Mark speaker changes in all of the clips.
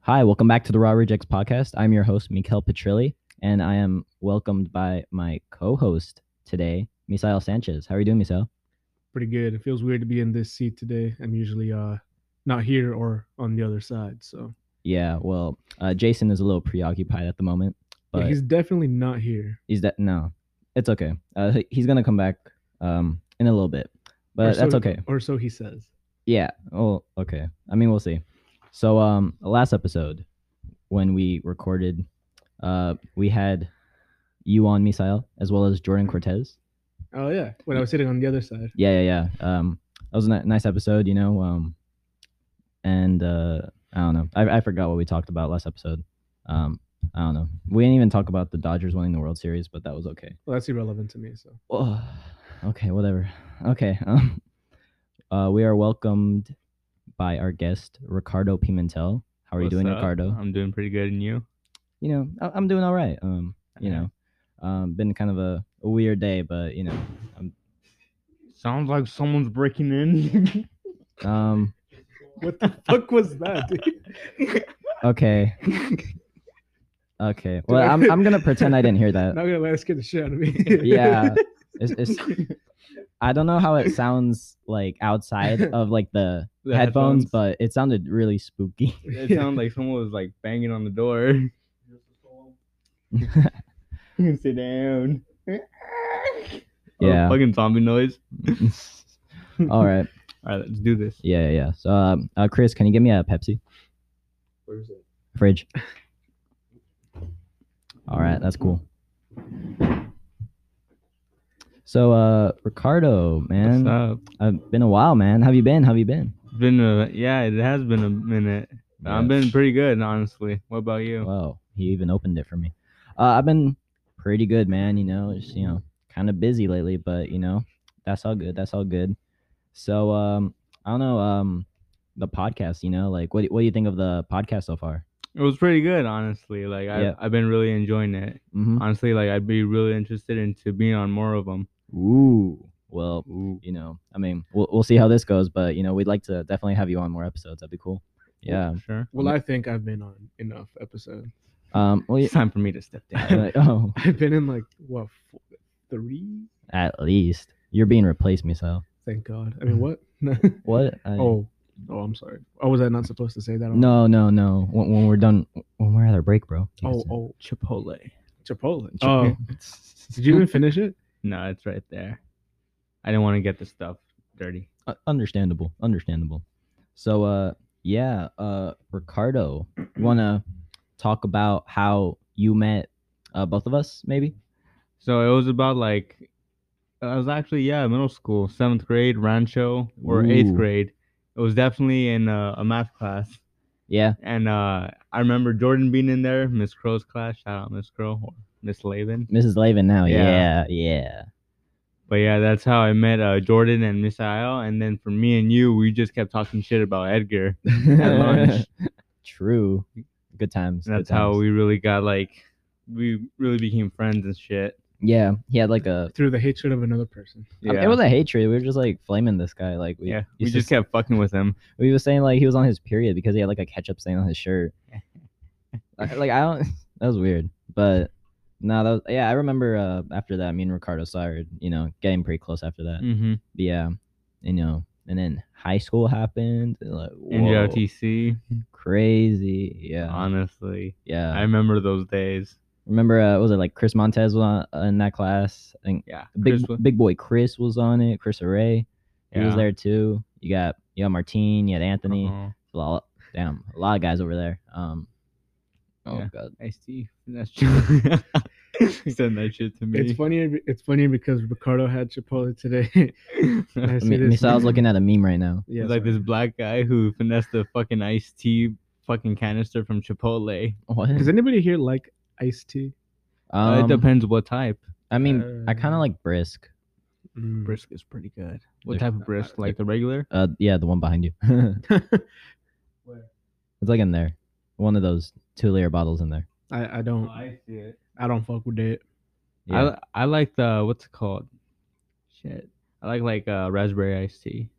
Speaker 1: Hi, welcome back to the Raw Rejects podcast. I'm your host, Mikel Petrilli, and I am welcomed by my co host today, Misael Sanchez. How are you doing, Misael?
Speaker 2: Pretty good. It feels weird to be in this seat today. I'm usually uh not here or on the other side. So
Speaker 1: Yeah, well, uh, Jason is a little preoccupied at the moment, but
Speaker 2: yeah, he's definitely not here.
Speaker 1: he's that no, it's okay. Uh, he- he's gonna come back um, in a little bit,
Speaker 2: Or
Speaker 1: but
Speaker 2: so-
Speaker 1: that's okay.
Speaker 2: Or so he says.
Speaker 1: Yeah. Oh, okay. I mean, we'll see. So, um, last episode when we recorded, uh, we had you on Misael as well as Jordan Cortez.
Speaker 2: Oh yeah. When I was sitting on the other side.
Speaker 1: Yeah, yeah, yeah. Um, that was a ni- nice episode, you know. Um, and uh, I don't know. I, I forgot what we talked about last episode. Um, I don't know. We didn't even talk about the Dodgers winning the World Series, but that was okay.
Speaker 2: Well, that's irrelevant to me. So
Speaker 1: Oh, okay, whatever. Okay. Um, uh, we are welcomed by our guest, Ricardo Pimentel. How are
Speaker 3: What's
Speaker 1: you doing,
Speaker 3: up?
Speaker 1: Ricardo?
Speaker 3: I'm doing pretty good, and you?
Speaker 1: you know, I- I'm doing all right. Um, you
Speaker 3: Okay.
Speaker 1: know, um, been kind of a, a weird day, but you know,
Speaker 3: Sounds like someone's breaking in.
Speaker 1: um,
Speaker 2: what the fuck was that? Dude?
Speaker 1: okay, okay. Well, I'm, I'm gonna pretend I didn't hear that.
Speaker 2: Not gonna let us scare the shit out of me.
Speaker 1: Yeah, it's, it's I don't know how it sounds like outside of like the,
Speaker 3: The
Speaker 1: headphones, but it sounded really spooky.
Speaker 3: it sounds like someone was like banging on the door. Sit down.
Speaker 1: Yeah.
Speaker 3: Oh, fucking zombie noise.
Speaker 1: all right.
Speaker 3: All right, let's do this.
Speaker 1: Yeah, yeah, yeah. So, um, uh, Chris, can you give me a Pepsi
Speaker 3: Where's it?
Speaker 1: fridge? All right, that's cool. So, uh, Ricardo,
Speaker 3: What's
Speaker 1: man,
Speaker 3: up?
Speaker 1: I've been a while, man. How have you been? How have you been?
Speaker 3: Been a yeah, it has been a minute. I've been pretty good, honestly. What about you?
Speaker 1: Wow, he even opened it for me. Uh, I've been pretty good, man. You know, just you know, kind of busy lately, but you know, that's all good. That's all good. So, um, I don't know, um, the podcast. You know, like, what what do you think of the podcast so far?
Speaker 3: It was pretty good, honestly. Like I,
Speaker 1: Yeah.
Speaker 3: I've been really enjoying it.
Speaker 1: Mm-hmm.
Speaker 3: Honestly, like I'd be really interested into being on more of them.
Speaker 1: Ooh. Well,
Speaker 3: Ooh.
Speaker 1: you know, I mean, we'll, we'll see how this goes, but you know, we'd like to definitely have you on more episodes. That'd be cool. Yeah.
Speaker 3: Sure.
Speaker 2: Well, I think I've been on enough episodes.
Speaker 1: Um. Well, yeah.
Speaker 3: It's time for me to step down.
Speaker 1: uh, oh,
Speaker 2: I've been in like what four, three?
Speaker 1: at least you're being replaced, Misael.
Speaker 2: Thank God. I mean, what?
Speaker 1: What? I,
Speaker 2: oh, oh, I'm sorry. Oh, was I not supposed to say that?
Speaker 1: No, no, no. When, when we're done, when we're at our break, bro. You
Speaker 2: Oh,
Speaker 1: guys-
Speaker 2: oh,
Speaker 3: Chipotle.
Speaker 2: Chipotle. Oh, did you even finish it?
Speaker 3: No, it's right there. I didn't want to get the stuff dirty.
Speaker 1: Uh, understandable, understandable. So, uh, yeah, uh, Ricardo, you wanna talk about how you met uh, both of us, maybe?
Speaker 3: So it was about like, I was actually yeah, middle school, seventh grade, Rancho, or eighth
Speaker 1: Ooh.
Speaker 3: grade. It was definitely in uh, a math class,
Speaker 1: Yeah.
Speaker 3: and uh, I remember Jordan being in there, Miss Crow's class. Shout out Miss Crow or Miss Laven.
Speaker 1: Mrs. Lavin now.
Speaker 3: Yeah.
Speaker 1: Yeah. Yeah.
Speaker 3: But yeah, that's how I met uh, Jordan and Miss Isle, and then for me and you, we just kept talking shit about Edgar. At lunch.
Speaker 1: True. Good times.
Speaker 3: And
Speaker 1: good
Speaker 3: that's how
Speaker 1: times.
Speaker 3: we really got like, we really became friends and shit.
Speaker 1: Yeah, he had like a.
Speaker 2: Through the hatred of another person.
Speaker 1: I mean, it was a hatred. We were just like flaming this guy. Like we,
Speaker 3: yeah,
Speaker 1: he's
Speaker 3: we just kept fucking with him.
Speaker 1: we were saying like he was on his period because he had like a ketchup stain on his shirt. I- like I don't. That was weird, but no, that was, yeah. I remember uh, after that, me and Ricardo started, you know, getting pretty close after that.
Speaker 3: Mm-hmm.
Speaker 1: But yeah, you know, and then high school happened. And like whoa,
Speaker 3: NJOTC,
Speaker 1: crazy. Yeah,
Speaker 3: honestly,
Speaker 1: yeah.
Speaker 3: I remember those days.
Speaker 1: Remember, uh, what was it like Chris Montez was on, uh, in that class? I think
Speaker 3: Yeah,
Speaker 1: big
Speaker 3: Chris was-
Speaker 1: big boy Chris was on it. Chris Array, he was
Speaker 3: yeah.
Speaker 1: there too. You got you got Martine, you had Anthony.
Speaker 3: Uh-huh.
Speaker 1: A lot, damn, a lot of guys over there. Um, oh
Speaker 3: Yeah.
Speaker 1: god,
Speaker 3: Ice-T, That's true. Send that shit to me.
Speaker 2: It's funny. It's funny because Ricardo had Chipotle today. And I
Speaker 3: It's
Speaker 1: I
Speaker 2: see
Speaker 1: mean,
Speaker 2: this-
Speaker 1: Misael's looking at a meme right now.
Speaker 2: Yeah,
Speaker 3: like
Speaker 2: sorry.
Speaker 3: this black guy who finessed the fucking iced tea fucking canister from Chipotle.
Speaker 1: What?
Speaker 2: Does anybody here like iced tea?
Speaker 3: Uh,
Speaker 1: Um,
Speaker 3: it depends what type.
Speaker 1: I mean, I kind
Speaker 2: Uh, mm.
Speaker 1: of like brisk.
Speaker 3: Brisk is pretty good. What
Speaker 1: There's-
Speaker 3: type of brisk? Like the regular?
Speaker 1: Uh, yeah, the one behind you. it's like in there, one of those two layer bottles in there.
Speaker 2: I, I don't.
Speaker 3: I see it.
Speaker 2: I don't fuck with it.
Speaker 1: Yeah.
Speaker 3: I, like the what's it called? Shit. I like like uh, raspberry iced tea.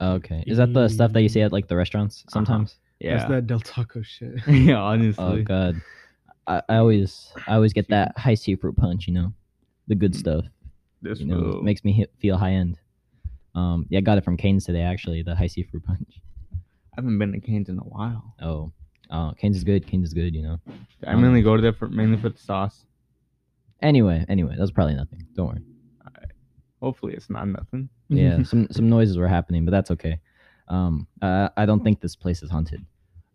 Speaker 1: okay, is that the stuff that you see Uh-huh.
Speaker 2: Mm.
Speaker 1: at like the restaurants sometimes?
Speaker 2: That's
Speaker 3: Yeah.
Speaker 2: that Del Taco shit.
Speaker 3: yeah, honestly.
Speaker 1: Oh god, I, I always I always get that high super punch. You know, the good stuff.
Speaker 3: This
Speaker 1: You know,
Speaker 3: fool.
Speaker 1: makes me hit, feel high end. Um, yeah, I got it from Canes today. Actually, the high seafood punch.
Speaker 3: I haven't been to Canes in a while.
Speaker 1: Oh, uh, Canes is good. Canes is good. You know.
Speaker 3: I
Speaker 1: Um,
Speaker 3: mainly go to there for mainly for the sauce.
Speaker 1: Anyway, anyway, that's probably nothing. Don't worry.
Speaker 3: Hopefully, it's not nothing.
Speaker 1: Yeah, some some noises were happening, but that's okay. Um, uh, I don't think this place is haunted.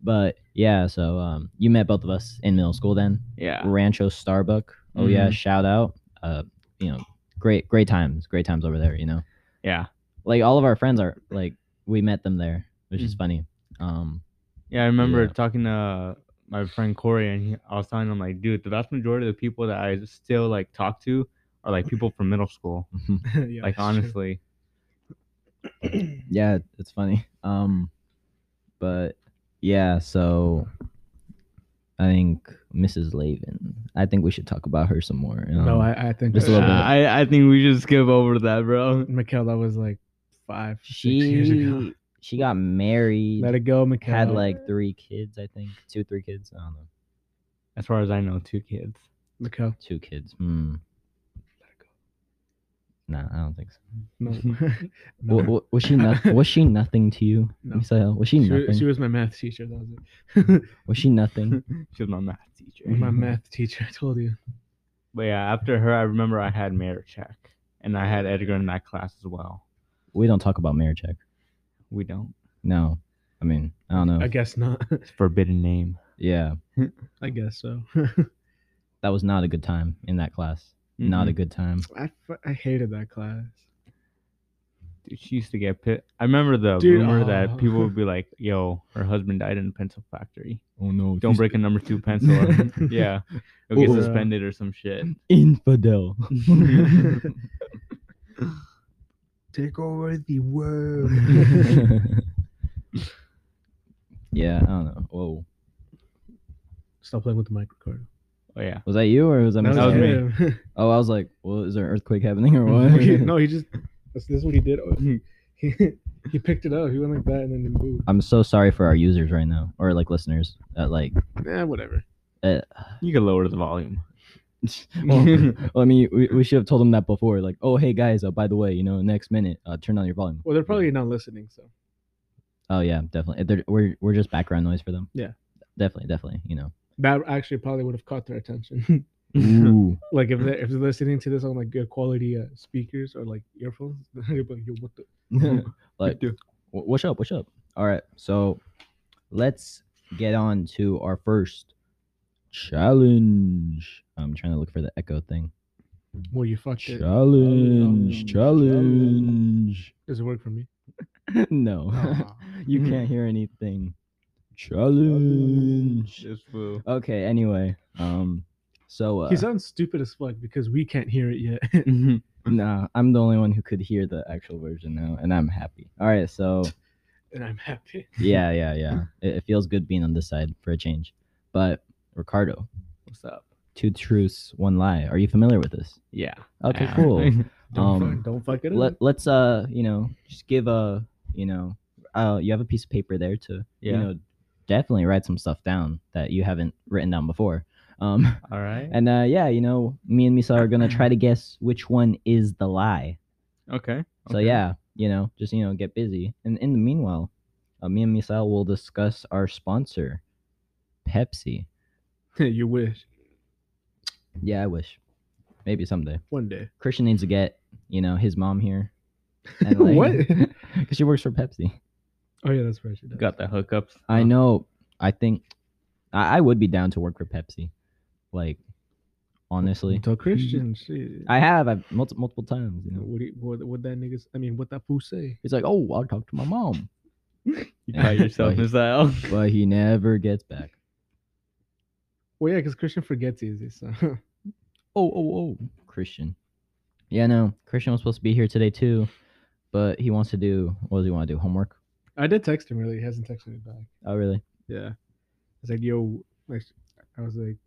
Speaker 1: But yeah, so um, you met both of us in middle school then.
Speaker 3: Yeah.
Speaker 1: Rancho Starbuck. Oh yeah,
Speaker 3: Mhm.
Speaker 1: shout out. Uh, you know, great great times, great times over there. You know,
Speaker 3: Yeah.
Speaker 1: like all of our friends are like we met them there, which is funny. Um,
Speaker 3: Yeah. I remember
Speaker 1: Yeah.
Speaker 3: talking to uh, my friend Corey, and he, I was telling him like, dude, the vast majority of the people that I still like talk to are like people from middle school.
Speaker 1: hmm.
Speaker 2: Yeah, that's
Speaker 3: Like
Speaker 2: true.
Speaker 3: honestly,
Speaker 1: yeah, it's funny. Um, but yeah, so I think Mrs. Laven. I think we should talk about her some more. Um, you know?
Speaker 2: no, I, I think
Speaker 1: Just a
Speaker 2: that-
Speaker 1: little bit.
Speaker 3: uh, I I think we should skip over that, bro.
Speaker 2: Mikhail, that was like five, six years ago.
Speaker 1: she she got married.
Speaker 2: Let it go, Mikhail.
Speaker 1: had like three kids, I think. Two, three kids. I don't know.
Speaker 3: As far as I know, two kids.
Speaker 2: Mikhail.
Speaker 1: Two kids. Hmm. Nah, I don't think so.
Speaker 2: No. no.
Speaker 1: Wa- wa- was she not, was she nothing to you,
Speaker 2: No.
Speaker 1: Misael? Was she
Speaker 2: she,
Speaker 1: nothing?
Speaker 2: wa- she was my math teacher. That was it.
Speaker 1: was she nothing?
Speaker 3: She was my math teacher.
Speaker 2: my
Speaker 1: Mm-hmm.
Speaker 2: math teacher. I told you.
Speaker 3: But yeah, after her, I remember I had Merit Check, and I had Edgar in that class as well.
Speaker 1: we don't talk about marriage check.
Speaker 3: We don't.
Speaker 1: No, I mean I don't know.
Speaker 2: I guess not.
Speaker 3: It's a forbidden name.
Speaker 1: yeah,
Speaker 2: I guess so.
Speaker 1: that was not a good time in that class. Not a good time.
Speaker 2: I, f- I hated that class.
Speaker 3: Dude, Mm-hmm. she used to get pit. I remember the
Speaker 2: Dude, oh.
Speaker 3: rumor
Speaker 2: aw.
Speaker 3: that people would be like, "Yo, her husband died in a pencil factory.
Speaker 1: Oh no!
Speaker 3: Don't break a number two pencil." or- yeah, you'll get
Speaker 1: Ooh.
Speaker 3: suspended or some shit.
Speaker 1: infidel.
Speaker 2: Take over the world.
Speaker 1: yeah, I don't know. Whoa,
Speaker 2: Stop playing with the mic recorder.
Speaker 3: Oh yeah,
Speaker 1: was that you or was that,
Speaker 3: That
Speaker 1: Misael?
Speaker 3: was me.
Speaker 2: him.
Speaker 1: Oh, I was like, well, is there an earthquake happening or what?
Speaker 2: He- no, he just. This, this is what he did. Oh, He, he, he picked it up. He went like that and then he moved.
Speaker 1: I'm so sorry for our users right now, or like listeners that like.
Speaker 2: Nah, whatever.
Speaker 1: Uh,
Speaker 3: you can lower the volume.
Speaker 1: well, well, I mean, we, we should have told them that before. Like, oh, hey guys, uh, by the way, you know, next minute, uh, turn on your volume.
Speaker 2: Well, they're probably not listening, so.
Speaker 1: Oh yeah, definitely. They're, we're we're just background noise for them.
Speaker 2: Yeah.
Speaker 1: Definitely, definitely. You know.
Speaker 2: That actually probably would have caught their attention.
Speaker 1: Ooh.
Speaker 2: like if they're, if they're listening to this on like good quality uh, speakers or like earphones, they'd be like, yo, what the?
Speaker 1: like,
Speaker 3: do.
Speaker 1: wh- what's up? What's up? All right, so let's get on to our first challenge. I'm trying to look for the echo thing.
Speaker 2: Well, you fucked it.
Speaker 1: Challenge,
Speaker 2: Challenge,
Speaker 1: challenge.
Speaker 2: Does it work for me?
Speaker 1: no,
Speaker 2: Aw.
Speaker 1: you can't hear anything. Challenge.
Speaker 3: This fool.
Speaker 1: Okay. Anyway, um, so uh,
Speaker 2: He sounds stupid as fuck because we can't hear it yet.
Speaker 3: Mm-hmm.
Speaker 1: Nah, I'm the only one who could hear the actual version now, and I'm happy. All right, so
Speaker 2: and I'm happy.
Speaker 1: yeah, yeah, yeah. It, it feels good being on this side for a change. But Ricardo,
Speaker 3: What's up?
Speaker 1: two truths, one lie. Are you familiar with this?
Speaker 3: Yeah.
Speaker 1: Okay,
Speaker 3: Yeah.
Speaker 1: cool.
Speaker 2: Don't,
Speaker 1: Um,
Speaker 2: fuck, don't fuck it up.
Speaker 1: Let Let's uh, you know, just give a, you know, uh, you have a piece of paper there to, you
Speaker 3: Yeah.
Speaker 1: know, definitely write some stuff down that you haven't written down before. Um,
Speaker 3: All right.
Speaker 1: and uh, yeah, you know, me and Misa are gonna try to guess which one is the lie.
Speaker 3: Okay.
Speaker 1: So
Speaker 3: okay.
Speaker 1: yeah, you know, just you know, get busy. And in the meanwhile, uh, me and Misael will discuss our sponsor, Pepsi.
Speaker 2: you wish.
Speaker 1: Yeah, I wish. Maybe someday.
Speaker 2: One day.
Speaker 1: Christian needs to get, you know, his mom here.
Speaker 2: What?
Speaker 1: Because she works for Pepsi.
Speaker 2: Oh, yeah, that's right. She does.
Speaker 3: Got the hookups.
Speaker 1: I
Speaker 3: huh?
Speaker 1: know. I think I, I would be down to work for Pepsi. Like, honestly,
Speaker 2: Tell Christian. shit.
Speaker 1: I have I've multiple multiple times. You know,
Speaker 2: What, do you- what, what that niggas, I mean, what that fool say?
Speaker 1: he's like, "Oh, I'll talk to my mom,"
Speaker 3: You call yourself
Speaker 1: Like-
Speaker 3: Missile.
Speaker 1: but he never gets back.
Speaker 2: Well, yeah, because Christian forgets easy, so.
Speaker 1: Oh, oh, oh, Christian. Yeah, no, Christian was supposed to be here today too, but he wants to do what does he want to do? Homework?
Speaker 2: I did text him earlier. He hasn't texted me back.
Speaker 1: Oh, really?
Speaker 2: Yeah. I said, yo, like, I was like,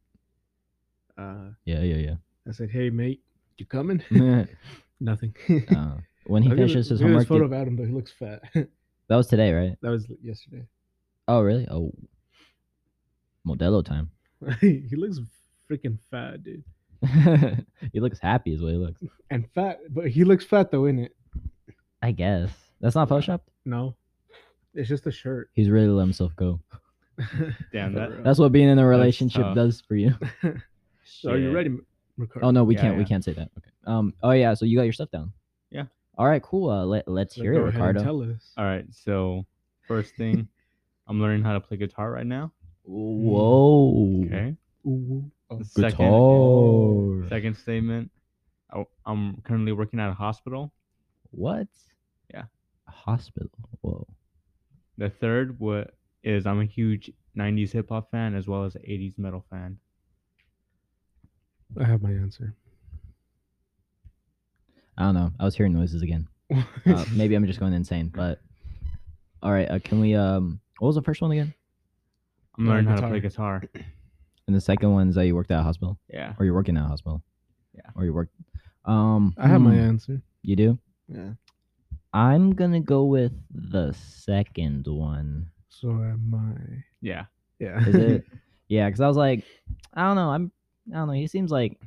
Speaker 2: uh,
Speaker 1: Yeah, yeah,
Speaker 2: I said, hey, mate, you coming?
Speaker 1: yeah.
Speaker 2: Nothing.
Speaker 1: uh, when he
Speaker 2: Look at
Speaker 1: finishes
Speaker 2: this-
Speaker 1: his
Speaker 2: look at
Speaker 1: homework,
Speaker 2: this photo
Speaker 1: did-
Speaker 2: of Adam, though. He looks fat. that
Speaker 1: that was today, right?
Speaker 2: was yesterday.
Speaker 1: Oh really? Oh, Modelo time.
Speaker 2: he looks freaking fat, dude.
Speaker 1: he looks happy, is what he looks.
Speaker 2: And fat, but he looks fat though, in it.
Speaker 1: I guess that's not photoshopped.
Speaker 2: No, it's just a shirt.
Speaker 1: He's really let himself go.
Speaker 3: Damn
Speaker 2: For
Speaker 3: that.
Speaker 2: real.
Speaker 1: That's what being in a relationship
Speaker 3: tough.
Speaker 1: does for you.
Speaker 2: So are you
Speaker 3: Shit.
Speaker 2: ready, M- Ricardo?
Speaker 1: Oh no, we
Speaker 3: Yeah,
Speaker 1: can't. We
Speaker 3: yeah.
Speaker 1: can't say that. Okay. Um. Oh yeah. So you got your stuff down.
Speaker 3: Yeah.
Speaker 1: All right. Cool. Uh, let Let's
Speaker 2: Then
Speaker 1: hear
Speaker 2: go
Speaker 1: it,
Speaker 2: ahead and
Speaker 1: Ricardo. Uh,
Speaker 2: Tell us.
Speaker 3: All right. So first thing, I'm learning how to play guitar right now.
Speaker 1: Whoa.
Speaker 3: Okay.
Speaker 2: Ooh, oh.
Speaker 1: Guitar.
Speaker 3: Second statement. I, am currently working at a hospital.
Speaker 1: What?
Speaker 3: Yeah.
Speaker 1: Hospital. Whoa.
Speaker 3: The third what is I'm a huge 90s hip hop fan as well as 80s metal fan.
Speaker 2: I have my answer.
Speaker 1: I don't know. I was hearing noises again. Uh, maybe I'm just going insane. But all right. Uh, can we? Um. What was the first one again?
Speaker 3: I'm
Speaker 2: Learn
Speaker 3: learning how to play guitar.
Speaker 1: And the second one is that you worked at a hospital,
Speaker 3: Yeah.
Speaker 1: or you're working at a hospital.
Speaker 3: Yeah.
Speaker 1: Or you work. Um.
Speaker 2: I have my
Speaker 1: hmm,
Speaker 2: answer.
Speaker 1: You do.
Speaker 2: Yeah.
Speaker 1: I'm gonna go with the second one.
Speaker 2: So am
Speaker 3: Yeah.
Speaker 2: I. Yeah.
Speaker 1: Is it? yeah, because I was like, I don't know. I'm. I don't know. He seems like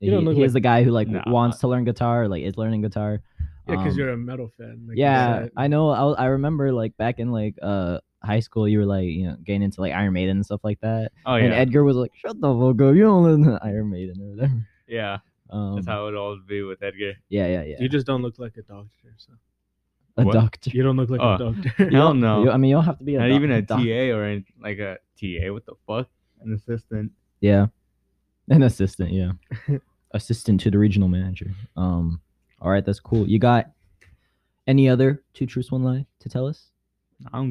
Speaker 2: You don't
Speaker 1: he,
Speaker 2: look
Speaker 1: he's
Speaker 2: like-
Speaker 1: the guy who like
Speaker 3: Nah.
Speaker 1: wants to learn guitar, like is learning guitar.
Speaker 2: yeah, because
Speaker 1: Um,
Speaker 2: you're a metal fan. Like you
Speaker 1: yeah,
Speaker 2: said.
Speaker 1: I know. I, was- I remember like back in like uh high school, you were like you know getting into like Iron Maiden and stuff like that.
Speaker 3: Oh
Speaker 1: and
Speaker 3: yeah.
Speaker 1: Edgar was like, "Shut the fuck up! You don't listen to Iron Maiden or whatever."
Speaker 3: yeah.
Speaker 1: Um,
Speaker 3: That's how it always be with Edgar.
Speaker 1: yeah, yeah, yeah.
Speaker 2: You just don't look like a doctor. So
Speaker 1: A
Speaker 3: What?
Speaker 1: doctor.
Speaker 2: you don't look like
Speaker 3: Oh.
Speaker 2: a doctor.
Speaker 3: Hell no.
Speaker 1: You- I mean, you don't have to be a
Speaker 3: Not
Speaker 1: doc-
Speaker 3: even a
Speaker 1: doc-
Speaker 3: TA or an, like a TA. What the fuck? An assistant.
Speaker 1: Yeah. An assistant, yeah. assistant to the regional manager. Um all right, that's cool. You got any other two truths one lie to tell us?
Speaker 3: I'm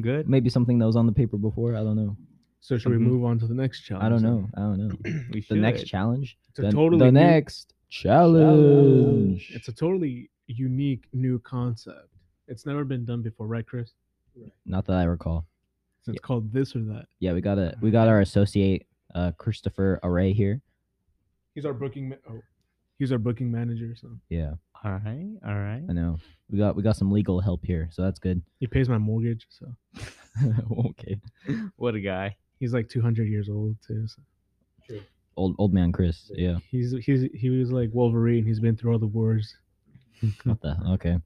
Speaker 3: good.
Speaker 1: Maybe something that was on the paper before, I don't know.
Speaker 2: so should we
Speaker 3: Mhm.
Speaker 2: move on to the next challenge?
Speaker 1: Mm-hmm. I don't
Speaker 2: then?
Speaker 1: know. I don't know.
Speaker 3: We
Speaker 1: The next
Speaker 3: should.
Speaker 1: challenge.
Speaker 2: It's a
Speaker 1: The,
Speaker 2: totally
Speaker 1: the
Speaker 2: new-
Speaker 1: next challenge.
Speaker 2: It's a totally unique new concept. It's never been done before, right, Chris?
Speaker 1: Not that I recall.
Speaker 2: So it's called this or that.
Speaker 1: Yeah, we got a we got our associate uh Christopher Array here.
Speaker 2: He's our booking. Ma- oh, he's our booking manager. So
Speaker 1: Yeah,
Speaker 3: All right. All right.
Speaker 1: I know. We got we got some legal help here, so that's good.
Speaker 2: he pays my mortgage. So
Speaker 1: okay.
Speaker 3: What a guy.
Speaker 2: he's like 200 years old too. So.
Speaker 1: Old old man Chris. Yeah.
Speaker 2: He's he's he was like Wolverine. He's been through all the wars,
Speaker 1: What the okay.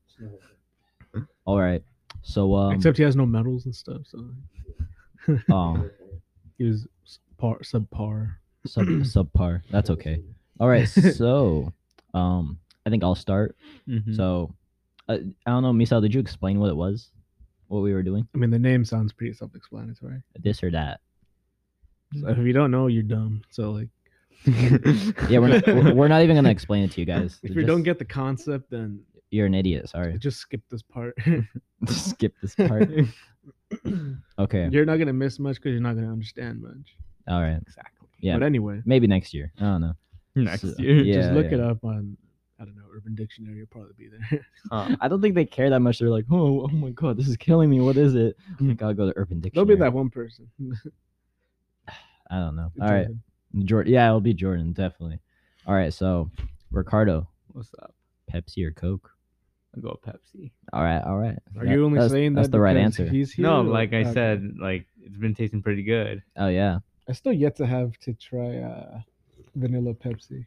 Speaker 1: All right. So um
Speaker 2: except he has no medals and stuff. So
Speaker 1: oh,
Speaker 2: he was par subpar.
Speaker 1: sub subpar. That's okay. All right. So um I think I'll start.
Speaker 2: Hmm.
Speaker 3: Mhm.
Speaker 1: So uh, I don't know, Misal, did you explain what it was? What we were doing?
Speaker 2: I mean, the name sounds pretty self-explanatory.
Speaker 1: This or that? Mm-hmm.
Speaker 2: So if you don't know, you're dumb. So like,
Speaker 1: Yeah, we're not, we're- we're not even gonna explain it to you guys.
Speaker 2: if you
Speaker 1: Just-
Speaker 2: don't get the concept, then
Speaker 1: you're an idiot. Sorry,
Speaker 2: just skip this part.
Speaker 1: skip this part. Okay,
Speaker 2: You're not gonna miss much because you're not gonna understand much.
Speaker 1: all right.
Speaker 2: Exactly.
Speaker 1: Yeah.
Speaker 2: But anyway,
Speaker 1: Maybe next year. I don't know.
Speaker 3: next
Speaker 1: So-
Speaker 3: year.
Speaker 1: yeah.
Speaker 2: just look it up on I don't know Urban Dictionary. You'll probably be there.
Speaker 3: Huh.
Speaker 1: I don't think they care that much. They're like, oh, oh my god, this is killing me. What is it? I gotta go to Urban
Speaker 2: There'll
Speaker 1: Dictionary.
Speaker 2: be that one person.
Speaker 1: I don't know. All right, Jordan. Yeah, it'll be Jordan definitely. All right, so Ricardo,
Speaker 3: What's up?
Speaker 1: Pepsi or Coke?
Speaker 3: I'll go Pepsi.
Speaker 1: All right, all right.
Speaker 2: Are
Speaker 1: That-
Speaker 2: you only
Speaker 1: that's,
Speaker 2: saying
Speaker 1: that's
Speaker 2: that
Speaker 1: the right
Speaker 2: because
Speaker 1: answer?
Speaker 2: He's here.
Speaker 3: No,
Speaker 2: or-
Speaker 3: like I
Speaker 2: okay.
Speaker 3: said, like it's been tasting pretty good.
Speaker 1: Oh yeah,
Speaker 2: I still yet to have to try uh, vanilla Pepsi.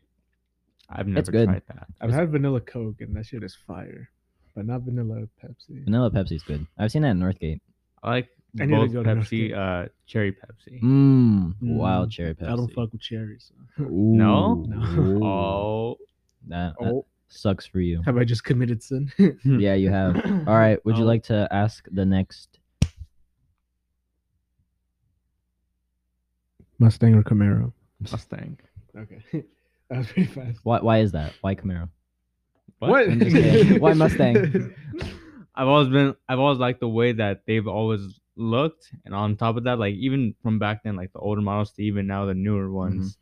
Speaker 3: I've never
Speaker 1: good.
Speaker 3: tried that.
Speaker 2: I've had vanilla Coke and that shit is fire, but not vanilla Pepsi.
Speaker 1: vanilla Pepsi's good. I've seen that in Northgate.
Speaker 3: I like
Speaker 2: I need to
Speaker 3: both
Speaker 2: go to
Speaker 3: Pepsi,
Speaker 2: Northgate.
Speaker 3: uh, cherry Pepsi.
Speaker 1: Mmm, wild
Speaker 2: Mm,
Speaker 1: cherry Pepsi.
Speaker 2: I don't fuck with cherries.
Speaker 3: No?
Speaker 1: Ooh.
Speaker 2: No.
Speaker 3: Oh,
Speaker 1: That, that
Speaker 2: Oh,
Speaker 1: sucks for you.
Speaker 2: have I just committed sin?
Speaker 1: Yeah, Uh, you have. All right, would you
Speaker 2: Hmm. Oh.
Speaker 1: like to ask the next?
Speaker 2: Mustang or Camaro?
Speaker 3: Mustang.
Speaker 2: Okay, that was pretty fast.
Speaker 1: Why? Why is that? Why Camaro?
Speaker 2: What?
Speaker 1: I'm just kidding. Why Mustang?
Speaker 3: I've always been, I've always liked the way that they've always looked, and on top of that, like even from back then, like the older models to even now the newer ones,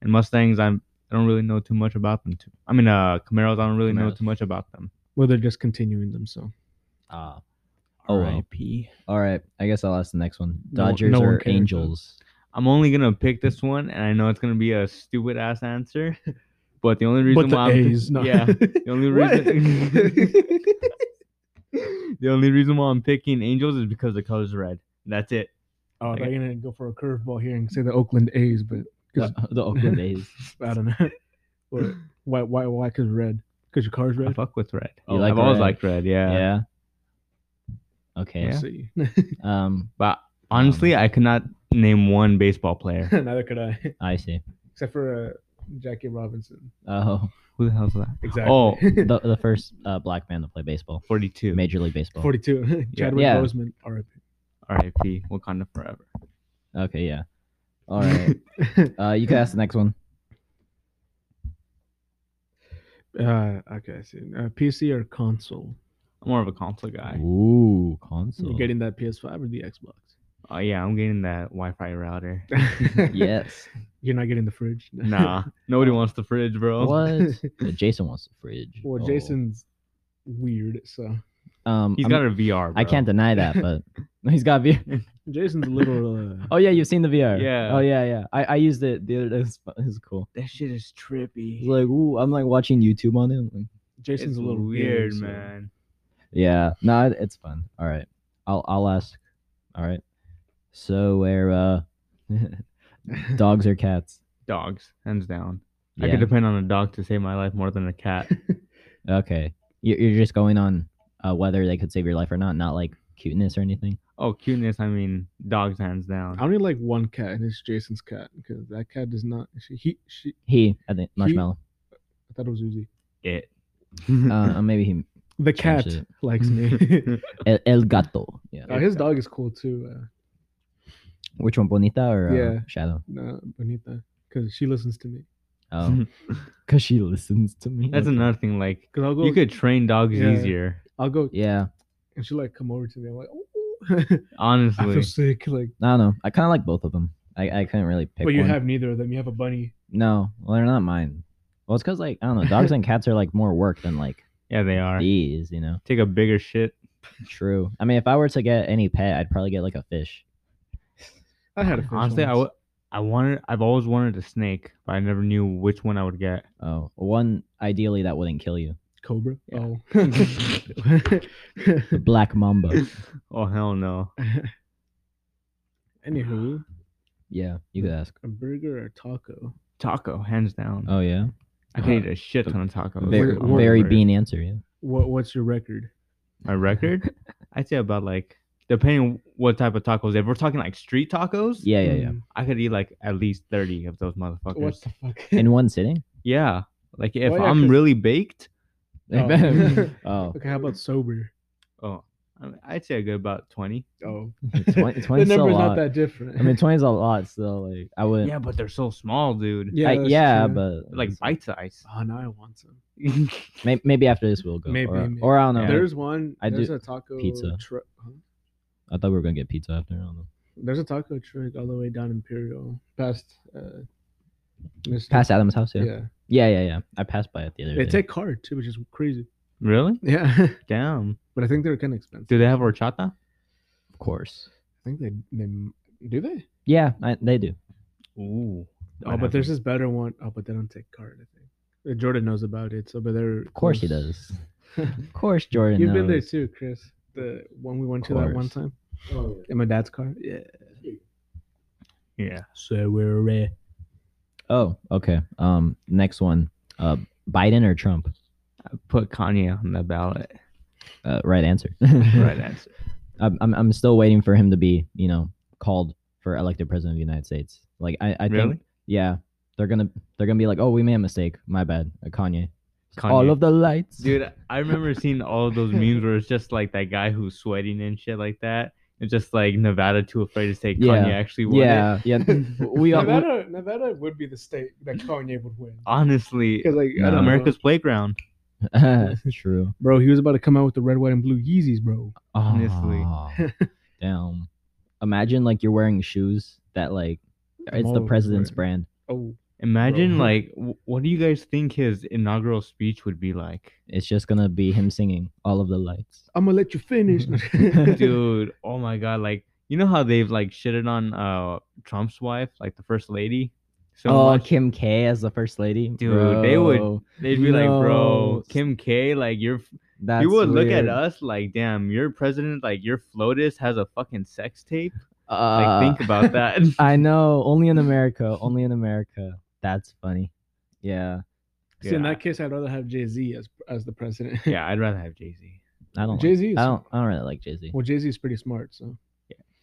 Speaker 3: and Mustangs, I'm, I don't really know too much about them. Too. I mean, uh, Camaros, I don't really know
Speaker 1: Camaros.
Speaker 3: too much about them.
Speaker 2: Well, they're just continuing them, so
Speaker 1: Ah, Oh, well.
Speaker 3: R.I.P.
Speaker 1: all right. I guess I'll ask the next one.
Speaker 2: No-
Speaker 1: Dodgers
Speaker 2: no one
Speaker 1: or
Speaker 2: cares, though.
Speaker 1: Angels?
Speaker 3: I'm only gonna pick this one, and I know it's gonna be a stupid ass answer, but the only reason
Speaker 2: but the
Speaker 3: why I'm,
Speaker 2: A's, no.
Speaker 3: yeah, the only reason, the only reason why I'm picking Angels is because the color's red. That's it.
Speaker 2: Oh,
Speaker 3: Like-
Speaker 2: they're gonna go for a curveball here and say the Oakland A's, but
Speaker 1: The, the Oakland A's.
Speaker 2: I don't know. But why? Why? Why? Because red. Because your car's
Speaker 3: I
Speaker 2: red.
Speaker 3: fuck with red.
Speaker 1: You like
Speaker 3: I've always
Speaker 1: red?
Speaker 3: liked red.
Speaker 1: Yeah.
Speaker 3: Yeah.
Speaker 1: Okay.
Speaker 2: I
Speaker 3: Yeah.
Speaker 2: See.
Speaker 1: Um,
Speaker 3: But honestly, I could not name one baseball player.
Speaker 2: Neither could I,
Speaker 1: I see.
Speaker 2: except for uh, Jackie Robinson.
Speaker 1: Oh,
Speaker 3: Who the hell's that?
Speaker 2: Exactly.
Speaker 3: Oh,
Speaker 1: the, the first uh, black man to play baseball,
Speaker 3: 42.
Speaker 1: Major League Baseball.
Speaker 2: forty-two.
Speaker 1: Oh.
Speaker 2: Chadwick
Speaker 1: Yeah.
Speaker 2: Boseman. R.I.P.
Speaker 3: R.I.P. Wakanda forever.
Speaker 1: Okay, yeah. All right. Uh, you can ask the next one.
Speaker 2: uh, okay. I see. Uh, PC or console?
Speaker 3: I'm more of a console guy.
Speaker 1: Ooh, console.
Speaker 2: You're getting that PS5 or the Xbox?
Speaker 3: Oh yeah, I'm getting that Wi-Fi router.
Speaker 1: yes.
Speaker 2: You're not getting the fridge.
Speaker 3: Nah, nobody wants the fridge, bro.
Speaker 1: What? Uh, Jason wants the fridge.
Speaker 2: Well,
Speaker 1: Oh.
Speaker 2: Jason's weird, so
Speaker 1: Um,
Speaker 3: He's
Speaker 1: I'm-
Speaker 3: got a VR. Bro.
Speaker 1: I can't deny that, but he's got VR.
Speaker 2: Jason's a little. Uh,
Speaker 1: Oh yeah, you've seen the VR.
Speaker 3: Yeah.
Speaker 1: Oh yeah, yeah. I, I used it the other day. It's, fu- it's cool.
Speaker 3: That shit is trippy.
Speaker 1: It's like, ooh, I'm like watching YouTube on it. like-
Speaker 2: Jason's
Speaker 3: it's
Speaker 2: a little
Speaker 3: weird,
Speaker 2: gay, so-
Speaker 3: man.
Speaker 1: Yeah. No, it- it's fun. All right. I'll I'll ask. All right. So where uh, dogs or cats?
Speaker 3: Dogs, hands down. I
Speaker 1: Yeah.
Speaker 3: could depend on a dog to save my life more than a cat.
Speaker 1: Okay. You're, you're just going on uh, whether they could save your life or not, not like cuteness or anything.
Speaker 3: oh, cuteness. I mean, dogs, hands
Speaker 2: I
Speaker 3: down.
Speaker 2: only like one cat, and it's Jason's cat because that cat does not. She, he she.
Speaker 1: He, I think, marshmallow.
Speaker 2: I thought it was Uzi.
Speaker 3: It.
Speaker 1: uh, maybe he.
Speaker 2: The cat
Speaker 1: it.
Speaker 2: likes me.
Speaker 1: El, el gato. Yeah.
Speaker 2: Uh, his dog is cool too. Uh,
Speaker 1: Which one, Bonita or uh,
Speaker 2: Yeah.
Speaker 1: Shadow?
Speaker 2: no, Bonita, because she listens to me.
Speaker 1: Oh, because she listens to me.
Speaker 3: That's another thing. Like
Speaker 2: Because I'll go.
Speaker 3: you could train dogs
Speaker 2: Yeah.
Speaker 3: easier.
Speaker 2: I'll go,
Speaker 1: Yeah.
Speaker 2: and she will like come over to me. I'm like, oh, I
Speaker 3: Honestly,
Speaker 2: feel sick. Like,
Speaker 1: I don't know. I kind of like both of them. I, I couldn't really pick.
Speaker 2: but you
Speaker 1: one.
Speaker 2: have neither of them. You have a bunny.
Speaker 1: no. Well, they're not mine. Well, it's because like I don't know. Dogs and cats are like more work than like
Speaker 3: yeah, they are.
Speaker 1: these. You know.
Speaker 3: Take a bigger shit.
Speaker 1: True. I mean, if I were to get any pet, I'd probably get like a fish.
Speaker 2: I had a fish
Speaker 3: Honestly, I
Speaker 2: once.
Speaker 3: would. I wanted. I've always wanted a snake, but I never knew which one I would get.
Speaker 1: Oh, one ideally that wouldn't kill you.
Speaker 2: cobra.
Speaker 3: Yeah.
Speaker 2: Oh.
Speaker 1: The black mamba.
Speaker 3: Oh hell no!
Speaker 2: Anywho,
Speaker 1: yeah, you could ask.
Speaker 2: a burger or taco?
Speaker 3: Taco, hands down.
Speaker 1: Oh yeah.
Speaker 3: I could eat a shit ton of tacos.
Speaker 1: Very,
Speaker 2: Wait, what-
Speaker 1: very bean answer. Yeah.
Speaker 2: What What's your record?
Speaker 3: My record, I'd say about like depending what type of tacos. If we're talking like street tacos,
Speaker 1: Yeah, yeah, yeah.
Speaker 2: Mm,
Speaker 3: I could eat like at least thirty of those motherfuckers.
Speaker 2: What the fuck?
Speaker 1: In one sitting.
Speaker 3: Yeah, like if
Speaker 2: Well, yeah,
Speaker 3: I'm
Speaker 2: 'cause-
Speaker 3: really baked,
Speaker 1: Oh.
Speaker 2: Oh.
Speaker 1: oh.
Speaker 2: okay, how about sober?
Speaker 3: oh, I- I'd say a good about twenty.
Speaker 2: Oh,
Speaker 1: 20
Speaker 2: the
Speaker 1: 20's a
Speaker 2: number's
Speaker 1: lot.
Speaker 2: not that different.
Speaker 1: I mean, twenty's a lot. So like, I would.
Speaker 3: Yeah, but they're so small, dude.
Speaker 1: Yeah, I,
Speaker 2: that's
Speaker 1: yeah
Speaker 2: true.
Speaker 1: but
Speaker 3: Like bite size.
Speaker 2: Oh, now I want some.
Speaker 1: May- maybe after this we'll go.
Speaker 2: Maybe,
Speaker 1: or,
Speaker 2: maybe.
Speaker 1: or I don't know.
Speaker 3: Yeah.
Speaker 2: There's one.
Speaker 1: I
Speaker 2: there's
Speaker 1: do-
Speaker 2: a taco
Speaker 1: pizza.
Speaker 2: tru- huh?
Speaker 1: I thought we were gonna get pizza after. I don't know.
Speaker 2: There's a taco truck all the way down Imperial, past. Uh, Mr.
Speaker 1: Past Adam's house, yeah.
Speaker 2: Yeah.
Speaker 1: yeah. Yeah, yeah, I passed by it the other
Speaker 2: They
Speaker 1: day.
Speaker 2: take card too, which is crazy.
Speaker 3: really?
Speaker 2: Yeah,
Speaker 3: Damn.
Speaker 2: but I think they're kind of expensive.
Speaker 3: Do they have horchata?
Speaker 1: of course.
Speaker 2: I think they they m- do they.
Speaker 1: Yeah, I, they do.
Speaker 3: Ooh.
Speaker 2: Oh,
Speaker 3: Might
Speaker 2: but
Speaker 3: have
Speaker 2: there's
Speaker 3: to-
Speaker 2: this better one. Oh, but they don't take card. I think Uh, Jordan knows about it, so but they're
Speaker 1: Of course he
Speaker 2: close.
Speaker 1: does. Of course, Jordan.
Speaker 2: You've been there
Speaker 1: knows.
Speaker 2: too, Chris. The one we went to that one
Speaker 1: Course.
Speaker 2: time in my dad's car. Yeah.
Speaker 3: yeah.
Speaker 2: So we're ready.
Speaker 1: Oh, okay. Um, next one. Uh, Biden or Trump?
Speaker 3: Put Kanye on the ballot.
Speaker 1: Uh, right answer.
Speaker 3: Right answer.
Speaker 1: I'm, I'm, I'm still waiting for him to be, you know, called for elected president of the United States. Like I, I
Speaker 3: Really?
Speaker 1: think, yeah, they're gonna, they're gonna be like, oh, we made a mistake. My bad, uh, Kanye.
Speaker 3: Kanye.
Speaker 1: All of the lights.
Speaker 3: Dude, I remember seeing all of those memes where it's just like that guy who's sweating and shit like that. It's just like Nevada too afraid to say Kanye
Speaker 1: Yeah.
Speaker 3: actually won. It.
Speaker 1: Yeah, yeah. We all. we-
Speaker 2: Nevada, Nevada would be the state that Kanye would win.
Speaker 3: Honestly,
Speaker 2: Because like
Speaker 1: No.
Speaker 2: I don't
Speaker 3: America's
Speaker 2: know.
Speaker 3: playground.
Speaker 1: True.
Speaker 2: bro, he was about to come out with the red, white, and blue Yeezys, bro.
Speaker 3: Honestly.
Speaker 1: Aw, damn. Imagine like you're wearing shoes that like
Speaker 2: I'm
Speaker 1: it's the
Speaker 2: always
Speaker 1: president's
Speaker 2: wearing-
Speaker 1: brand.
Speaker 2: Oh,
Speaker 3: Imagine
Speaker 2: Bro.
Speaker 3: like, w- what do you guys think his inaugural speech would be like?
Speaker 1: It's just gonna be him singing all of the lights.
Speaker 2: I'm gonna let you finish,
Speaker 3: Dude, oh my god! Like, you know how they've like shitted on uh Trump's wife, like the first lady. So
Speaker 1: oh,
Speaker 3: much?
Speaker 1: Kim K as the first lady,
Speaker 3: Dude, they would-
Speaker 1: Bro,
Speaker 3: they'd be like,
Speaker 1: no.
Speaker 3: bro, Kim K, like you're
Speaker 1: That's
Speaker 3: you would look at
Speaker 1: weird.
Speaker 3: us like, damn, your president, like your FLOTUS has a fucking sex tape. Like
Speaker 1: Uh,
Speaker 3: think about that.
Speaker 1: I know. Only in America. Only in America. That's funny. Yeah.
Speaker 2: See, in
Speaker 3: Yeah.
Speaker 2: that case, I'd rather have Jay Z as as the president.
Speaker 3: yeah, I'd rather have Jay Z.
Speaker 1: I don't. Like,
Speaker 2: Jay-Z is-
Speaker 1: I don't. I don't really like Jay Z.
Speaker 2: Well, Jay Z is pretty smart, so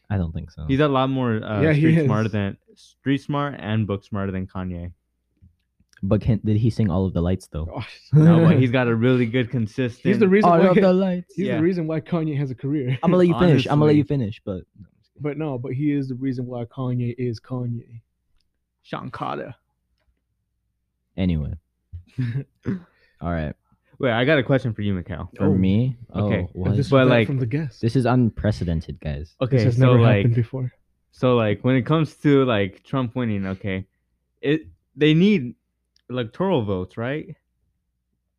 Speaker 1: I don't think so.
Speaker 3: He's a lot more uh,
Speaker 2: Yeah, he
Speaker 3: street
Speaker 2: is.
Speaker 3: smarter than street smart and book smarter than Kanye.
Speaker 1: but can, did he sing all of the lights though?
Speaker 2: Oh,
Speaker 3: No, but he's got a really good consistent.
Speaker 2: he's the reason
Speaker 1: All
Speaker 2: why
Speaker 1: of Oh, the lights.
Speaker 2: he's
Speaker 3: yeah.
Speaker 2: the reason why Kanye has a career.
Speaker 1: I'm gonna let you finish. I'm gonna let
Speaker 3: Honestly.
Speaker 1: you finish. But
Speaker 2: But no, but he is the reason why Kanye is Kanye. Sean Carter.
Speaker 1: anyway. all right.
Speaker 3: Wait, I got a question for you, Mikhail.
Speaker 1: For me. Oh,
Speaker 3: okay.
Speaker 1: what?
Speaker 2: This
Speaker 1: This,
Speaker 2: was
Speaker 3: But,
Speaker 2: that
Speaker 3: like,
Speaker 2: from the guest.
Speaker 1: is unprecedented, guys.
Speaker 3: Okay,
Speaker 2: this has
Speaker 3: so
Speaker 2: never
Speaker 3: like,
Speaker 2: happened before.
Speaker 3: so like, when it comes to like Trump winning, okay, it they need electoral votes, right,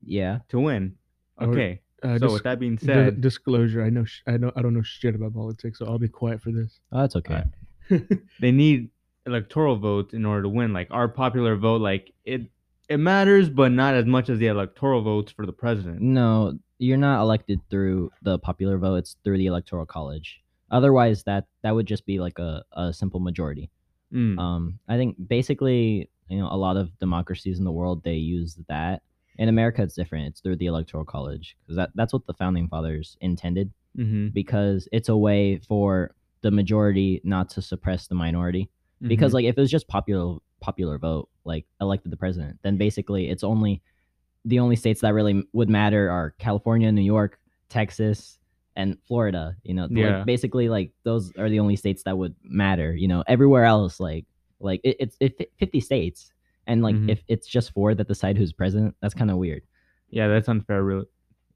Speaker 1: Yeah.
Speaker 3: to win.
Speaker 2: Or-
Speaker 3: Okay,
Speaker 2: Uh,
Speaker 3: so
Speaker 2: dis-
Speaker 3: with that being
Speaker 2: di-
Speaker 3: said,
Speaker 2: disclosure: I know, sh- I know, I don't know shit about politics, so I'll be quiet for this.
Speaker 1: Oh, that's okay.
Speaker 3: Alright. they need electoral votes in order to win. Like our popular vote, like it it matters, but not as much as the electoral votes for the president.
Speaker 1: No, you're not elected through the popular vote. It's through the electoral college. Otherwise, that that would just be like a, a simple majority.
Speaker 3: Mm.
Speaker 1: Um, I think basically, you know, a lot of democracies in the world they use that. In America, it's different. It's through the electoral college because that, that's what the founding fathers intended.
Speaker 3: hmm
Speaker 1: Because it's a way for the majority not to suppress the minority. Because like if it was just popular popular vote, like elected the president, then basically it's only the only states that really m- would matter are California, New York, Texas, and Florida. You know, Like,
Speaker 3: Yeah.
Speaker 1: basically like those are the only states that would matter. You know, everywhere else like like it, it's it, fi- fifty states, and like
Speaker 3: Mhm.
Speaker 1: if it's just four that decide who's president, that's kind of weird.
Speaker 3: yeah, that's unfair, really.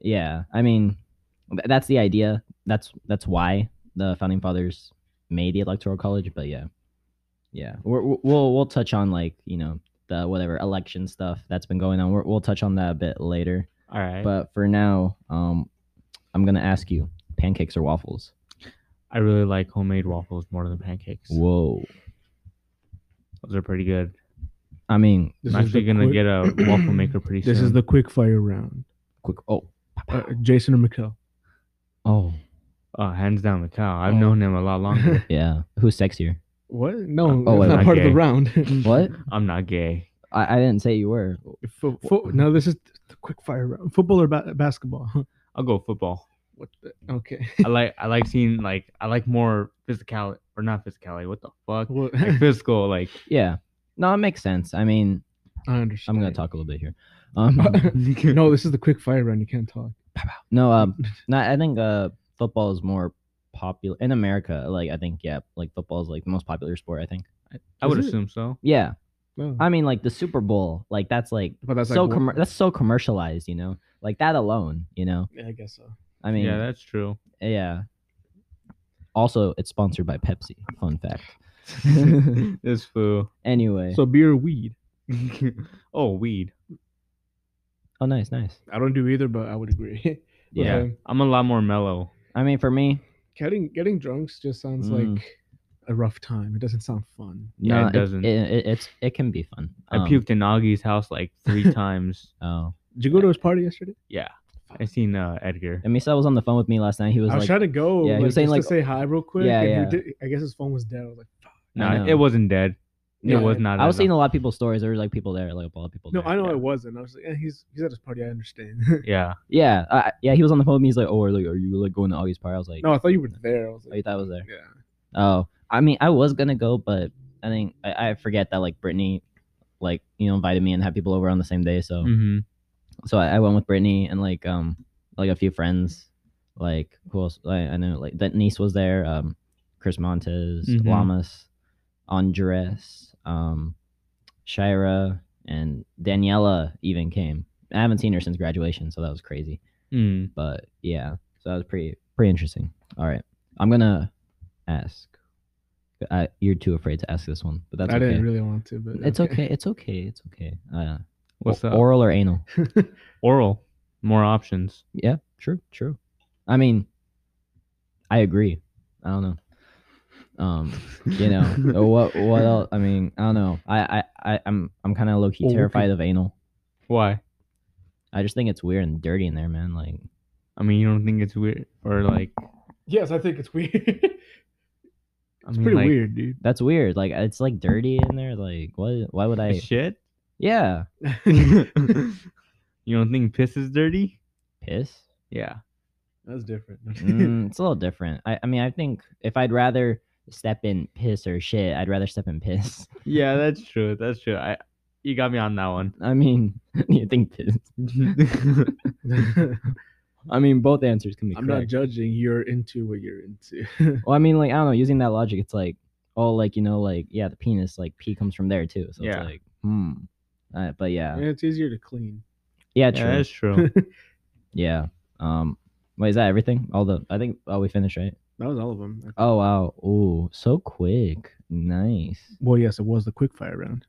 Speaker 1: Yeah, I mean, th- that's the idea. That's that's why the founding fathers made the electoral college. But yeah, yeah, We're, we'll- we'll we'll touch on like you know the whatever election stuff that's been going on. We're, we'll touch on that a bit later.
Speaker 3: All right,
Speaker 1: But for now, um, I'm gonna ask you: pancakes or waffles?
Speaker 3: I really like homemade waffles more than pancakes.
Speaker 1: Whoa!
Speaker 3: Those are pretty good.
Speaker 1: I mean,
Speaker 2: This
Speaker 3: I'm
Speaker 2: is the
Speaker 3: actually gonna
Speaker 2: quick-
Speaker 3: get a waffle maker pretty soon.
Speaker 2: This is the quick fire round.
Speaker 1: quick. Oh,
Speaker 2: Uh, Jason or Mikkel?
Speaker 1: oh,
Speaker 3: oh, hands down, Mikhail. I've
Speaker 2: Oh.
Speaker 3: known him a lot longer.
Speaker 1: yeah. Who's sexier?
Speaker 2: What? No,
Speaker 1: oh, wait,
Speaker 2: that's not
Speaker 3: not
Speaker 2: part of
Speaker 3: gay.
Speaker 2: the round.
Speaker 1: What?
Speaker 3: I'm not gay.
Speaker 1: I, I didn't say you were.
Speaker 2: Fo- fo- no, this is the quick fire round. Football or ba- basketball?
Speaker 3: I'll go football.
Speaker 2: What? The- okay.
Speaker 3: I like I like seeing like I like more physicality or not physicality. What the fuck?
Speaker 2: Well,
Speaker 3: Like physical, like
Speaker 1: Yeah. No, it makes sense. I mean,
Speaker 2: I understand.
Speaker 1: I'm gonna talk a little bit here. Um,
Speaker 2: no, this is the quick fire round. You can't talk.
Speaker 1: No, um, no, I think uh, football is more popular in America. Like, I think yeah, like football is like the most popular sport. I think.
Speaker 3: I would
Speaker 2: Is it?
Speaker 3: assume so.
Speaker 1: Yeah,
Speaker 2: No.
Speaker 1: I mean, like the Super Bowl, like that's like
Speaker 2: but that's
Speaker 1: so
Speaker 2: like,
Speaker 1: commer- that's so commercialized, you know. Like that alone, you know.
Speaker 2: Yeah, I guess so.
Speaker 1: I mean,
Speaker 3: yeah,
Speaker 1: yeah.
Speaker 3: that's true.
Speaker 1: Also, it's sponsored by Pepsi. Fun fact.
Speaker 3: this fool.
Speaker 1: Anyway,
Speaker 2: So beer, or weed.
Speaker 3: oh, weed.
Speaker 1: oh nice, nice.
Speaker 2: I don't do either, but I would agree.
Speaker 1: Yeah.
Speaker 2: Um,
Speaker 3: I'm a lot more mellow.
Speaker 1: I mean, for me,
Speaker 2: getting getting drunks just sounds
Speaker 1: Mm.
Speaker 2: like a rough time. It doesn't sound fun.
Speaker 3: Yeah,
Speaker 1: no,
Speaker 3: it doesn't.
Speaker 1: It, it, it's it can be fun.
Speaker 3: I
Speaker 1: Um,
Speaker 3: puked in Augie's house like three times.
Speaker 1: Oh,
Speaker 2: Did you go to his party yesterday?
Speaker 3: Yeah, I seen uh, Edgar.
Speaker 1: and Misa was on the phone with me last night. He was
Speaker 2: I was
Speaker 1: like,
Speaker 2: trying to go.
Speaker 1: yeah, he
Speaker 2: like,
Speaker 1: was saying,
Speaker 2: just
Speaker 1: like-
Speaker 2: to say hi real quick.
Speaker 1: Yeah,
Speaker 2: and he
Speaker 1: yeah.
Speaker 2: did- I guess his phone was dead. I was like, fuck.
Speaker 1: I
Speaker 3: No,
Speaker 1: know.
Speaker 3: it wasn't dead. It
Speaker 2: No,
Speaker 3: was
Speaker 2: I-
Speaker 3: not.
Speaker 1: I was
Speaker 3: at
Speaker 1: seeing a lot of people's stories. There were like people there, like a lot of people.
Speaker 2: No,
Speaker 1: there.
Speaker 2: I know
Speaker 1: Yeah.
Speaker 2: it wasn't. I was like, yeah, he's he's at his party. I understand.
Speaker 3: all. Yeah,
Speaker 1: Yeah, uh, yeah, he was on the phone with me. He's like, "Oh, are, like, are you like going to Augie's party?" I was like,
Speaker 2: no, I thought you were there. I was
Speaker 1: oh, you
Speaker 2: like,
Speaker 1: thought I was there."
Speaker 2: yeah.
Speaker 1: Oh, I mean, I was gonna go, but I think I, I forget that like Brittany, like you know, invited me and had people over on the same day. So,
Speaker 2: Mm.
Speaker 3: hmm
Speaker 1: so I, I went with Brittany and like um like a few friends, like who else? I, I know like that niece was there. Um, Chris Montes,
Speaker 2: Mm-hmm.
Speaker 3: Mhm.
Speaker 1: Lamas, Andres, um, Shira, and Daniela even came. I haven't seen her since graduation, so that was crazy
Speaker 3: mm.
Speaker 1: but yeah, so that was pretty pretty interesting. All right, I'm gonna ask. I, you're too afraid to ask this one, but that's
Speaker 2: I
Speaker 1: okay.
Speaker 2: didn't really want to, but
Speaker 1: It's okay. It's okay. It's okay. Uh,
Speaker 3: What's
Speaker 1: o-
Speaker 3: up?
Speaker 1: Oral or anal?
Speaker 3: Oral, more options.
Speaker 1: Yeah, true, true. I mean, I agree. I don't know. Um, you know what? What else? I mean, I don't know. I I, I I'm I'm kind of low key
Speaker 2: Well, we
Speaker 1: terrified of anal.
Speaker 3: Why?
Speaker 1: I just think it's weird and dirty in there, man. Like,
Speaker 3: I mean, you don't think it's weird or like?
Speaker 2: Yes, I think it's weird.
Speaker 3: I
Speaker 1: Mm,
Speaker 2: It's
Speaker 3: mean,
Speaker 2: pretty
Speaker 3: like,
Speaker 2: weird, dude.
Speaker 1: That's weird. Like it's like dirty in there. Like what? Why would I?
Speaker 3: Shit.
Speaker 1: Yeah,
Speaker 3: you don't think piss is dirty?
Speaker 1: piss.
Speaker 3: Yeah.
Speaker 2: That's different.
Speaker 1: Mm, it's a little different. I, I mean, I think if I'd rather step in piss or shit, I'd rather step in piss.
Speaker 3: Yeah, that's true. That's true. I you got me on that one.
Speaker 1: I mean, you think piss?
Speaker 2: I'm
Speaker 1: I mean, both answers can be
Speaker 2: not
Speaker 1: correct.
Speaker 2: judging. You're into what you're into.
Speaker 1: well, I mean, like I don't know. Using that logic, it's like, oh, like you know, like yeah, the penis, like pee comes from there too. So
Speaker 3: Yeah.
Speaker 1: it's like, hmm. Uh, but yeah,
Speaker 2: And it's easier to clean.
Speaker 1: yeah,
Speaker 3: yeah,
Speaker 1: true.
Speaker 3: that's true.
Speaker 1: Yeah. Um. Wait, is that everything? All the I think. Oh, we finished, right?
Speaker 2: That was all of them.
Speaker 1: Oh wow. Ooh, so quick. Nice.
Speaker 2: Well, yes, it was the quick fire round.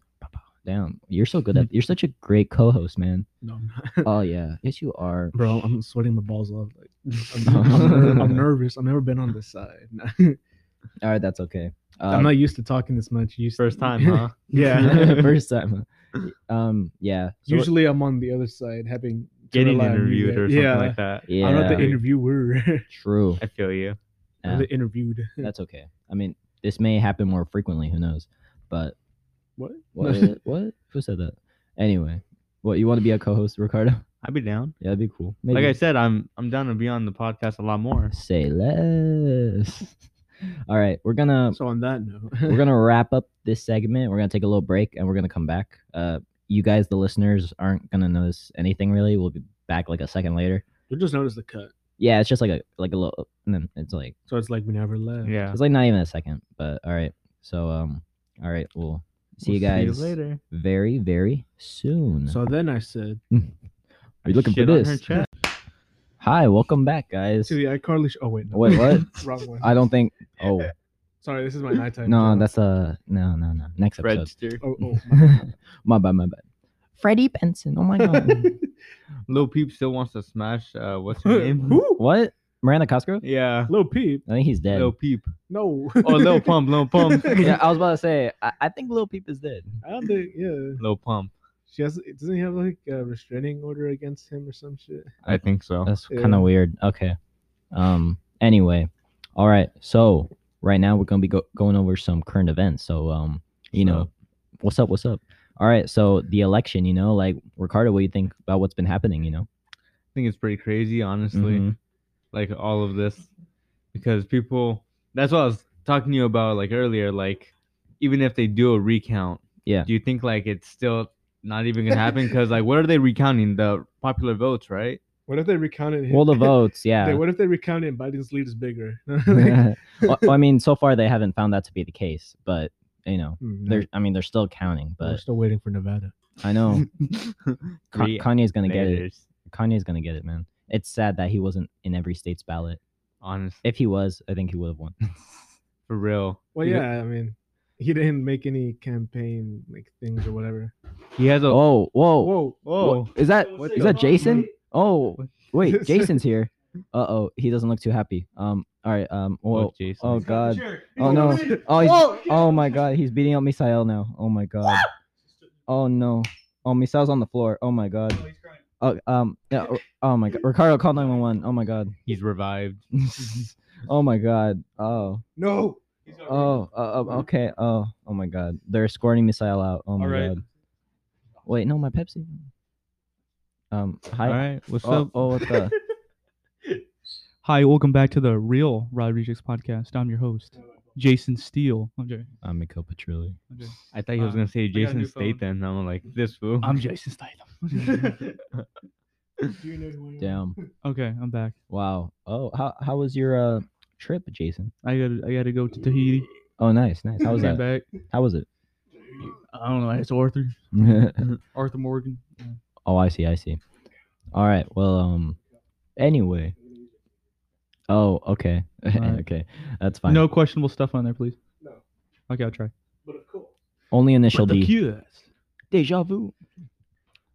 Speaker 1: Damn, you're so good at. You're such a great co-host, man.
Speaker 2: No, I'm not.
Speaker 1: Oh yeah, yes you are.
Speaker 2: Bro, I'm sweating my balls off. Like, I'm, I'm ner- I'm nervous. I've never been on this side.
Speaker 1: All right, that's okay.
Speaker 2: I'm
Speaker 1: Um,
Speaker 2: not used to talking this much. Used
Speaker 3: First time, huh?
Speaker 2: yeah.
Speaker 1: first time. Um. Yeah. so what-
Speaker 2: Usually, I'm on the other side, having to
Speaker 3: Getting
Speaker 2: rely on you
Speaker 3: interviewed
Speaker 2: guys.
Speaker 3: or something
Speaker 2: yeah.
Speaker 3: like that.
Speaker 1: Yeah.
Speaker 2: I'm not the
Speaker 3: Yeah.
Speaker 2: interviewer.
Speaker 1: True.
Speaker 3: I feel you.
Speaker 2: I'm the interviewed.
Speaker 1: That's okay. I mean, this may happen more frequently. Who knows? But
Speaker 2: What?
Speaker 1: what? what? Who said that? Anyway, what you want to be a co-host, Ricardo?
Speaker 3: I'd be down.
Speaker 1: Yeah, that'd be cool.
Speaker 3: Like I
Speaker 1: Maybe.
Speaker 3: said, I'm I'm down to be on the podcast a lot more.
Speaker 1: Say less. All right, we're
Speaker 3: Um,
Speaker 1: gonna
Speaker 2: So on that note,
Speaker 1: we're gonna wrap up this segment. We're gonna take a little break and we're gonna come back. Uh, you guys, the listeners, aren't gonna notice anything really. We'll be back like a second later.
Speaker 2: you'll just notice the cut.
Speaker 1: Yeah, it's just like a like a little, and then it's like
Speaker 2: So it's like we never left.
Speaker 3: Yeah.
Speaker 1: it's like not even a second. But all right, so um, all right, we'll see you
Speaker 3: We'll
Speaker 1: guys
Speaker 3: See you later.
Speaker 1: very very soon.
Speaker 2: So then I said
Speaker 1: Are you looking for
Speaker 3: Shit on her
Speaker 1: this?
Speaker 3: chest.
Speaker 1: Hi, welcome back, guys.
Speaker 2: to the iCarly. Sh- oh wait, no.
Speaker 1: Wait, what?
Speaker 2: Wrong one.
Speaker 1: I don't think. Oh
Speaker 2: Sorry, this is my nighttime.
Speaker 1: no,
Speaker 2: job.
Speaker 1: that's a no, no, no. Next episode.
Speaker 3: Fredster.
Speaker 2: Oh, oh my
Speaker 1: my bad, my bad. Freddie Benson. Oh my god.
Speaker 2: God.
Speaker 3: Lil Peep still wants to smash uh what's her name?
Speaker 2: Who?
Speaker 1: what? Miranda Cosgrove?
Speaker 3: yeah.
Speaker 2: Lil Peep?
Speaker 1: I think he's dead.
Speaker 3: Lil Peep.
Speaker 2: No.
Speaker 3: Oh Lil Pump, Lil Pump.
Speaker 1: yeah, I was about to say. I, I think Lil Peep is dead.
Speaker 2: I don't think. Yeah,
Speaker 3: Lil Pump.
Speaker 2: she has. Doesn't he have like a restraining order against him or some shit?
Speaker 3: I think so.
Speaker 1: That's
Speaker 2: Yeah.
Speaker 1: kind of weird. Okay. Um. Anyway, all right. So right now we're gonna be go- going over some current events. So um, you
Speaker 3: What's
Speaker 1: know, what's up? What's up? All right. So the election. You know, like Ricardo, what do you think about what's been happening? You know.
Speaker 3: I think it's pretty crazy, honestly.
Speaker 1: Mhm.
Speaker 3: Like all of this, because people. That's what I was talking to you about like earlier. Like, even if they do a recount,
Speaker 1: Yeah.
Speaker 3: do you think like it's still not even gonna happen? Because like, what are they recounting? The popular votes, right?
Speaker 2: What if they recounted him?
Speaker 1: Well, the votes. Yeah.
Speaker 2: Like, what if they recounted and Biden's lead is bigger?
Speaker 1: well, I mean, so far they haven't found that to be the case, but you know,
Speaker 2: Hmm,
Speaker 1: they're. I mean, they're still counting,
Speaker 2: we're
Speaker 1: but
Speaker 2: still waiting for Nevada.
Speaker 1: I know Ka-
Speaker 3: Three
Speaker 1: Kanye's gonna get it.
Speaker 3: layers,
Speaker 1: Kanye's gonna get it, man. It's sad that he wasn't in every state's ballot.
Speaker 3: Honest,
Speaker 1: If he was, I think he would have won.
Speaker 3: for real.
Speaker 2: Well,
Speaker 3: You-
Speaker 2: yeah, I mean, he didn't make any campaign like things or whatever.
Speaker 3: He has a. Oh,
Speaker 1: Oh, whoa,
Speaker 2: Whoa,
Speaker 3: whoa.
Speaker 4: Oh.
Speaker 1: Wha- Is that
Speaker 3: What's
Speaker 1: is
Speaker 3: up?
Speaker 1: that Jason? Oh, wait,
Speaker 2: Yes.
Speaker 1: Jason's here. Uh oh, he doesn't look too happy. Um, all right. Um, whoa.
Speaker 3: Fuck Jason.
Speaker 1: Oh god. Oh no. Oh, he's, oh my god. He's beating up Misael now. Oh my god. Oh no. Oh, Misael's on the floor. Oh my god. Oh, um. Yeah. r- Oh my god. Ricardo, call nine one one. Oh my god.
Speaker 3: He's revived.
Speaker 1: oh my god. Oh.
Speaker 2: No.
Speaker 1: Oh. Uh, uh, okay. Oh. Oh my god. They're escorting Misael out. Oh my
Speaker 2: All right.
Speaker 1: god. Wait. No, my Pepsi. Um. Hi.
Speaker 4: All right, what's
Speaker 1: Oh,
Speaker 4: up?
Speaker 1: oh, what the?
Speaker 4: Hi, welcome back to the Real Rodriguez podcast. I'm your host, Jason Steele. I'm, joking,
Speaker 1: I'm Mikhail Petrilli.
Speaker 4: I'm, joking.
Speaker 3: I thought he was
Speaker 4: Uh,
Speaker 3: gonna say
Speaker 4: got a
Speaker 3: Jason
Speaker 4: new phone.
Speaker 3: Statham. I'm like this fool.
Speaker 4: I'm Jason Statham.
Speaker 2: you know who I am?
Speaker 1: Damn.
Speaker 4: okay, I'm back.
Speaker 1: Wow. Oh, how how was your uh trip, Jason?
Speaker 4: I got to I got to go to Tahiti.
Speaker 1: Oh, nice, nice. How was
Speaker 4: Came
Speaker 1: that?
Speaker 4: Back.
Speaker 1: How was it?
Speaker 4: I don't know. It's Arthur. Arthur Morgan.
Speaker 1: oh, I see, I see. All right. Well, um. Anyway. Oh, okay,
Speaker 4: Right.
Speaker 1: okay. That's fine.
Speaker 4: No questionable stuff on there, please.
Speaker 2: No.
Speaker 4: Okay, I'll try.
Speaker 2: But of course.
Speaker 1: Only initial
Speaker 4: But the
Speaker 1: D.
Speaker 4: curious.
Speaker 1: Deja vu.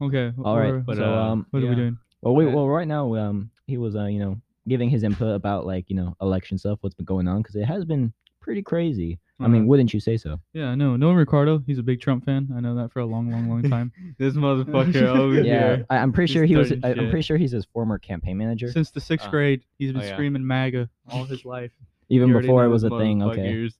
Speaker 4: Okay. wh-
Speaker 1: All right,
Speaker 4: where-
Speaker 3: but,
Speaker 1: so,
Speaker 3: uh,
Speaker 1: um,
Speaker 4: what are we
Speaker 3: yeah.
Speaker 4: doing?
Speaker 1: Well, wait.
Speaker 3: Okay.
Speaker 1: Well, right now, um, he was, uh, you know, giving his input about like, you know, election stuff, what's been going on, because it has been pretty crazy. I mean,
Speaker 4: Uh-huh.
Speaker 1: wouldn't you say so?
Speaker 4: yeah, no, knowing Ricardo, he's a big Trump fan. I know that for a long, long, long time.
Speaker 3: this motherfucker over
Speaker 1: Yeah,
Speaker 3: here.
Speaker 1: I, I'm pretty
Speaker 3: He's
Speaker 1: sure he was.
Speaker 3: starting
Speaker 1: I, I'm
Speaker 3: shit.
Speaker 1: pretty sure he's his former campaign manager.
Speaker 4: Since the sixth
Speaker 3: Uh,
Speaker 4: grade, he's been
Speaker 3: oh, yeah.
Speaker 4: screaming MAGA all his life.
Speaker 1: Even
Speaker 4: You already
Speaker 1: before it
Speaker 4: know
Speaker 1: was a
Speaker 4: this
Speaker 1: thing, okay.
Speaker 3: Fuckers.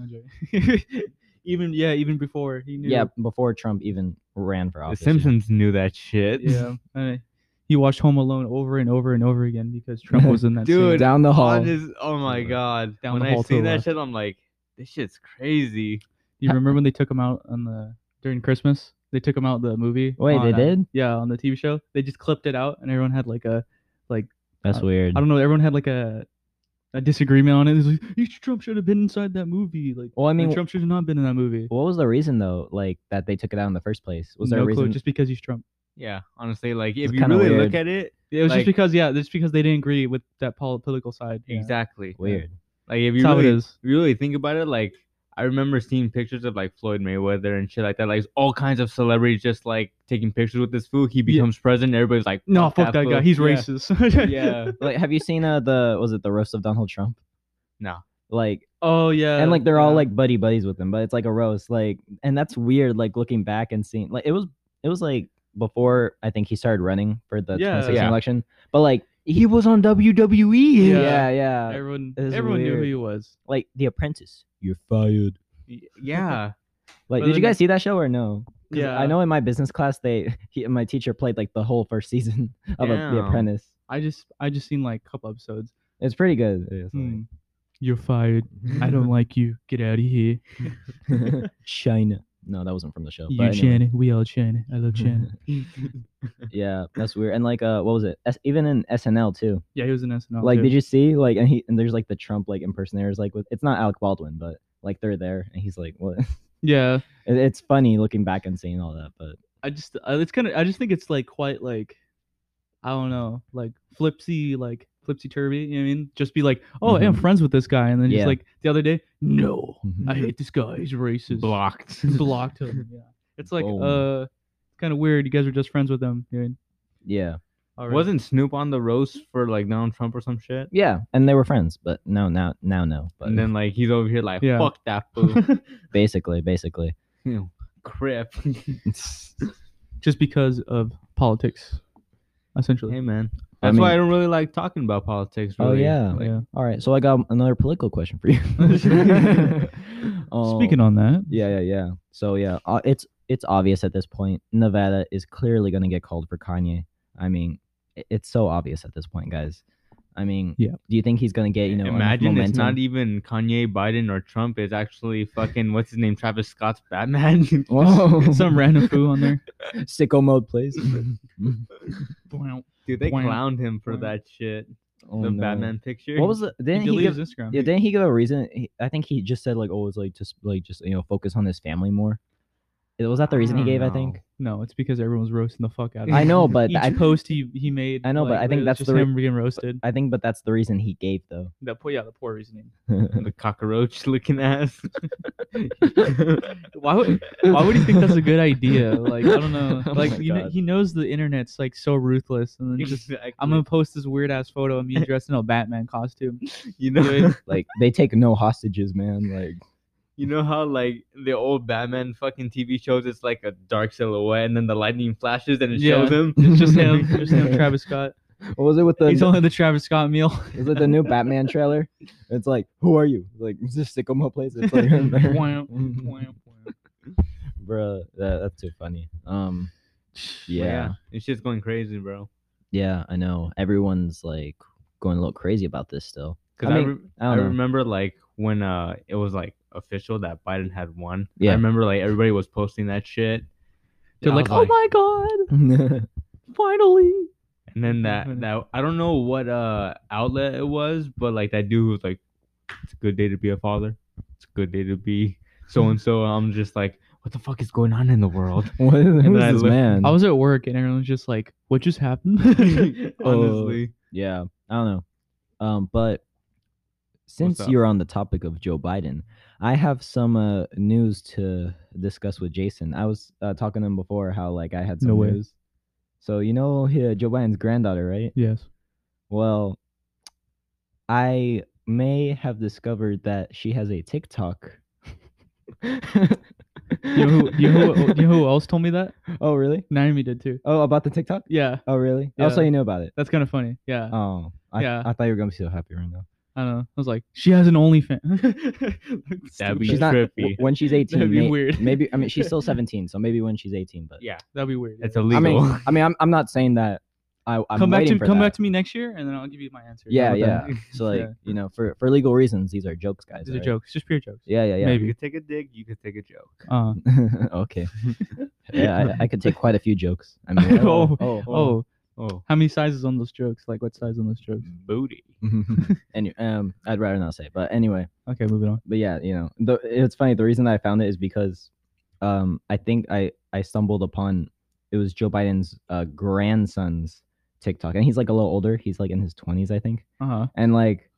Speaker 4: I'm joking. even yeah, even before he knew.
Speaker 1: Yeah, before Trump even ran for
Speaker 3: The
Speaker 1: office. yeah.
Speaker 3: Simpsons knew that shit.
Speaker 4: yeah. I- he watched Home Alone over and over and over again because Trump was in that
Speaker 3: Dude,
Speaker 4: scene.
Speaker 1: Down the hall.
Speaker 3: I just- oh my god.
Speaker 4: Down
Speaker 3: when
Speaker 4: the
Speaker 3: I
Speaker 4: hall to
Speaker 3: see
Speaker 4: the
Speaker 3: that
Speaker 4: left.
Speaker 3: shit, I'm like, this shit's crazy.
Speaker 4: You remember when they took him out on the during Christmas? They took him out the movie.
Speaker 1: Wait, they
Speaker 4: on, uh,
Speaker 1: did?
Speaker 4: yeah, on the TV show. They just clipped it out, and everyone had like a
Speaker 1: That's weird.
Speaker 4: I don't know. Everyone had like a a disagreement on it. It was like, "You- Trump should have been inside that movie. Like,
Speaker 1: Well, I
Speaker 4: and
Speaker 1: mean,
Speaker 4: Trump should have not been in that movie.
Speaker 1: what was the reason though? Like that they took it out in the first place? Was there
Speaker 4: no
Speaker 1: a reason?
Speaker 4: clue, just because he's Trump.
Speaker 3: Yeah, honestly, like if
Speaker 1: It's
Speaker 3: you
Speaker 1: kinda
Speaker 3: really
Speaker 1: weird.
Speaker 3: look at it,
Speaker 4: It was
Speaker 3: Like-
Speaker 4: just because, yeah, just because they didn't agree with that pol- political side. Yeah.
Speaker 3: exactly.
Speaker 1: weird.
Speaker 3: Like if
Speaker 4: That's
Speaker 3: you
Speaker 4: how it
Speaker 3: really,
Speaker 4: is.
Speaker 3: if you really think about it, like I remember seeing pictures of like Floyd Mayweather and shit like that. Like all kinds of celebrities just like taking pictures with this fool. He becomes president. Everybody's like,
Speaker 4: No, fuck that guy.
Speaker 3: fool."
Speaker 4: He's
Speaker 3: Yeah.
Speaker 4: racist.
Speaker 3: yeah.
Speaker 1: Like, have you seen uh the was it the roast of Donald Trump?
Speaker 3: No.
Speaker 1: Like
Speaker 4: Oh yeah.
Speaker 1: and like they're all
Speaker 4: yeah.
Speaker 1: like buddy buddies with him, but it's like a roast. Like, and that's weird. Like looking back and seeing, like it was, it was like before I think he started running for the
Speaker 4: Yeah.
Speaker 1: 2016
Speaker 3: Yeah.
Speaker 1: election. But like he was on WWE.
Speaker 4: Yeah.
Speaker 1: Yeah, yeah.
Speaker 4: everyone.
Speaker 1: It is
Speaker 4: Everyone knew who
Speaker 1: weird.
Speaker 4: he was.
Speaker 1: Like The Apprentice. You're fired.
Speaker 3: Y- Yeah.
Speaker 1: Like, did
Speaker 4: But
Speaker 1: you
Speaker 4: then-
Speaker 1: guys see that show or no? 'Cause
Speaker 4: Yeah.
Speaker 1: I know in my business class, they he, my teacher played like the whole first season of a, The
Speaker 3: Damn.
Speaker 1: Apprentice.
Speaker 4: I just I just seen like a couple episodes.
Speaker 1: It's pretty good. It's
Speaker 4: Hmm. You're fired. I don't like you. Get out of here.
Speaker 1: like- China. No, that wasn't from the show.
Speaker 4: You
Speaker 1: but anyway.
Speaker 4: Shannon. We all Shannon. I love Shannon.
Speaker 1: yeah, that's weird. And like, uh, what was it? S- even in SNL too.
Speaker 4: yeah, he was an
Speaker 3: Oh,
Speaker 4: SNL.
Speaker 1: like
Speaker 4: too.
Speaker 1: did you see like and he and there's like the trump like impersonators like with it's not alec baldwin but like they're there and he's like what
Speaker 4: Yeah.
Speaker 1: it, it's funny looking back and seeing all that but
Speaker 4: I just uh, it's kind of I just think it's like quite like I don't know like flipsy like flipsy turvy. You know what I mean? Just be like, oh, I'm friends with this guy, and then
Speaker 1: Mm-hmm. Yeah.
Speaker 4: just like the other day, no,
Speaker 1: Mhm.
Speaker 3: Mm-hmm.
Speaker 4: I hate this guy. He's racist.
Speaker 3: Blocked.
Speaker 4: Blocked him. Yeah. It's like
Speaker 1: Boom.
Speaker 4: uh, kind of weird. You guys are just friends with him. You know?
Speaker 1: yeah
Speaker 4: Alright.
Speaker 3: Wasn't Snoop on the roast for like Donald Trump or some shit?
Speaker 1: yeah and they were friends but no now now no but
Speaker 3: And then like he's over here like,
Speaker 4: Yeah.
Speaker 3: fuck that fool.
Speaker 1: basically basically
Speaker 3: You know, Crip. hey
Speaker 4: just because of politics, essentially.
Speaker 3: man. That's
Speaker 1: I
Speaker 3: why I
Speaker 1: mean-
Speaker 3: don't really like talking about politics.
Speaker 1: Oh,
Speaker 3: Really.
Speaker 1: yeah.
Speaker 3: Like,
Speaker 4: yeah.
Speaker 1: all right so i got another political question for you Oh,
Speaker 4: Speaking on that,
Speaker 1: yeah yeah yeah so yeah uh, it's it's obvious at this point nevada is clearly going to get called for kanye i mean i- it's so obvious at this point guys i mean
Speaker 4: Yeah.
Speaker 1: do you think he's going to get you know enough
Speaker 3: Imagine it's
Speaker 1: momentum?
Speaker 3: not even Kanye, Biden, or Trump. It's actually fucking what's his name, Travis Scott's Batman.
Speaker 1: Whoa.
Speaker 4: some random foo on there.
Speaker 1: sicko mode plays.
Speaker 3: Dude, they
Speaker 4: Wow.
Speaker 3: clowned him for
Speaker 4: Wow.
Speaker 3: that shit.
Speaker 1: Oh,
Speaker 3: the
Speaker 1: no.
Speaker 3: Batman picture.
Speaker 1: What was the?
Speaker 4: He
Speaker 1: Didn't he,
Speaker 4: deleted
Speaker 1: give?
Speaker 4: his Instagram.
Speaker 1: Yeah, didn't he give a reason? He, I think he just said like, "Oh, it's like just like just you know focus on his family more." It- Was that the
Speaker 3: I
Speaker 1: reason he
Speaker 3: don't
Speaker 1: gave? I
Speaker 3: know.
Speaker 1: think.
Speaker 4: No, it's because everyone's roasting the fuck out of
Speaker 1: I
Speaker 4: him.
Speaker 1: know, but
Speaker 4: Each
Speaker 1: I
Speaker 4: post he he made.
Speaker 1: I know, but
Speaker 4: like,
Speaker 1: I think
Speaker 4: was
Speaker 1: that's
Speaker 4: just
Speaker 1: the re-
Speaker 4: him being roasted.
Speaker 1: I think, but that's the reason he gave though.
Speaker 4: The poor, yeah, the poor reasoning.
Speaker 3: the cockroach looking ass?
Speaker 4: Why would why would he think that's a good idea? Like I don't know.
Speaker 1: Oh
Speaker 4: Like
Speaker 1: my
Speaker 4: you know,
Speaker 1: God.
Speaker 4: he knows the internet's like so ruthless, and then just I'm gonna post this weird ass photo of me dressed in a Batman costume.
Speaker 3: you know,
Speaker 1: like they take no hostages, man. Like
Speaker 3: you know how like the old Batman fucking TV shows, it's like a dark silhouette, and then the lightning flashes and it
Speaker 4: Yeah.
Speaker 3: shows him.
Speaker 4: It's just him, just him, Travis Scott.
Speaker 1: what was it with the?
Speaker 4: He's only the Travis Scott meal.
Speaker 1: is it the new Batman trailer? It's like, who are you? Like just sicko mode plays. It's like,
Speaker 4: Wah,
Speaker 1: Mm-hmm.
Speaker 4: wah, wah.
Speaker 1: bruh, that, that's too funny. Um,
Speaker 3: But
Speaker 1: yeah.
Speaker 3: it's just going crazy, bro.
Speaker 1: Yeah, I know. Everyone's like going a little crazy about this still.
Speaker 3: Because
Speaker 1: I
Speaker 3: I,
Speaker 1: mean,
Speaker 3: rem-
Speaker 1: I
Speaker 3: I,
Speaker 1: don't know.
Speaker 3: remember like when uh it was like official that Biden had won.
Speaker 1: Yeah.
Speaker 3: I remember like everybody was posting that shit.
Speaker 4: They're
Speaker 3: I
Speaker 4: like,
Speaker 3: was
Speaker 4: oh my god, finally.
Speaker 3: And then that that I don't know what uh outlet it was, but like that dude was like, "It's a good day to be a father. It's a good day to be so and so." I'm just like, "What the fuck is going on in the world?"
Speaker 1: what is, who
Speaker 3: then
Speaker 1: is
Speaker 3: I
Speaker 1: this
Speaker 3: look-
Speaker 1: man?
Speaker 4: I was at work and everyone's just like, what just
Speaker 1: Oh,
Speaker 4: happened?
Speaker 3: Honestly,
Speaker 1: yeah, I don't know. Um, but since
Speaker 3: up?
Speaker 1: you're on the topic of Joe Biden, I have some uh, news to discuss with Jason. I was uh, talking to him before how like I had some
Speaker 4: No way.
Speaker 1: news. So you know he- uh, Joe Biden's granddaughter, right?
Speaker 4: yes.
Speaker 1: Well, I may have discovered that she has a TikTok. you
Speaker 4: You know who? You know who, oh, you know who else told me that?
Speaker 1: Oh, really?
Speaker 4: Naomi did too.
Speaker 1: Oh, about the TikTok?
Speaker 4: Yeah,
Speaker 1: Oh, really?
Speaker 4: Yeah.
Speaker 1: Also, you knew about it.
Speaker 4: that's kind of funny. Yeah,
Speaker 1: Oh, I,
Speaker 4: Yeah.
Speaker 1: I thought you were gonna be so happy right now.
Speaker 4: I don't know. I was like, she has an OnlyFans.
Speaker 3: That'd be
Speaker 1: She's not w-
Speaker 3: trippy.
Speaker 1: when she's 18.
Speaker 4: That'd be
Speaker 1: may-
Speaker 4: weird.
Speaker 1: Maybe I mean she's still 17, so maybe when she's 18. But
Speaker 3: Yeah,
Speaker 4: That'd be weird.
Speaker 3: it's
Speaker 4: yeah.
Speaker 3: illegal.
Speaker 1: I mean, I mean, I'm, I'm not saying that. I I'm
Speaker 4: come back
Speaker 1: waiting
Speaker 4: to
Speaker 1: for
Speaker 4: come
Speaker 1: that.
Speaker 4: back to me next year, and then I'll give you my answer.
Speaker 1: Yeah,
Speaker 4: How about
Speaker 1: yeah.
Speaker 4: that?
Speaker 1: So like
Speaker 4: Yeah.
Speaker 1: you know, for for legal reasons, these are jokes, guys.
Speaker 4: These are
Speaker 1: alright?
Speaker 4: jokes, just pure jokes.
Speaker 1: Yeah, yeah, yeah.
Speaker 4: Maybe.
Speaker 3: you could take a dig, you could take a joke.
Speaker 4: Uh,
Speaker 1: okay. Yeah, I, I could take quite a few jokes. I mean,
Speaker 4: Oh,
Speaker 1: oh,
Speaker 4: oh,
Speaker 3: Oh,
Speaker 4: how many sizes on those jokes? Like, what size on those jokes?
Speaker 3: booty.
Speaker 1: anyway, um, I'd rather not say. But anyway,
Speaker 4: Okay, moving on.
Speaker 1: but yeah, you know, the, it's funny. The reason I found it is because, um, I think I I stumbled upon it was Joe Biden's uh, grandson's TikTok, and he's like a little older. He's like in his twenties, I think.
Speaker 4: Uh huh.
Speaker 1: and like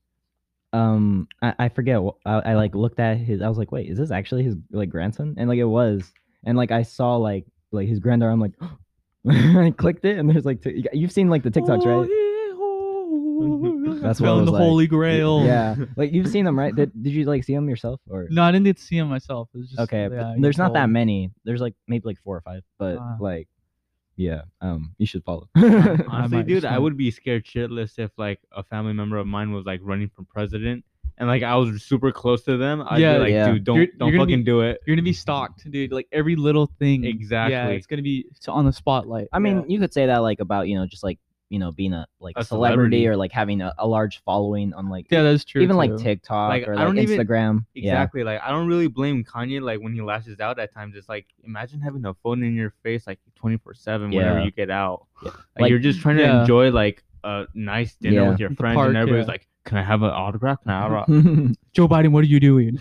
Speaker 1: um i, I forget wh- I, I like looked at his i was like wait is this actually his like grandson and like it was and like i saw like like his granddaughter i'm like i clicked it and there's like t- you've seen like the tiktoks
Speaker 3: Oh,
Speaker 1: right That's what I
Speaker 4: Found
Speaker 1: was
Speaker 4: the
Speaker 1: like.
Speaker 4: Holy Grail.
Speaker 1: yeah like you've seen them right did, did you like see them yourself or
Speaker 4: No, I didn't get to see him myself. It was just
Speaker 1: okay but
Speaker 4: yeah,
Speaker 1: there's not that
Speaker 4: many.
Speaker 1: many there's like maybe like four or five but
Speaker 4: Ah.
Speaker 1: like yeah um you should follow
Speaker 3: Honestly,
Speaker 4: might
Speaker 3: dude,
Speaker 4: just
Speaker 3: I
Speaker 4: wanna-
Speaker 3: would be scared shitless if like a family member of mine was like running for president and like I was super close to them. I'd
Speaker 4: Yeah,
Speaker 3: be like,
Speaker 1: Yeah.
Speaker 3: dude, don't
Speaker 4: You're-
Speaker 3: don't
Speaker 4: you're gonna be-
Speaker 3: fucking do it.
Speaker 4: You're gonna be stalked, dude. Like every little thing. Yeah,
Speaker 3: Exactly.
Speaker 4: it's gonna be it's on the spotlight.
Speaker 1: I mean, you could say that like about you know just like you know being a like
Speaker 3: A
Speaker 1: celebrity,
Speaker 3: celebrity.
Speaker 1: or like having a, a large following on like
Speaker 4: yeah, that's true.
Speaker 1: even like
Speaker 4: too.
Speaker 1: TikTok
Speaker 3: Like,
Speaker 1: or
Speaker 3: I
Speaker 1: like
Speaker 3: don't even-
Speaker 1: Instagram. Yeah.
Speaker 3: Exactly. Like I don't really blame Kanye. Like when he lashes out at times, it's like imagine having a phone in your face like twenty four seven whenever
Speaker 1: Yeah.
Speaker 3: you get out.
Speaker 1: Yeah.
Speaker 3: Like,
Speaker 1: Like-
Speaker 3: you're just trying
Speaker 4: Yeah.
Speaker 3: to enjoy like a nice dinner
Speaker 1: Yeah.
Speaker 3: with your
Speaker 4: The
Speaker 3: friends,
Speaker 4: park,
Speaker 3: and everybody's
Speaker 4: yeah.
Speaker 3: like, "Can I have an autograph?" Can I have a-"
Speaker 1: yeah,
Speaker 4: Joe Biden, what are you doing?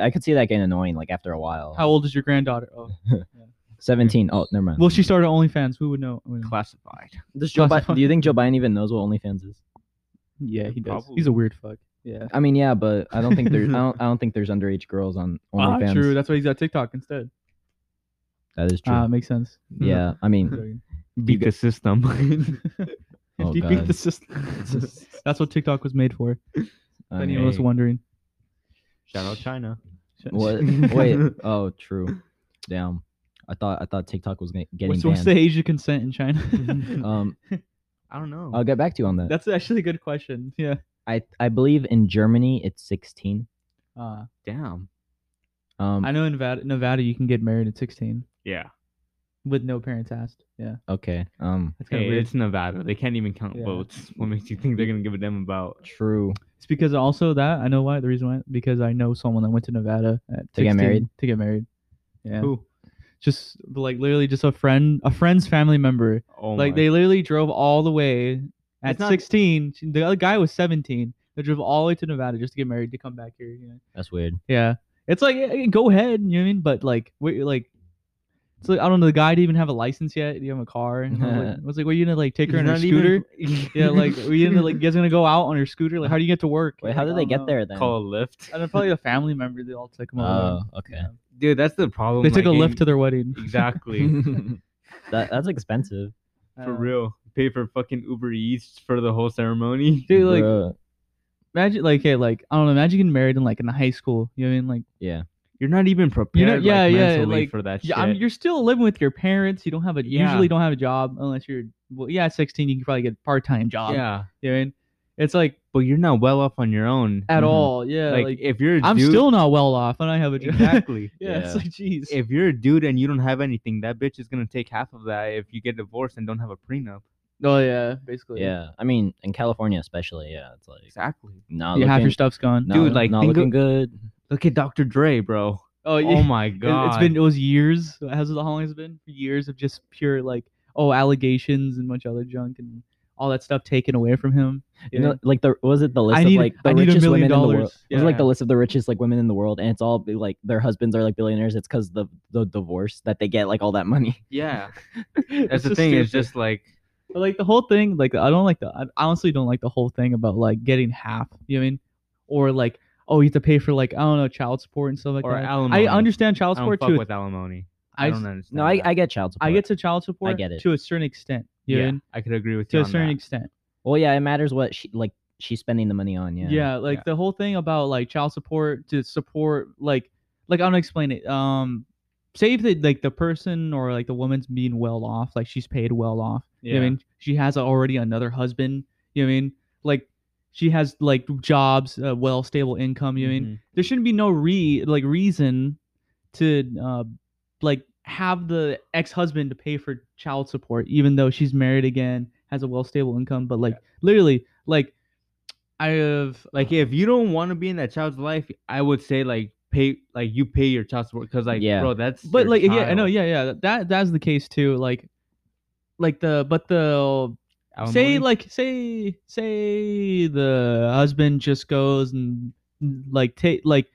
Speaker 1: I could see that getting annoying like after a while.
Speaker 4: How old is your granddaughter? Oh,
Speaker 1: Seventeen. Oh, never mind.
Speaker 4: well, she started OnlyFans. Who would know? I mean,
Speaker 3: classified?
Speaker 1: Does Joe
Speaker 4: classified.
Speaker 1: Biden, do you think Joe Biden even knows what OnlyFans is?
Speaker 4: yeah, he does.
Speaker 3: Probably.
Speaker 4: He's a weird fuck. Yeah.
Speaker 1: I mean, yeah, but I don't think there's I don't, I don't think there's underage girls on
Speaker 4: Ah,
Speaker 1: OnlyFans.
Speaker 4: true. That's why he's got TikTok instead.
Speaker 1: that is true.
Speaker 4: Ah, makes sense.
Speaker 1: yeah, I mean,
Speaker 4: Joking.
Speaker 3: Beat the system.
Speaker 1: Oh,
Speaker 4: He beat
Speaker 1: God.
Speaker 4: the system. That's what TikTok was made for.
Speaker 1: I
Speaker 4: Anyone
Speaker 1: mean,
Speaker 4: was wondering?
Speaker 3: Shout out China.
Speaker 1: what? Wait. Oh, true. Damn. I thought I thought TikTok was gonna- getting
Speaker 4: What's,
Speaker 1: banned.
Speaker 4: what's the age of consent in China?
Speaker 1: um,
Speaker 3: I don't know.
Speaker 1: I'll get back to you on that.
Speaker 4: That's actually a good question. Yeah.
Speaker 1: I I believe in Germany it's 16.
Speaker 4: Uh,
Speaker 3: Damn.
Speaker 1: Um,
Speaker 4: I know in Nevada, Nevada, you can get married at 16
Speaker 3: Yeah.
Speaker 4: with no parents asked. Yeah.
Speaker 1: okay. Um,
Speaker 4: That's kind
Speaker 3: Hey,
Speaker 4: of weird.
Speaker 3: it's Nevada. They can't even count
Speaker 4: Yeah.
Speaker 3: votes. What makes you think they're gonna give a damn about?
Speaker 1: true.
Speaker 4: It's because also that I know why the reason why because I know someone that went to Nevada at
Speaker 1: To get
Speaker 4: 16
Speaker 1: married?
Speaker 4: to get married. Yeah,
Speaker 3: Who?
Speaker 4: just like literally just a friend, a friend's family member.
Speaker 3: Oh
Speaker 4: like
Speaker 3: my-
Speaker 4: they literally drove all the way at
Speaker 3: It's not-
Speaker 4: 16. she- The other guy was 17. They drove all the way to Nevada just to get married to come back here. You know?
Speaker 1: That's weird.
Speaker 4: Yeah, it's like eh, eh, go ahead, you know what I mean? But like, wait, like. So I don't know. The guy didn't even have a license yet. He didn't have a car. And I was like, I was like, "What are you gonna like take her
Speaker 3: He's
Speaker 4: on her
Speaker 3: not even-
Speaker 4: scooter? Yeah, like are you gonna like you guys gonna go out on her scooter? Like, how do you get to work?
Speaker 1: Wait, how
Speaker 4: Like,
Speaker 1: did
Speaker 4: I
Speaker 1: they
Speaker 4: don't
Speaker 1: get
Speaker 4: know.
Speaker 1: there then?
Speaker 3: call a lift.
Speaker 4: And then probably a family member. They all took them
Speaker 1: Oh,
Speaker 4: all.
Speaker 1: okay.
Speaker 3: Dude, that's the problem.
Speaker 4: They took a
Speaker 3: like,
Speaker 4: lift
Speaker 3: in-
Speaker 4: to their wedding.
Speaker 3: exactly
Speaker 1: that, that's expensive.
Speaker 3: for
Speaker 4: Uh,
Speaker 3: real. Pay for fucking Uber Eats for the whole ceremony.
Speaker 4: Dude, like
Speaker 1: Bruh.
Speaker 4: imagine, like hey, like I don't know. Imagine getting married in like in high school. You know what I mean? Like
Speaker 1: yeah,
Speaker 3: You're not even prepared.
Speaker 4: yeah,
Speaker 3: like,
Speaker 4: yeah,
Speaker 3: mentally
Speaker 4: like,
Speaker 3: for that shit.
Speaker 4: yeah, I mean, you're still living with your parents. You don't have a
Speaker 3: Yeah.
Speaker 4: usually don't have a job unless you're well, yeah, at 16. You can probably get a part time job.
Speaker 3: yeah,
Speaker 4: You know what I mean? It's like
Speaker 3: but you're not well off on your own. Mm-hmm.
Speaker 4: at
Speaker 1: Mhm.
Speaker 4: all. Yeah.
Speaker 3: like,
Speaker 4: Like,
Speaker 3: if you're, a
Speaker 4: I'm
Speaker 3: dude,
Speaker 4: still not well off, and I have a job.
Speaker 3: exactly.
Speaker 4: yeah, It's
Speaker 1: Yeah.
Speaker 4: like jeez.
Speaker 3: if you're a dude and you don't have anything, that bitch is gonna take half of that if you get divorced and don't have a prenup.
Speaker 4: Oh yeah, basically.
Speaker 1: yeah. I mean, in California especially, yeah, it's like
Speaker 3: Exactly.
Speaker 1: not
Speaker 4: You
Speaker 1: looking,
Speaker 4: half your stuff's gone.
Speaker 1: not,
Speaker 3: Dude,
Speaker 1: look-
Speaker 3: like,
Speaker 1: not
Speaker 3: think
Speaker 1: looking good.
Speaker 3: Look at Dr. Dre, bro.
Speaker 4: Oh yeah.
Speaker 3: Oh my
Speaker 4: It-
Speaker 3: god.
Speaker 4: It's been it was years. Has the how long has it been? Years of just pure like oh allegations and much other junk and all that stuff taken away from him.
Speaker 1: You know, like the was it the list
Speaker 4: I
Speaker 1: of
Speaker 4: need
Speaker 1: like the
Speaker 4: I need a
Speaker 1: richest women
Speaker 4: million
Speaker 1: in the
Speaker 4: dollars.
Speaker 1: world? It was like the
Speaker 4: Yeah.
Speaker 1: list of the richest like women in the world, and it's all be, like their husbands are like billionaires. It's because the the divorce that they get like all that money.
Speaker 3: yeah.
Speaker 4: It's
Speaker 3: That's the
Speaker 4: just
Speaker 3: thing. It's
Speaker 4: stupid.
Speaker 3: just like
Speaker 4: But, like the whole thing. Like I don't like the I honestly don't like the whole thing about like getting half. You know what I mean? Or like oh you have to pay for like I don't know child support and stuff like
Speaker 3: or
Speaker 4: that.
Speaker 3: alimony.
Speaker 4: I understand
Speaker 3: I
Speaker 4: child
Speaker 3: don't
Speaker 4: support
Speaker 3: fuck
Speaker 4: too.
Speaker 3: with alimony. E. I,
Speaker 4: I
Speaker 3: don't
Speaker 4: s-
Speaker 3: understand.
Speaker 1: No, I,
Speaker 3: that.
Speaker 1: I get child support.
Speaker 4: I get to child support.
Speaker 1: get it.
Speaker 4: to a certain extent. You know what I
Speaker 3: yeah.
Speaker 4: mean?
Speaker 3: I could agree with
Speaker 4: to
Speaker 3: you
Speaker 4: a
Speaker 3: on
Speaker 4: certain
Speaker 3: that.
Speaker 4: extent.
Speaker 1: Well, yeah, it matters what she like she's spending the money on.
Speaker 4: Yeah,
Speaker 1: Yeah.
Speaker 4: like
Speaker 3: yeah.
Speaker 4: the whole thing about like child support to support like like I don't explain it. Um say if the like the person or like the woman's being well off, like she's paid well off. You know what I mean? She has already another husband, you know what I mean? Like She has like jobs, uh, well stable income. You
Speaker 3: Mm-hmm.
Speaker 4: mean there shouldn't be no re like reason to uh, like have the ex husband to pay for child support, even though she's married again, has a well stable income. But like literally, like I have
Speaker 3: like if you don't want to be in that child's life, I would say like pay like you pay your child support because like
Speaker 1: Yeah.
Speaker 3: bro, that's
Speaker 4: but
Speaker 3: your
Speaker 4: like yeah, I know,
Speaker 3: child.
Speaker 4: yeah, yeah. That that's the case too. Like, like the but the say
Speaker 3: Alimony?
Speaker 4: like say say the husband just goes and like take like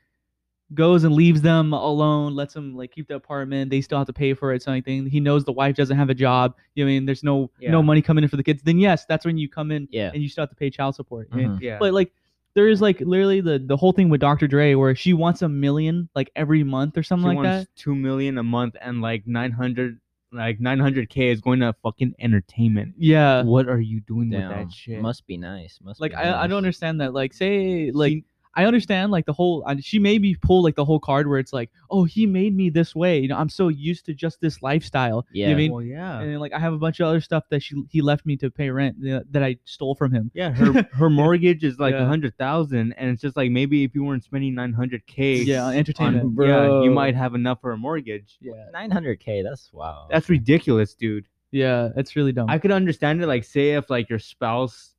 Speaker 4: goes and leaves them alone, lets them like keep the apartment. They still have to pay for it, something. He knows the wife doesn't have a job. You know what I mean, there's no
Speaker 3: Yeah.
Speaker 4: no money coming in for the kids. Then yes, that's when you come in
Speaker 1: Yeah.
Speaker 4: and you still have to pay child support. you know?
Speaker 1: Mhm.
Speaker 3: yeah.
Speaker 4: But like there is like literally the the whole thing with Dr. Dre where she wants a million like every month or something
Speaker 3: She
Speaker 4: like
Speaker 3: wants
Speaker 4: that.
Speaker 3: two million a month and like nine hundred like nine hundred K is going to fucking entertainment.
Speaker 4: Yeah.
Speaker 3: what are you doing with
Speaker 1: Uh, Damn.
Speaker 3: that shit?
Speaker 1: Must be nice. Must
Speaker 4: like
Speaker 1: be
Speaker 4: I, I don't
Speaker 1: nice.
Speaker 4: understand that like say like i understand like the whole I, she made me pull like the whole card where it's like oh he made me this way you know i'm so used to just this lifestyle
Speaker 1: Yeah.
Speaker 4: you know what i mean
Speaker 3: well, yeah.
Speaker 4: and then, like i have a bunch of other stuff that she he left me to pay rent you know, that i stole from him
Speaker 3: yeah, her her mortgage is like a
Speaker 4: Yeah.
Speaker 3: hundred thousand, and it's just like maybe if you weren't spending nine hundred k,
Speaker 4: yeah on entertainment
Speaker 3: yeah, you
Speaker 1: Bro.
Speaker 3: might have enough for a mortgage.
Speaker 4: yeah
Speaker 1: 900k. That's wow.
Speaker 3: That's ridiculous, dude.
Speaker 4: yeah it's really dumb
Speaker 3: I could understand it. Like, say if like your spouse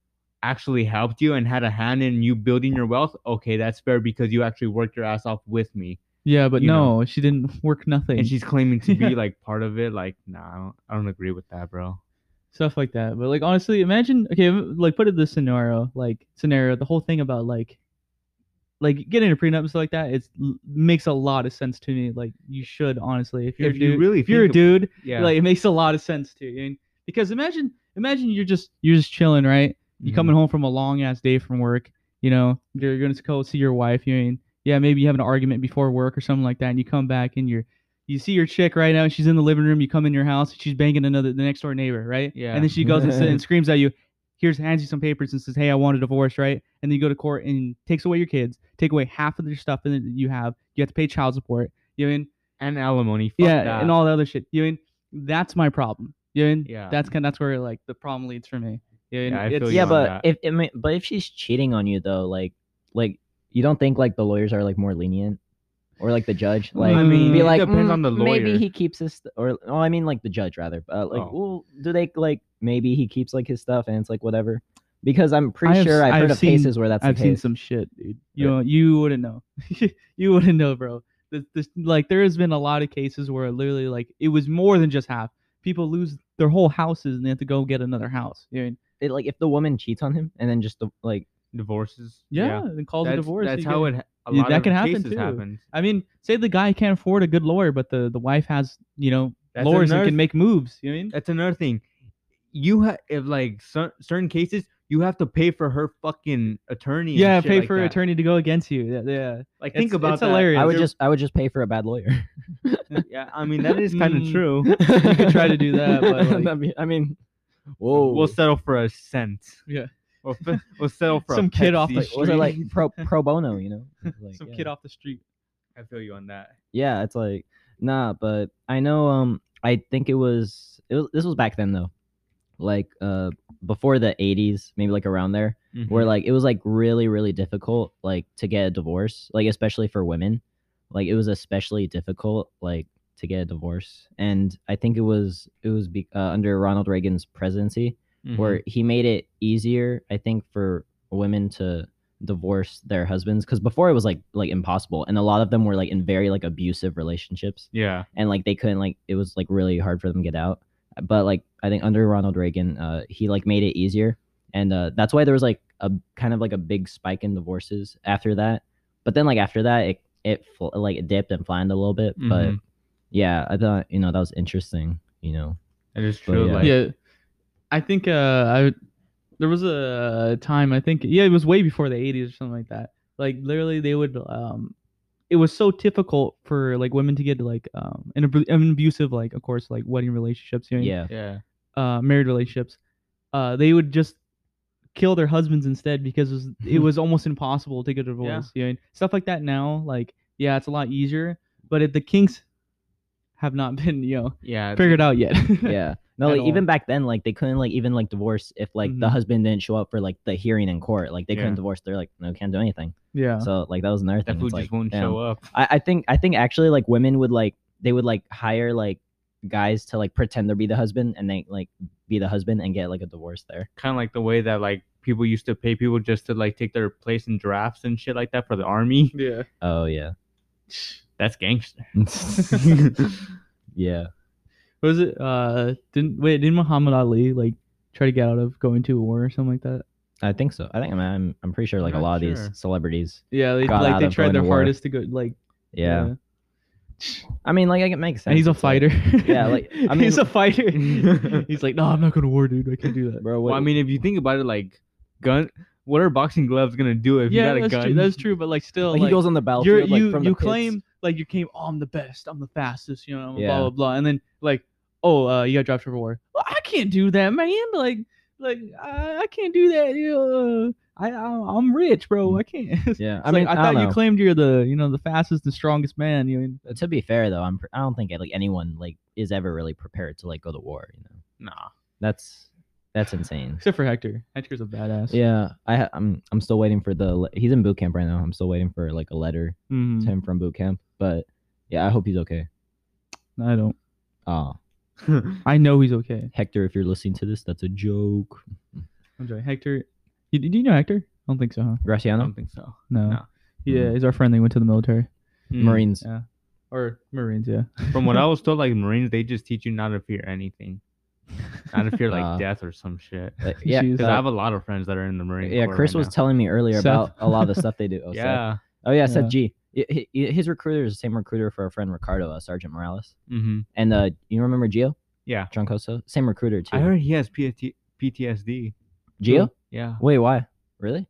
Speaker 3: actually helped you and had a hand in you building your wealth, okay, that's fair because you actually worked your ass off with me.
Speaker 4: yeah but
Speaker 3: you
Speaker 4: no
Speaker 3: know.
Speaker 4: she didn't work nothing
Speaker 3: And she's claiming to be
Speaker 4: Yeah.
Speaker 3: like part of it. Like, nah, I don't, I don't agree with that, bro.
Speaker 4: stuff like that. But like honestly, imagine okay, m- like put it this scenario, like scenario, the whole thing about like like getting a prenup and stuff like that, it's l- makes a lot of sense to me. Like you should honestly, if you're
Speaker 3: If
Speaker 4: a
Speaker 3: you
Speaker 4: dude,
Speaker 3: really
Speaker 4: if you're a
Speaker 3: think
Speaker 4: dude,
Speaker 3: Yeah.
Speaker 4: like it makes a lot of sense to you. And- Because imagine, imagine you're just you're just chilling, right? You
Speaker 3: Mhm.
Speaker 4: coming home from a long ass day from work, you know, you're gonna go see your wife. You mean, yeah, maybe you have an argument before work or something like that, and you come back and you're you see your chick right now, and she's in the living room. You come in your house, she's banging another the next door neighbor, right?
Speaker 3: Yeah.
Speaker 4: And then she goes and, s- and screams at you. Here's hands you some papers and says, "Hey, I want a divorce," right? And then you go to court and takes away your kids, take away half of their stuff that you have. You have to pay child support. You mean,
Speaker 3: and alimony. Fuck
Speaker 4: yeah,
Speaker 3: that.
Speaker 4: and all the other shit. You mean, that's my problem. You mean,
Speaker 3: Yeah.
Speaker 4: that's kind. That's where like the problem leads for me. You
Speaker 3: Yeah, I
Speaker 4: it's-
Speaker 3: feel you
Speaker 1: yeah,
Speaker 3: on
Speaker 1: but
Speaker 3: that.
Speaker 1: if I mean, but if she's cheating on you though, like like you don't think like the lawyers are like more lenient or like the judge like
Speaker 3: I mean,
Speaker 1: be
Speaker 3: it
Speaker 1: like
Speaker 3: depends
Speaker 1: "Mm,
Speaker 3: on the
Speaker 1: Maybe
Speaker 3: lawyer."
Speaker 1: he keeps his st- or oh, I mean like the judge rather. But uh, like, well, do they like maybe he keeps like his stuff and it's like whatever? Because I'm pretty
Speaker 4: have
Speaker 1: sure
Speaker 4: s-
Speaker 1: I've,
Speaker 4: I've
Speaker 1: heard of
Speaker 4: seen-
Speaker 1: cases where that's
Speaker 4: I've
Speaker 1: the
Speaker 4: seen
Speaker 1: case.
Speaker 4: some shit, dude. You know, you wouldn't know. you wouldn't know, bro. This, this, like, there has been a lot of cases where literally, like, it was more than just half. People lose their whole houses and they have to go get another house. You mean,
Speaker 1: It, like if the woman cheats on him and then just the, like
Speaker 3: divorces.
Speaker 4: yeah, and calls
Speaker 3: That's,
Speaker 4: a divorce.
Speaker 3: that's
Speaker 4: you
Speaker 3: how
Speaker 4: get-
Speaker 3: it. ha- A
Speaker 4: Yeah,
Speaker 3: lot
Speaker 4: that
Speaker 3: of
Speaker 4: can happen,
Speaker 3: cases
Speaker 4: too.
Speaker 3: happen.
Speaker 4: I mean, say the guy can't afford a good lawyer, but the the wife has, you know,
Speaker 3: That's
Speaker 4: lawyers that
Speaker 3: another
Speaker 4: can make moves. You mean,
Speaker 3: that's another thing. You have if like cer- certain cases, you have to pay for her fucking attorney. and
Speaker 4: yeah,
Speaker 3: shit
Speaker 4: pay
Speaker 3: like
Speaker 4: for
Speaker 3: that.
Speaker 4: attorney to go against you. Yeah, yeah.
Speaker 3: Like think
Speaker 4: It's-
Speaker 3: about
Speaker 4: it's
Speaker 3: that.
Speaker 4: hilarious.
Speaker 1: I would
Speaker 4: You're-
Speaker 1: just I would just pay for a bad lawyer.
Speaker 3: Yeah, I mean that is kind of
Speaker 4: Mm.
Speaker 3: true.
Speaker 1: you
Speaker 4: could try to do that, but, like-
Speaker 1: I mean, whoa,
Speaker 3: We'll settle for a cent.
Speaker 4: Yeah.
Speaker 3: We'll, f- we'll settle for
Speaker 4: Some
Speaker 3: a
Speaker 4: kid off
Speaker 3: Pepsi
Speaker 4: the-
Speaker 1: like, was it
Speaker 3: street.
Speaker 1: like pro pro bono? You know, Like,
Speaker 4: Some
Speaker 1: yeah.
Speaker 4: kid off the street.
Speaker 3: I feel you on that.
Speaker 1: yeah it's like nah but i know um i think it was it was this was back then though like uh before the 80s maybe like around there
Speaker 3: Mm-hmm.
Speaker 1: where like it was like really really difficult like to get a divorce like especially for women like it was especially difficult like to get a divorce and i think it was it was be, uh, under ronald reagan's presidency
Speaker 3: Mhm.
Speaker 1: where he made it easier i think for women to divorce their husbands because before it was like like impossible and a lot of them were like in very like abusive relationships
Speaker 3: yeah,
Speaker 1: and like they couldn't like it was like really hard for them to get out but like i think under ronald reagan uh he like made it easier and uh that's why there was like a kind of like a big spike in divorces after that but then like after that it it fl- like it dipped and flattened a little bit but
Speaker 3: Mhm.
Speaker 1: yeah i thought you know that was interesting you know
Speaker 3: that is
Speaker 1: but
Speaker 3: true.
Speaker 1: yeah.
Speaker 3: Like,
Speaker 4: yeah i think uh i there was a time i think yeah it was way before the 80s or something like that like literally they would um it was so difficult for like women to get like um an, abu- an abusive like of course like wedding relationships you know,
Speaker 1: yeah
Speaker 3: yeah,
Speaker 4: uh married relationships uh they would just kill their husbands instead because it was, it was almost impossible to get a divorce you know, and stuff like that now like yeah it's a lot easier but if the kinks have not been you know
Speaker 3: Yeah.
Speaker 4: figured out yet.
Speaker 1: yeah no
Speaker 4: At
Speaker 1: like, Mm-hmm. even
Speaker 4: all.
Speaker 1: back then like they couldn't like even like divorce if like the
Speaker 4: Mhm.
Speaker 1: husband didn't show up for like the hearing in court like they couldn't
Speaker 3: Yeah.
Speaker 1: divorce they're like no can't do anything
Speaker 4: yeah.
Speaker 1: so like that was another
Speaker 3: That
Speaker 1: thing
Speaker 3: food
Speaker 1: it's like
Speaker 3: just won't
Speaker 1: damn.
Speaker 3: show up.
Speaker 1: I, I think I think actually like women would like they would like hire like guys to like pretend to be the husband and they like be the husband and get like a divorce there.
Speaker 3: Kind of like the way that like people used to pay people just to like take their place in drafts and shit like that for the army.
Speaker 2: Yeah.
Speaker 1: Oh yeah.
Speaker 3: That's gangster.
Speaker 1: yeah.
Speaker 4: What was it? Uh, didn't wait? Didn't Muhammad Ali like try to get out of going to war or something like that?
Speaker 1: I think so. I think I'm I'm, I'm pretty sure like a
Speaker 3: not
Speaker 1: lot of
Speaker 3: sure.
Speaker 1: these celebrities.
Speaker 4: Yeah, they
Speaker 1: Got
Speaker 4: like
Speaker 1: out
Speaker 4: they
Speaker 1: of
Speaker 4: tried
Speaker 1: going to
Speaker 4: their
Speaker 1: war.
Speaker 4: hardest to go like.
Speaker 1: Yeah. I mean like it makes sense.
Speaker 4: And he's a
Speaker 1: It's like-
Speaker 4: fighter.
Speaker 1: yeah, like, I
Speaker 4: he's
Speaker 1: mean-
Speaker 4: a fighter. he's like, no, I'm not going to war, dude. I can't do that.
Speaker 1: bro, what,
Speaker 3: Well, I mean, if you think about it, like gun. What are boxing gloves gonna do if
Speaker 4: yeah,
Speaker 3: you got a
Speaker 4: that's
Speaker 3: gun?
Speaker 4: true. That's true. But like, still,
Speaker 1: like,
Speaker 4: like,
Speaker 1: he goes on the
Speaker 4: you're,
Speaker 1: battlefield like
Speaker 4: you
Speaker 1: from the
Speaker 4: you
Speaker 1: pits.
Speaker 4: claim like you came. Oh, I'm the best. I'm the fastest. You know,
Speaker 1: Yeah.
Speaker 4: blah blah blah. And then like, oh, uh, you got dropped for war. Well, I can't do that, man. Like, like I, I can't do that. You know, uh, I, I I'm rich, bro. I can't. It's
Speaker 1: Yeah. I
Speaker 4: like,
Speaker 1: mean,
Speaker 4: I thought
Speaker 1: don't
Speaker 4: you
Speaker 1: know.
Speaker 4: claimed you're the you know the fastest, the strongest man. You know,
Speaker 1: to be fair though, I'm pr- I don't think like anyone like is ever really prepared to like go to war, you know.
Speaker 3: Nah.
Speaker 1: That's that's insane.
Speaker 4: except for Hector. Hector's a badass.
Speaker 1: Yeah, I ha- I'm I'm still waiting for the le- he's in boot camp right now. I'm still waiting for like a letter
Speaker 4: Mhm.
Speaker 1: to him from boot camp, but yeah, I hope he's okay.
Speaker 4: I don't.
Speaker 1: Ah,
Speaker 4: I know he's okay.
Speaker 1: Hector, if you're listening to this, that's a joke.
Speaker 4: I'm sorry, Hector. You, do you know Hector? I don't think so. Huh?
Speaker 3: I
Speaker 1: Graciano,
Speaker 3: don't think so.
Speaker 4: No.
Speaker 3: No.
Speaker 1: Mm.
Speaker 4: Yeah, he's our friend. They went to the military Hmm.
Speaker 3: mm,
Speaker 1: Marines.
Speaker 4: Yeah. or Marines. Yeah.
Speaker 3: From what I was told, like Marines, they just teach you not to fear anything, not to fear like
Speaker 1: Uh,
Speaker 3: death or some shit.
Speaker 1: Uh, yeah,
Speaker 4: Jeez.
Speaker 3: Because
Speaker 1: uh,
Speaker 3: I have a lot of friends that are in the Marine
Speaker 1: yeah.
Speaker 3: Corps
Speaker 1: Chris
Speaker 3: right
Speaker 1: was
Speaker 3: now.
Speaker 1: telling me earlier
Speaker 4: Seth.
Speaker 1: about a lot of the stuff they do. Oh, Seth.
Speaker 3: yeah.
Speaker 1: Oh yeah, Seth
Speaker 4: Yeah.
Speaker 1: G. I- hi- hi- His recruiter is the same recruiter for our friend Ricardo, uh, Sergeant Morales,
Speaker 3: Mm-hmm.
Speaker 1: and uh, you remember Gio?
Speaker 3: Yeah.
Speaker 1: Troncoso, same recruiter too.
Speaker 3: I heard he has PST- PTSD.
Speaker 1: Gio?
Speaker 3: Yeah.
Speaker 1: Wait, why? Really?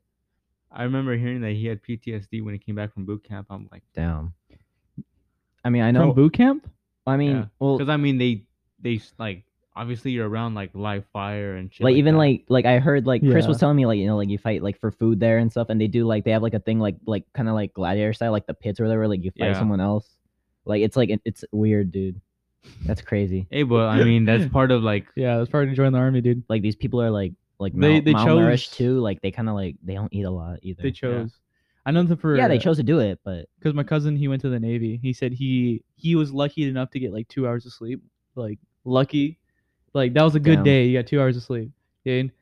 Speaker 3: I remember hearing that he had PTSD when he came back from boot camp. I'm like,
Speaker 1: Damn. I mean, I
Speaker 4: From
Speaker 1: know.
Speaker 4: boot camp?
Speaker 1: I mean,
Speaker 3: Yeah,
Speaker 1: well,
Speaker 3: because I mean, they they s- like obviously you're around like live fire and shit.
Speaker 1: like even
Speaker 3: that.
Speaker 1: like like I heard like Chris was
Speaker 4: Yeah.
Speaker 1: telling me like you know like you fight like for food there and stuff and they do like they have like a thing like like kind of like gladiator style like the pits or whatever like you fight
Speaker 3: Yeah.
Speaker 1: someone else like it's like it- it's weird dude that's crazy
Speaker 3: Hey, but I mean that's part of like
Speaker 4: Yeah, that's probably join the army, dude.
Speaker 1: like these people are like like
Speaker 4: They-
Speaker 1: mal-
Speaker 4: they
Speaker 1: malnourished
Speaker 4: chose-
Speaker 1: too like they kind of like they don't eat a lot either
Speaker 4: They chose. I know that for
Speaker 1: yeah they chose to do it but
Speaker 4: because my cousin he went to the navy. He said he he was lucky enough to get like two hours of sleep. Like lucky, like that was a good
Speaker 1: Damn.
Speaker 4: day. You got two hours of sleep, dude.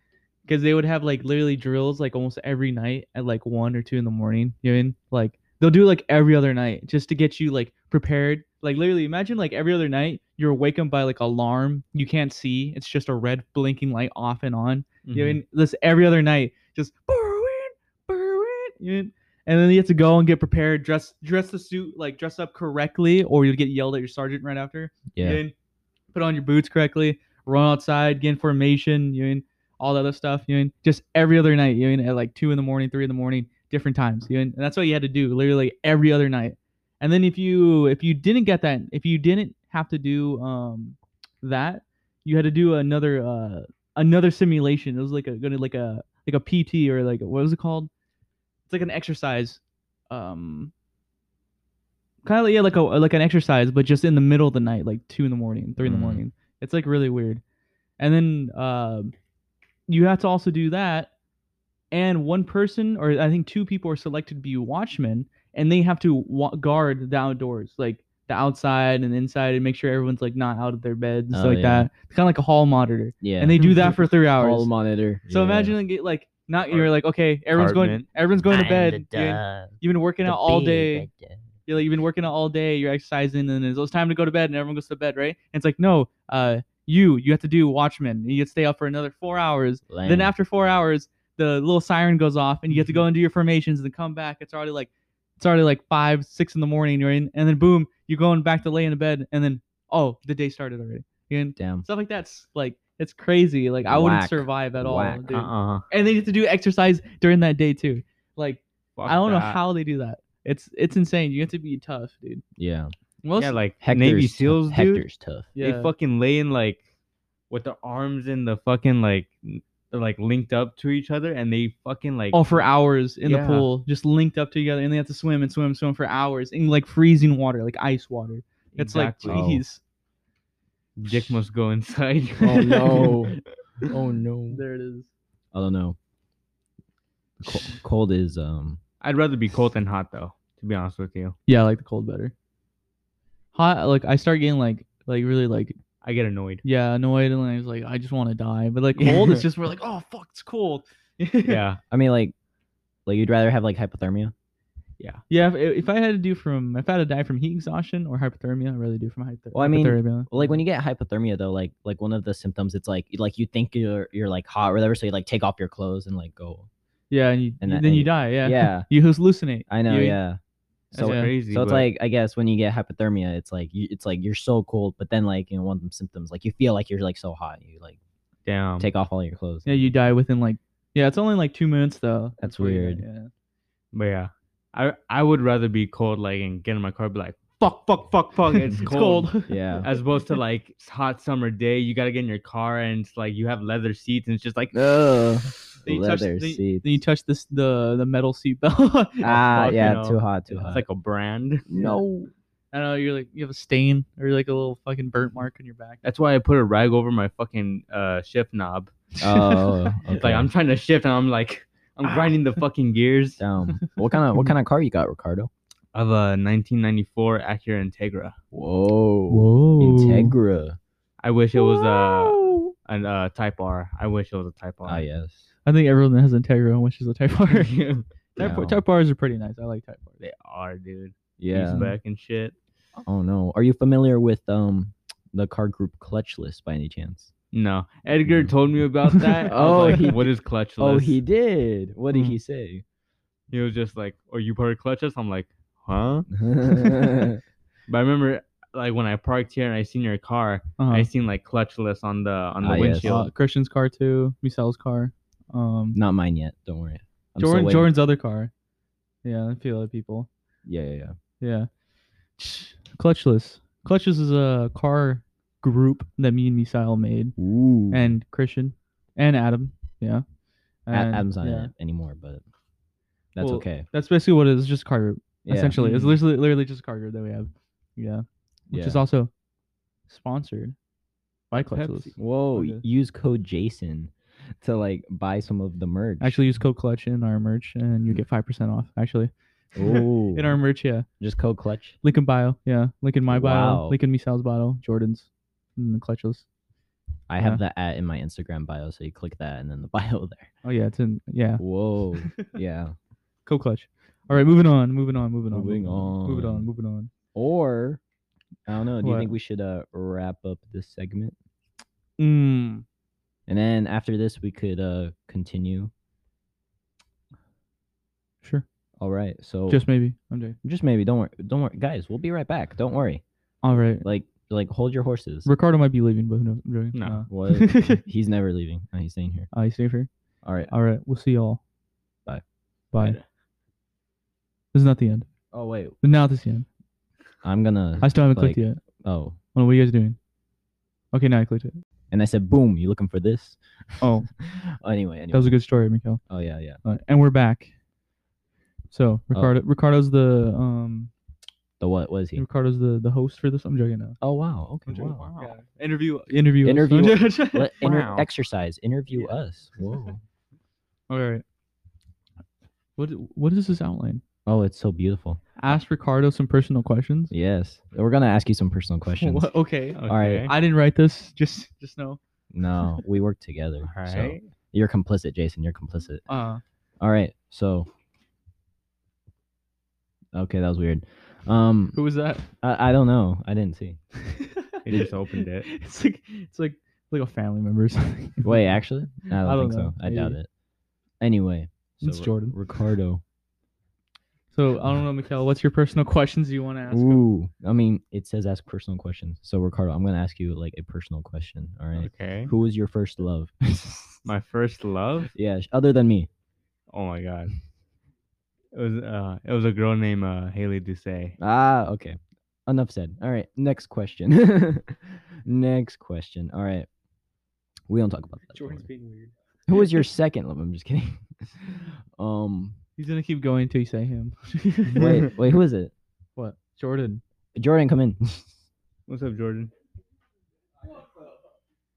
Speaker 4: Because they would have like literally drills like almost every night at like one or two in the morning. You know what I mean? Like they'll do like every other night just to get you like prepared. Like literally, imagine like every other night you're wakened by like alarm. You can't see. It's just a red blinking light off and on. You know,
Speaker 3: mhm.
Speaker 4: and this every other night, just Berwin, Berwin, you know, and then you have to go and get prepared, dress dress the suit, like dress up correctly, or you'll get yelled at your sergeant right after. you
Speaker 1: yeah
Speaker 4: know, and put on your boots correctly, run outside, get in formation, you know, and all that other stuff. You know, and just every other night, you know, at like two in the morning, three in the morning, different times. You know, and that's what you had to do, literally every other night. And then if you if you didn't get that, if you didn't have to do um that, you had to do another uh another simulation. It was like a gonna like a like a PT or like what was it called? It's like an exercise. Um kind of yeah, like a like an exercise, but just in the middle of the night, like two in the morning, three in the
Speaker 1: Mm.
Speaker 4: morning. It's like really weird. And then um you have to also do that. And one person, or I think two people, are selected to be watchmen, and they have to wa- guard the outdoors, like the outside and inside, and make sure everyone's like not out of their beds and stuff
Speaker 1: Oh,
Speaker 4: like
Speaker 1: yeah.
Speaker 4: that. It's kind of like a hall monitor
Speaker 1: yeah
Speaker 4: and they do that for three hours.
Speaker 1: Hall monitor
Speaker 4: so
Speaker 1: yeah.
Speaker 4: imagine like, it- like not
Speaker 3: Or
Speaker 4: you're like okay, everyone's
Speaker 3: apartment.
Speaker 4: going, everyone's going to bed.
Speaker 1: the
Speaker 4: you- You've been working out all day. You're like, you've been working out all day. You're exercising, and it's, oh, it's time to go to bed, and everyone goes to bed, right? And it's like no, uh, you you have to do Watchmen. You have to stay up for another four hours. Then after four hours, the little siren goes off, and you have to go and do your formations, and then come back. It's already like it's already like five, six in the morning. You're in, and then boom, you're going back to lay in bed, and then oh, the day started already. And
Speaker 1: damn
Speaker 4: stuff like that's like it's crazy. Like I wouldn't
Speaker 1: Whack.
Speaker 4: survive at all.
Speaker 1: Whack.
Speaker 4: dude.
Speaker 3: uh-uh.
Speaker 4: And they have to do exercise during that day too. Like
Speaker 3: Fuck
Speaker 4: I don't know
Speaker 3: that.
Speaker 4: how they do that. It's it's insane. You have to be tough, dude.
Speaker 1: yeah
Speaker 4: Most
Speaker 3: Yeah, like
Speaker 1: Hector's
Speaker 3: Navy
Speaker 1: tou-
Speaker 3: SEALs, dude.
Speaker 1: Hector's tough
Speaker 4: yeah.
Speaker 3: They fucking lay in like with their arms in the fucking like n- they're like linked up to each other, and they fucking like
Speaker 4: all for hours in the
Speaker 3: Yeah.
Speaker 4: pool, just linked up together, and they have to swim and swim, swim for hours in like freezing water, like ice water. It's
Speaker 3: Exactly.
Speaker 4: like,
Speaker 1: Oh.
Speaker 4: jeez,
Speaker 3: Dick must go inside.
Speaker 2: Oh no. oh no.
Speaker 4: there it is.
Speaker 1: I don't know. Co- cold is um.
Speaker 3: I'd rather be cold than hot though, to be honest with you.
Speaker 4: Yeah, I like the cold better. Hot, like I start getting like, like really like,
Speaker 3: I get annoyed.
Speaker 4: yeah, annoyed, and I was like, I just want to die. But like cold, it's just we're like, oh fuck, it's cold.
Speaker 3: Yeah.
Speaker 1: I mean, like, like you'd rather have like hypothermia.
Speaker 4: Yeah, if, if I had to do from, if I had to die from heat exhaustion or hypothermia, I'd rather do from hypothermia.
Speaker 1: Well, I mean,
Speaker 4: hypothermia.
Speaker 1: Well, like when you get hypothermia though, like like one of the symptoms, it's like like you think you're you're like hot or whatever, so you like take off your clothes and like go.
Speaker 4: yeah, and, you,
Speaker 1: and
Speaker 4: you-
Speaker 1: that-
Speaker 4: then
Speaker 1: and
Speaker 4: you
Speaker 1: you-
Speaker 4: die. Yeah,
Speaker 1: Yeah.
Speaker 4: you hallucinate.
Speaker 1: I know.
Speaker 4: You-
Speaker 1: yeah.
Speaker 3: That's
Speaker 1: So
Speaker 4: Yeah.
Speaker 3: crazy.
Speaker 1: so it's
Speaker 3: but-
Speaker 1: like I guess when you get hypothermia, it's like you, it's like you're so cold, but then like you know one of them symptoms, like you feel like you're like so hot, you like
Speaker 3: damn.
Speaker 1: take off all your clothes.
Speaker 4: Um, Yeah, you die within like, yeah, it's only like two minutes though.
Speaker 1: That's
Speaker 4: before you die,
Speaker 1: weird.
Speaker 4: Yeah.
Speaker 3: But yeah, I I would rather be cold like and get in my car and be like fuck fuck fuck fuck it's,
Speaker 4: It's
Speaker 3: cold.
Speaker 4: cold.
Speaker 1: Yeah.
Speaker 3: As opposed to like it's hot summer day, you gotta get in your car and it's like you have leather seats and it's just like
Speaker 1: Ugh.
Speaker 3: Then you touch-
Speaker 1: leather
Speaker 3: then-
Speaker 1: seats.
Speaker 4: Then you touch this the the metal seatbelt.
Speaker 1: ah,
Speaker 3: fuck, you
Speaker 1: yeah,
Speaker 3: know,
Speaker 1: too hot, too
Speaker 3: it's
Speaker 1: hot.
Speaker 3: like a brand.
Speaker 1: no.
Speaker 4: I don't know. You're like you have a stain or like a little fucking burnt mark on your back.
Speaker 3: That's why I put a rag over my fucking uh shift knob.
Speaker 1: Oh,
Speaker 3: It's like I'm trying to shift and I'm like
Speaker 1: Ah.
Speaker 3: I'm grinding the fucking gears
Speaker 1: Dumb. What kind of what kind of car you got, Ricardo?
Speaker 3: of a 1994 Acura Integra.
Speaker 1: Whoa.
Speaker 4: Whoa.
Speaker 1: Integra.
Speaker 3: I wish it was a an uh, Type R. I wish it was a Type R.
Speaker 1: Ah, yes.
Speaker 4: I think everyone that has Integra wishes a Type R. type,
Speaker 1: No.
Speaker 4: R- type R's are pretty nice. I like Type R's.
Speaker 3: They are, dude.
Speaker 1: Yeah.
Speaker 3: Eastpak and shit.
Speaker 1: Oh no. Are you familiar with um the car group Clutchless by any chance?
Speaker 3: No, Edgar told me about that. I
Speaker 1: Mm. Oh,
Speaker 3: was like,
Speaker 1: he
Speaker 3: what is clutchless?
Speaker 1: Oh, he did. What did
Speaker 4: Hmm.
Speaker 1: he say?
Speaker 3: He was just like, "Are you part of clutchless?" I'm like, "Huh?" But I remember like when I parked here and I seen your car, I
Speaker 4: Uh-huh.
Speaker 3: seen like clutchless on the on the
Speaker 1: Ah, yes.
Speaker 3: windshield.
Speaker 4: Uh, Christian's car too. Michelle's car. Um,
Speaker 1: Not mine yet. Don't worry. I'm still
Speaker 4: Jordan
Speaker 1: waiting.
Speaker 4: Jordan's other car. Yeah, a few other people.
Speaker 1: Yeah, yeah, yeah.
Speaker 4: Yeah. Clutchless. Clutchless is a car group that me and Misael made,
Speaker 1: Ooh.
Speaker 4: and Christian, and Adam. Yeah.
Speaker 1: A-
Speaker 4: And-
Speaker 1: Adam's not
Speaker 4: yeah.
Speaker 1: in it anymore, but that's
Speaker 4: Well,
Speaker 1: okay.
Speaker 4: That's basically what it is. Just a car group.
Speaker 1: Yeah. Hmm.
Speaker 4: essentially. It's literally, literally just a car group that we have. Yeah. Which is
Speaker 1: Yeah.
Speaker 4: also sponsored by Clutchless.
Speaker 3: Pepsi.
Speaker 1: Whoa,
Speaker 4: Okay.
Speaker 1: use code Jason to like buy some of the merch.
Speaker 4: Actually, use code Clutch in our merch and you get 5% off, actually.
Speaker 1: Ooh.
Speaker 4: In our merch, yeah.
Speaker 1: just code clutch.
Speaker 4: Link in bio. Yeah. Link in my bio.
Speaker 1: Wow.
Speaker 4: Link in Misael's bio. Jordan's. And the Clutchless.
Speaker 1: I
Speaker 4: Uh-huh.
Speaker 1: have that at in my Instagram bio, so you click that and then the bio there.
Speaker 4: Oh, yeah. It's in, yeah.
Speaker 1: Whoa. yeah.
Speaker 4: Code Clutch. All right. Moving on. Moving on. Moving on.
Speaker 1: Moving
Speaker 4: Moving on.
Speaker 1: on.
Speaker 4: Moving on.
Speaker 1: Or I don't know. Do
Speaker 4: What?
Speaker 1: you think we should uh, wrap up this segment?
Speaker 4: Mm.
Speaker 1: And then after this we could uh continue.
Speaker 4: Sure.
Speaker 1: All right. So
Speaker 4: Just maybe. I'm joking.
Speaker 1: just maybe don't worry don't worry guys, we'll be right back. Don't worry.
Speaker 4: All right.
Speaker 1: Like like hold your horses.
Speaker 4: Ricardo might be leaving, but who knows? I'm joking.
Speaker 3: No.
Speaker 4: Uh,
Speaker 1: What? he's never leaving. No, he's staying here.
Speaker 4: I stay here.
Speaker 1: All right.
Speaker 4: All right. We'll see y'all.
Speaker 1: Bye.
Speaker 4: Bye. This is not the end.
Speaker 1: Oh wait.
Speaker 4: But now this is the end.
Speaker 1: I'm gonna
Speaker 4: I still haven't clicked
Speaker 1: Like-
Speaker 4: yet.
Speaker 1: Oh.
Speaker 4: Hold on, what are you guys doing? Okay, now I clicked it.
Speaker 1: And I said, boom, you looking for this?
Speaker 4: Oh,
Speaker 1: anyway, anyway.
Speaker 4: that was a good story, Mikhail.
Speaker 1: oh yeah, yeah.
Speaker 4: All right, and we're back. So
Speaker 1: Oh.
Speaker 4: Ricardo, Ricardo's the um,
Speaker 1: The what was he?
Speaker 4: Ricardo's the the host for this. I'm joking now.
Speaker 1: Oh wow. Okay.
Speaker 4: joking.
Speaker 1: Wow.
Speaker 4: Interview, interview, us.
Speaker 1: Interview-
Speaker 4: I'm joking.
Speaker 1: Let inter-
Speaker 3: Wow.
Speaker 1: exercise. Interview us. Whoa.
Speaker 4: All right. What what is this outline?
Speaker 1: oh, it's so beautiful.
Speaker 4: Ask Ricardo some personal questions.
Speaker 1: Yes. We're gonna ask you some personal questions.
Speaker 4: What- Okay.
Speaker 3: Okay.
Speaker 1: right.
Speaker 4: I didn't write this. Just just know.
Speaker 1: No, we work together.
Speaker 3: All
Speaker 1: so
Speaker 3: right.
Speaker 1: You're complicit, Jason. You're complicit.
Speaker 4: Uh,
Speaker 1: All right. So. Okay, that was weird. Um,
Speaker 4: who was that?
Speaker 1: I, I don't know. I didn't see.
Speaker 3: He just opened it.
Speaker 4: It's like it's like like a family member or something.
Speaker 1: Wait, actually, I don't,
Speaker 4: I don't
Speaker 1: think
Speaker 4: know,
Speaker 1: so. I doubt
Speaker 4: maybe.
Speaker 1: it. Anyway, so
Speaker 4: It's
Speaker 1: Ri-
Speaker 4: Jordan.
Speaker 1: Ricardo.
Speaker 4: So I don't know, Mikhail. What's your personal questions you want to ask? him?
Speaker 1: Ooh, I mean, it says ask personal questions. So Ricardo, I'm gonna ask you like a personal question. All right.
Speaker 3: Okay.
Speaker 1: Who was your first love?
Speaker 3: My first love.
Speaker 1: yeah, sh- other than me.
Speaker 3: Oh my god. It was uh it was a girl named uh Haley Doucet.
Speaker 1: Ah, okay. Enough said. All right. Next question. next question. All right. We don't talk about that. don't worry.
Speaker 2: being weird.
Speaker 1: Who was your second love? I'm just kidding. um.
Speaker 4: He's gonna keep going until you say him.
Speaker 1: Wait. Wait. Who is it?
Speaker 4: What? Jordan.
Speaker 1: Jordan, come in.
Speaker 3: What's up, Jordan?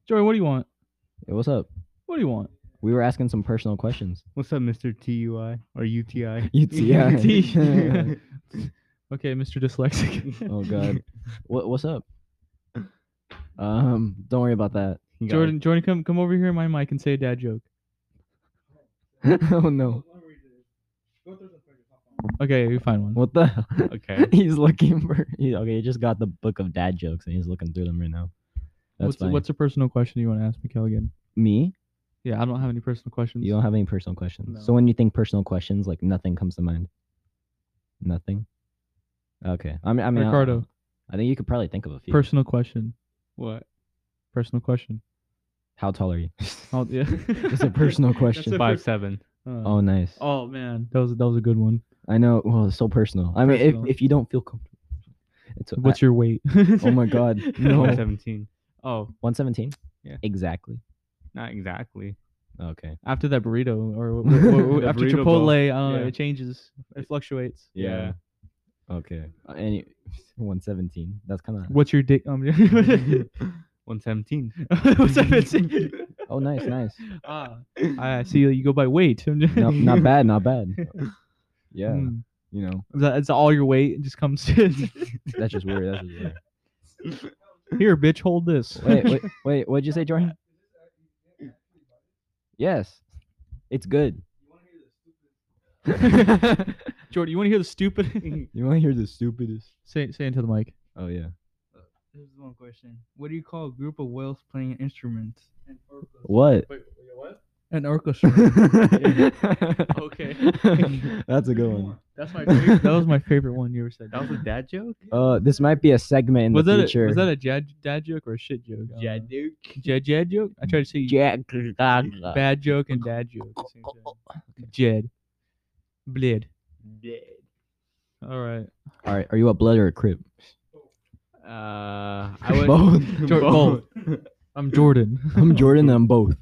Speaker 4: Joey, what do you want?
Speaker 1: Hey, what's up?
Speaker 4: What do you want?
Speaker 1: We were asking some personal questions.
Speaker 3: What's up, Mister TUI or UTI?
Speaker 1: UTI.
Speaker 4: okay, Mr. Dyslexic.
Speaker 1: oh god. What what's up? Um, don't worry about that.
Speaker 3: You got
Speaker 4: Jordan, Jordan, come come over here in my mic and say a dad joke.
Speaker 1: oh no.
Speaker 4: Okay, you find one.
Speaker 1: What the hell?
Speaker 3: it. Okay.
Speaker 1: he's looking for he, okay, he just got the book of dad jokes and he's looking through them right now. That's
Speaker 4: what's
Speaker 1: fine.
Speaker 4: what's a personal question you want to ask Mikhail again?
Speaker 1: me?
Speaker 4: Yeah, I don't have any personal questions.
Speaker 1: You don't have any personal questions. So
Speaker 4: No.
Speaker 1: when you think personal questions, like nothing comes to mind. Nothing. Okay. I mean, I mean, I-
Speaker 4: Ricardo,
Speaker 1: I think you could probably think of a few.
Speaker 4: personal question.
Speaker 3: What?
Speaker 4: Personal question.
Speaker 1: How tall are you?
Speaker 4: Oh yeah.
Speaker 1: It's a personal question.
Speaker 4: a
Speaker 3: Five
Speaker 4: pers-
Speaker 3: seven.
Speaker 1: Oh, nice.
Speaker 4: oh man, that was that was a good one.
Speaker 1: I know. Well, it's so personal. I mean,
Speaker 4: Personal.
Speaker 1: if, if you don't feel comfortable, it's I-
Speaker 4: What's your weight?
Speaker 1: oh my god, no,
Speaker 3: Five seventeen.
Speaker 4: Oh,
Speaker 1: one seventeen.
Speaker 3: Yeah.
Speaker 1: exactly.
Speaker 3: Not exactly.
Speaker 1: Okay.
Speaker 4: after that burrito or wh- wh- wh-
Speaker 3: The
Speaker 4: after
Speaker 3: burrito bowl.
Speaker 4: Chipotle, uh,
Speaker 3: Yeah.
Speaker 4: it changes. It fluctuates.
Speaker 3: Yeah.
Speaker 1: Okay. Uh, any one seventeen. That's kind of.
Speaker 4: What's your dick? Um, what's
Speaker 3: One seventeen.
Speaker 4: that been saying?
Speaker 1: Oh, nice, nice.
Speaker 4: Ah, I see. You go by weight.
Speaker 1: No, not bad, not bad. Yeah,
Speaker 4: Mm.
Speaker 1: you know
Speaker 4: Is that- is that all your weight. It just comes in.
Speaker 1: that's just weird. That's just weird.
Speaker 4: Here, bitch, hold this.
Speaker 1: Wait, wait, wait. What'd you say, Jordan? Yes, it's good.
Speaker 4: Jordan, you want to hear the stupid?
Speaker 1: You want to hear the stupidest?
Speaker 4: say, say into the mic.
Speaker 1: Oh yeah.
Speaker 5: Here's one question. What do you call a group of whales playing an instrument? An orchestra.
Speaker 1: What?
Speaker 5: An orchestra.
Speaker 4: Okay.
Speaker 1: That's a good one.
Speaker 4: That's my favorite. that was my favorite one you ever said.
Speaker 3: That was a dad joke.
Speaker 1: Uh, this might be a segment in
Speaker 4: was
Speaker 1: the
Speaker 4: that
Speaker 1: future.
Speaker 4: a, was that a jad, dad joke or a shit joke? I don't know.
Speaker 3: dude.
Speaker 4: Jed Jed joke? I tried to say
Speaker 1: Jack?
Speaker 4: bad joke and dad joke. at the same time. Jed. Bled. All right.
Speaker 1: All right, are you a blood or a crip?
Speaker 3: Uh, I would.
Speaker 1: Both.
Speaker 4: Jor- I'm Jordan.
Speaker 1: I'm Jordan. I'm both.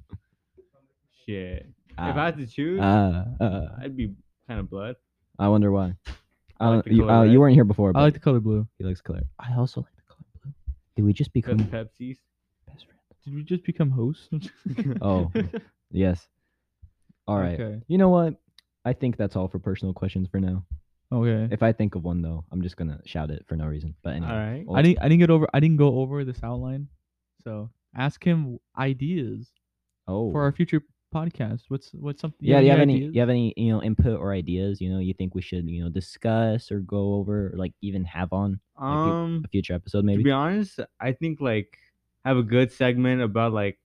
Speaker 3: Shit. if I
Speaker 1: Ah,
Speaker 3: had to choose,
Speaker 1: ah, ah.
Speaker 3: I'd be kind of blood.
Speaker 1: I wonder why. I
Speaker 3: I like
Speaker 1: don't,
Speaker 3: the
Speaker 1: you,
Speaker 3: color
Speaker 1: uh, you
Speaker 3: red.
Speaker 1: weren't here before, but
Speaker 4: I like the color blue.
Speaker 1: he likes color. I also like the color blue. Did we just
Speaker 3: Because
Speaker 1: become
Speaker 3: Pepsi's.
Speaker 1: best friends?
Speaker 4: Did we just become hosts?
Speaker 1: Oh, yes. All right.
Speaker 4: Okay.
Speaker 1: You know what? I think that's all for personal questions for now.
Speaker 4: Okay.
Speaker 1: If I think of one though, I'm just gonna shout it for no reason. But anyway,
Speaker 3: All right.
Speaker 1: well,
Speaker 4: I didn't I didn't get over I didn't go over this outline. So ask him ideas
Speaker 1: Oh,
Speaker 4: for our future podcast. What's what's something
Speaker 1: yeah. Do you have any?
Speaker 4: ideas?
Speaker 1: You have any? You know, input or ideas? You know, you think we should you know discuss or go over, or like even have on Like you-
Speaker 3: Um,
Speaker 1: a future episode
Speaker 3: to
Speaker 1: maybe?
Speaker 3: be honest, I think like have a good segment about like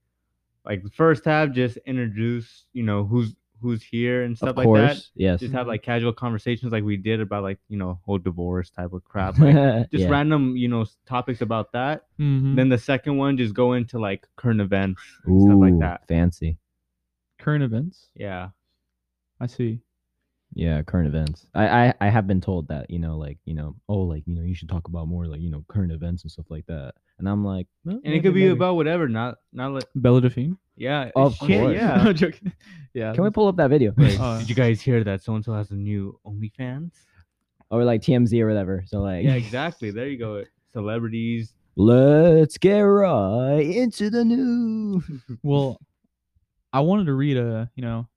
Speaker 3: like the first half, just introduce you know who's who's here and stuff
Speaker 1: of
Speaker 3: like
Speaker 1: course,
Speaker 3: that.
Speaker 1: yes.
Speaker 3: Just have like casual conversations like we did about like you know whole divorce type of crap, like just
Speaker 1: Yeah.
Speaker 3: random you know s- topics about that.
Speaker 4: Mhm.
Speaker 3: Then the second one, just go into like current events and stuff
Speaker 1: Ooh,
Speaker 3: like that.
Speaker 1: Fancy.
Speaker 4: current events.
Speaker 3: Yeah,
Speaker 4: I see.
Speaker 1: Yeah, current events. I, I I have been told that, you know, like, you know, oh, like, you know, you should talk about more like, you know, current events and stuff like that. And I'm like, "Well,
Speaker 3: and
Speaker 1: maybe,
Speaker 3: it could be
Speaker 1: maybe."
Speaker 3: about whatever. Not not like
Speaker 4: Bella Delphine.
Speaker 3: yeah.
Speaker 1: Of
Speaker 3: shit,
Speaker 1: course.
Speaker 3: Yeah.
Speaker 4: I'm joking. Yeah.
Speaker 1: Can we pull up that video?
Speaker 3: Like,
Speaker 4: Uh,
Speaker 3: did you guys hear that so and so has a new OnlyFans?
Speaker 1: or like TMZ or whatever. So like
Speaker 3: Yeah, exactly. There you go. Celebrities.
Speaker 1: let's get right into the news.
Speaker 4: Well, I wanted to read a you know,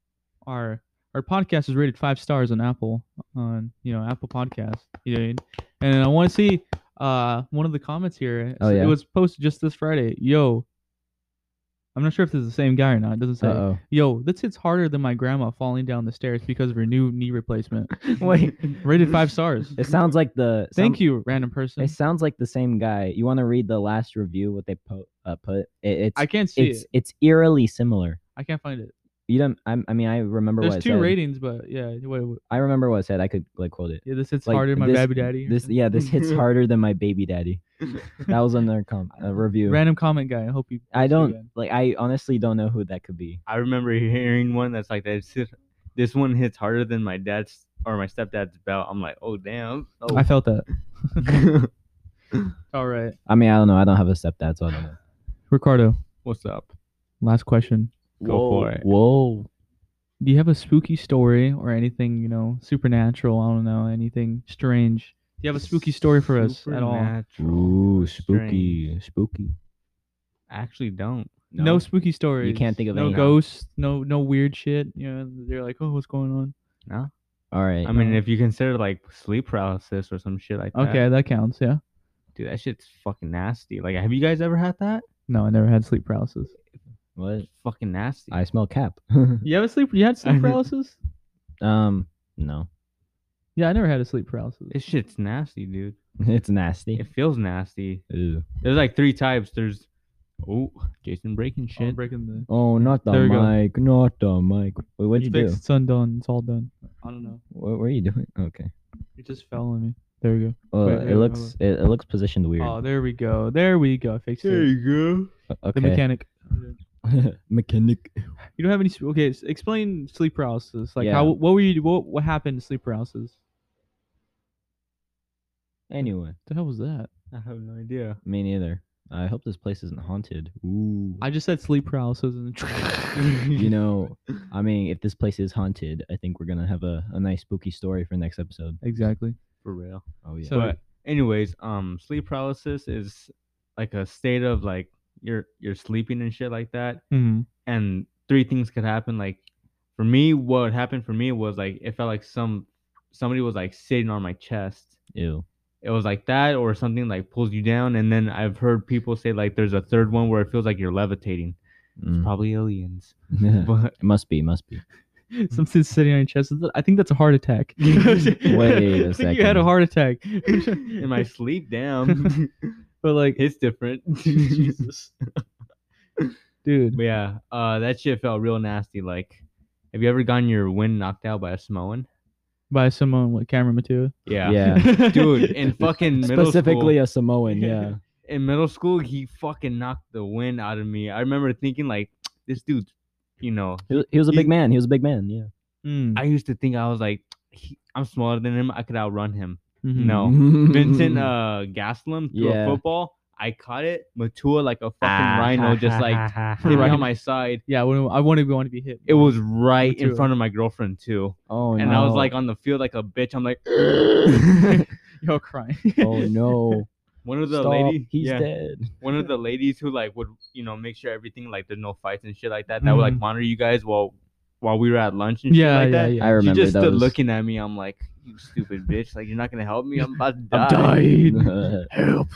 Speaker 4: our our podcast is rated five stars on Apple on you know Apple Podcast, you know, and I want to see uh one of the comments here.
Speaker 1: Oh,
Speaker 4: So
Speaker 1: yeah?
Speaker 4: It was posted just this Friday. Yo, I'm not sure if this is the same guy or not. It doesn't say.
Speaker 1: Uh-oh.
Speaker 4: Yo, this hits harder than my grandma falling down the stairs because of her new knee replacement.
Speaker 1: Wait.
Speaker 4: Rated five stars.
Speaker 1: It sounds like the
Speaker 4: Thank
Speaker 1: sound-
Speaker 4: you, random person.
Speaker 1: It sounds like the same guy. You want to read the last review what they po- uh, put? It, it's
Speaker 4: I can't see
Speaker 1: it's
Speaker 4: it.
Speaker 1: it's eerily similar.
Speaker 4: I can't find it.
Speaker 1: You don't I, I mean I remember what
Speaker 4: There's
Speaker 1: it
Speaker 4: two
Speaker 1: said.
Speaker 4: ratings, but yeah, wait, wait,
Speaker 1: I remember what it said. I could like quote it.
Speaker 4: yeah, this hits
Speaker 1: Like,
Speaker 4: harder than my
Speaker 1: this-
Speaker 4: baby daddy. or
Speaker 1: This
Speaker 4: something.
Speaker 1: yeah, this hits harder than my baby daddy. That was another com a review.
Speaker 4: random comment guy. I hope you.
Speaker 1: I
Speaker 4: see
Speaker 1: don't
Speaker 4: again.
Speaker 1: like. I honestly don't know who that could be.
Speaker 3: I remember hearing one that's like that. sit- This one hits harder than my dad's or my stepdad's belt. I'm like, oh damn. Oh.
Speaker 4: I felt that. All right,
Speaker 1: I mean, I don't know. I don't have a stepdad, so I don't know.
Speaker 4: Ricardo.
Speaker 3: What's up?
Speaker 4: Last question.
Speaker 3: Go Whoa. for it.
Speaker 1: Whoa.
Speaker 4: Do you have a spooky story or anything you know supernatural? I don't know anything strange you have a spooky story for us at all?
Speaker 3: Supernatural
Speaker 1: Ooh, spooky,
Speaker 3: strange.
Speaker 1: spooky.
Speaker 3: Actually, don't.
Speaker 4: No, spooky stories.
Speaker 1: can't think of
Speaker 4: no
Speaker 1: any.
Speaker 4: ghosts. No, no weird shit. You know, they're like, oh, what's going on?
Speaker 1: All right.
Speaker 3: I mean, if you consider like sleep paralysis or some shit like that.
Speaker 4: Okay, that counts. Yeah.
Speaker 3: Dude, that shit's fucking nasty. Like, have you guys ever had that?
Speaker 4: No, I never had sleep paralysis.
Speaker 1: what?
Speaker 3: It's fucking nasty.
Speaker 1: I smell cap.
Speaker 4: You have a sleep? You had
Speaker 3: I
Speaker 4: sleep
Speaker 3: did.
Speaker 4: paralysis?
Speaker 1: um, no,
Speaker 4: Yeah, I never had a sleep paralysis.
Speaker 3: This shit's nasty, dude.
Speaker 1: it's nasty.
Speaker 3: It feels nasty.
Speaker 1: Ew.
Speaker 3: There's like three types. There's oh, Jason breaking
Speaker 4: Oh,
Speaker 3: shit.
Speaker 4: breaking the.
Speaker 1: Oh, not the
Speaker 4: There we go.
Speaker 1: mic, not the mic. Wait, what'd you
Speaker 4: it's
Speaker 1: do?
Speaker 4: fixed, It's undone. It's all done. I don't know.
Speaker 1: What were you doing? Okay.
Speaker 4: It just fell on me. There we go.
Speaker 1: Well,
Speaker 4: Wait,
Speaker 1: it
Speaker 4: wait,
Speaker 1: looks it, it looks positioned weird.
Speaker 4: Oh, there we go. There we go. I fixed it.
Speaker 3: you
Speaker 1: O-
Speaker 4: The
Speaker 1: okay.
Speaker 4: mechanic.
Speaker 1: mechanic.
Speaker 4: You don't have any. sp- Okay, s explain sleep paralysis. Like,
Speaker 1: Yeah.
Speaker 4: how? What were you? What? What happened to sleep paralysis?
Speaker 1: Anyway,
Speaker 4: The hell was that?
Speaker 3: go. I have no idea.
Speaker 1: me neither. I hope this place isn't haunted. Ooh.
Speaker 4: I just said sleep paralysis and.
Speaker 1: you know, I mean, if this place is haunted, I think we're gonna have a, a nice spooky story for next episode.
Speaker 4: exactly.
Speaker 3: For real.
Speaker 1: Oh yeah.
Speaker 4: So-
Speaker 3: but anyways, um, sleep paralysis is like a state of like you're you're sleeping and shit like that,
Speaker 4: hmm
Speaker 3: and three things could happen. Like for me, what happened for me was like it felt like some somebody was like sitting on my chest.
Speaker 1: Ew.
Speaker 3: It was like that, or something like pulls you down. And then I've heard people say like there's a third one where it feels like you're levitating.
Speaker 1: Mm.
Speaker 3: Probably aliens,
Speaker 1: it
Speaker 3: but
Speaker 1: must be. Must be.
Speaker 4: Something's sitting on your chest. I think that's a heart attack.
Speaker 3: Wait
Speaker 1: a
Speaker 4: I think you had a
Speaker 1: second.
Speaker 4: heart attack.
Speaker 3: in my sleep, damn,
Speaker 4: but like,
Speaker 3: it's different.
Speaker 4: dude,
Speaker 3: But yeah, uh, that shit felt real nasty. Like, have you ever gotten your wind knocked out by a Samoan?
Speaker 4: by someone with Cameron Matua.
Speaker 3: Yeah.
Speaker 1: Yeah.
Speaker 3: Dude, in fucking middle
Speaker 1: Specifically uh,
Speaker 3: school,
Speaker 1: a Samoan. Yeah.
Speaker 3: in middle school, he fucking knocked the wind out of me. I remember thinking like, this dude, you know,
Speaker 1: He was, he was a big
Speaker 3: He's-
Speaker 1: man. He was a big man. Yeah.
Speaker 4: Mm.
Speaker 3: I used to think I was like, he, I'm smaller than him. I could outrun him.
Speaker 4: Mhm.
Speaker 3: No, Oh, Vincent uh, Gaslam threw
Speaker 1: Yeah.
Speaker 3: a football. I caught it. Matua like a fucking rhino, just like hit me
Speaker 4: Right.
Speaker 3: on my side.
Speaker 4: Yeah, I wouldn't. I wouldn't want to be hit.
Speaker 3: It was right
Speaker 4: Matua.
Speaker 3: in front of my girlfriend too,
Speaker 1: Oh no.
Speaker 3: and I was like on the field like a bitch. I'm like,
Speaker 4: You're crying.
Speaker 1: oh no.
Speaker 3: one of the
Speaker 1: Stop.
Speaker 3: ladies,
Speaker 1: He's
Speaker 3: yeah,
Speaker 1: dead.
Speaker 3: one of the ladies who like would you know make sure everything like there's no fights and shit like that. That would like
Speaker 4: Mhm.
Speaker 3: monitor you guys while while we were at lunch and
Speaker 4: yeah,
Speaker 3: shit like
Speaker 4: yeah,
Speaker 3: that.
Speaker 4: yeah.
Speaker 1: I
Speaker 3: She
Speaker 1: remember
Speaker 3: just
Speaker 1: that
Speaker 3: stood
Speaker 1: was.
Speaker 3: looking at me. I'm like, you stupid bitch! Like you're not gonna help me. I'm about to die.
Speaker 4: I'm dying.
Speaker 1: Help.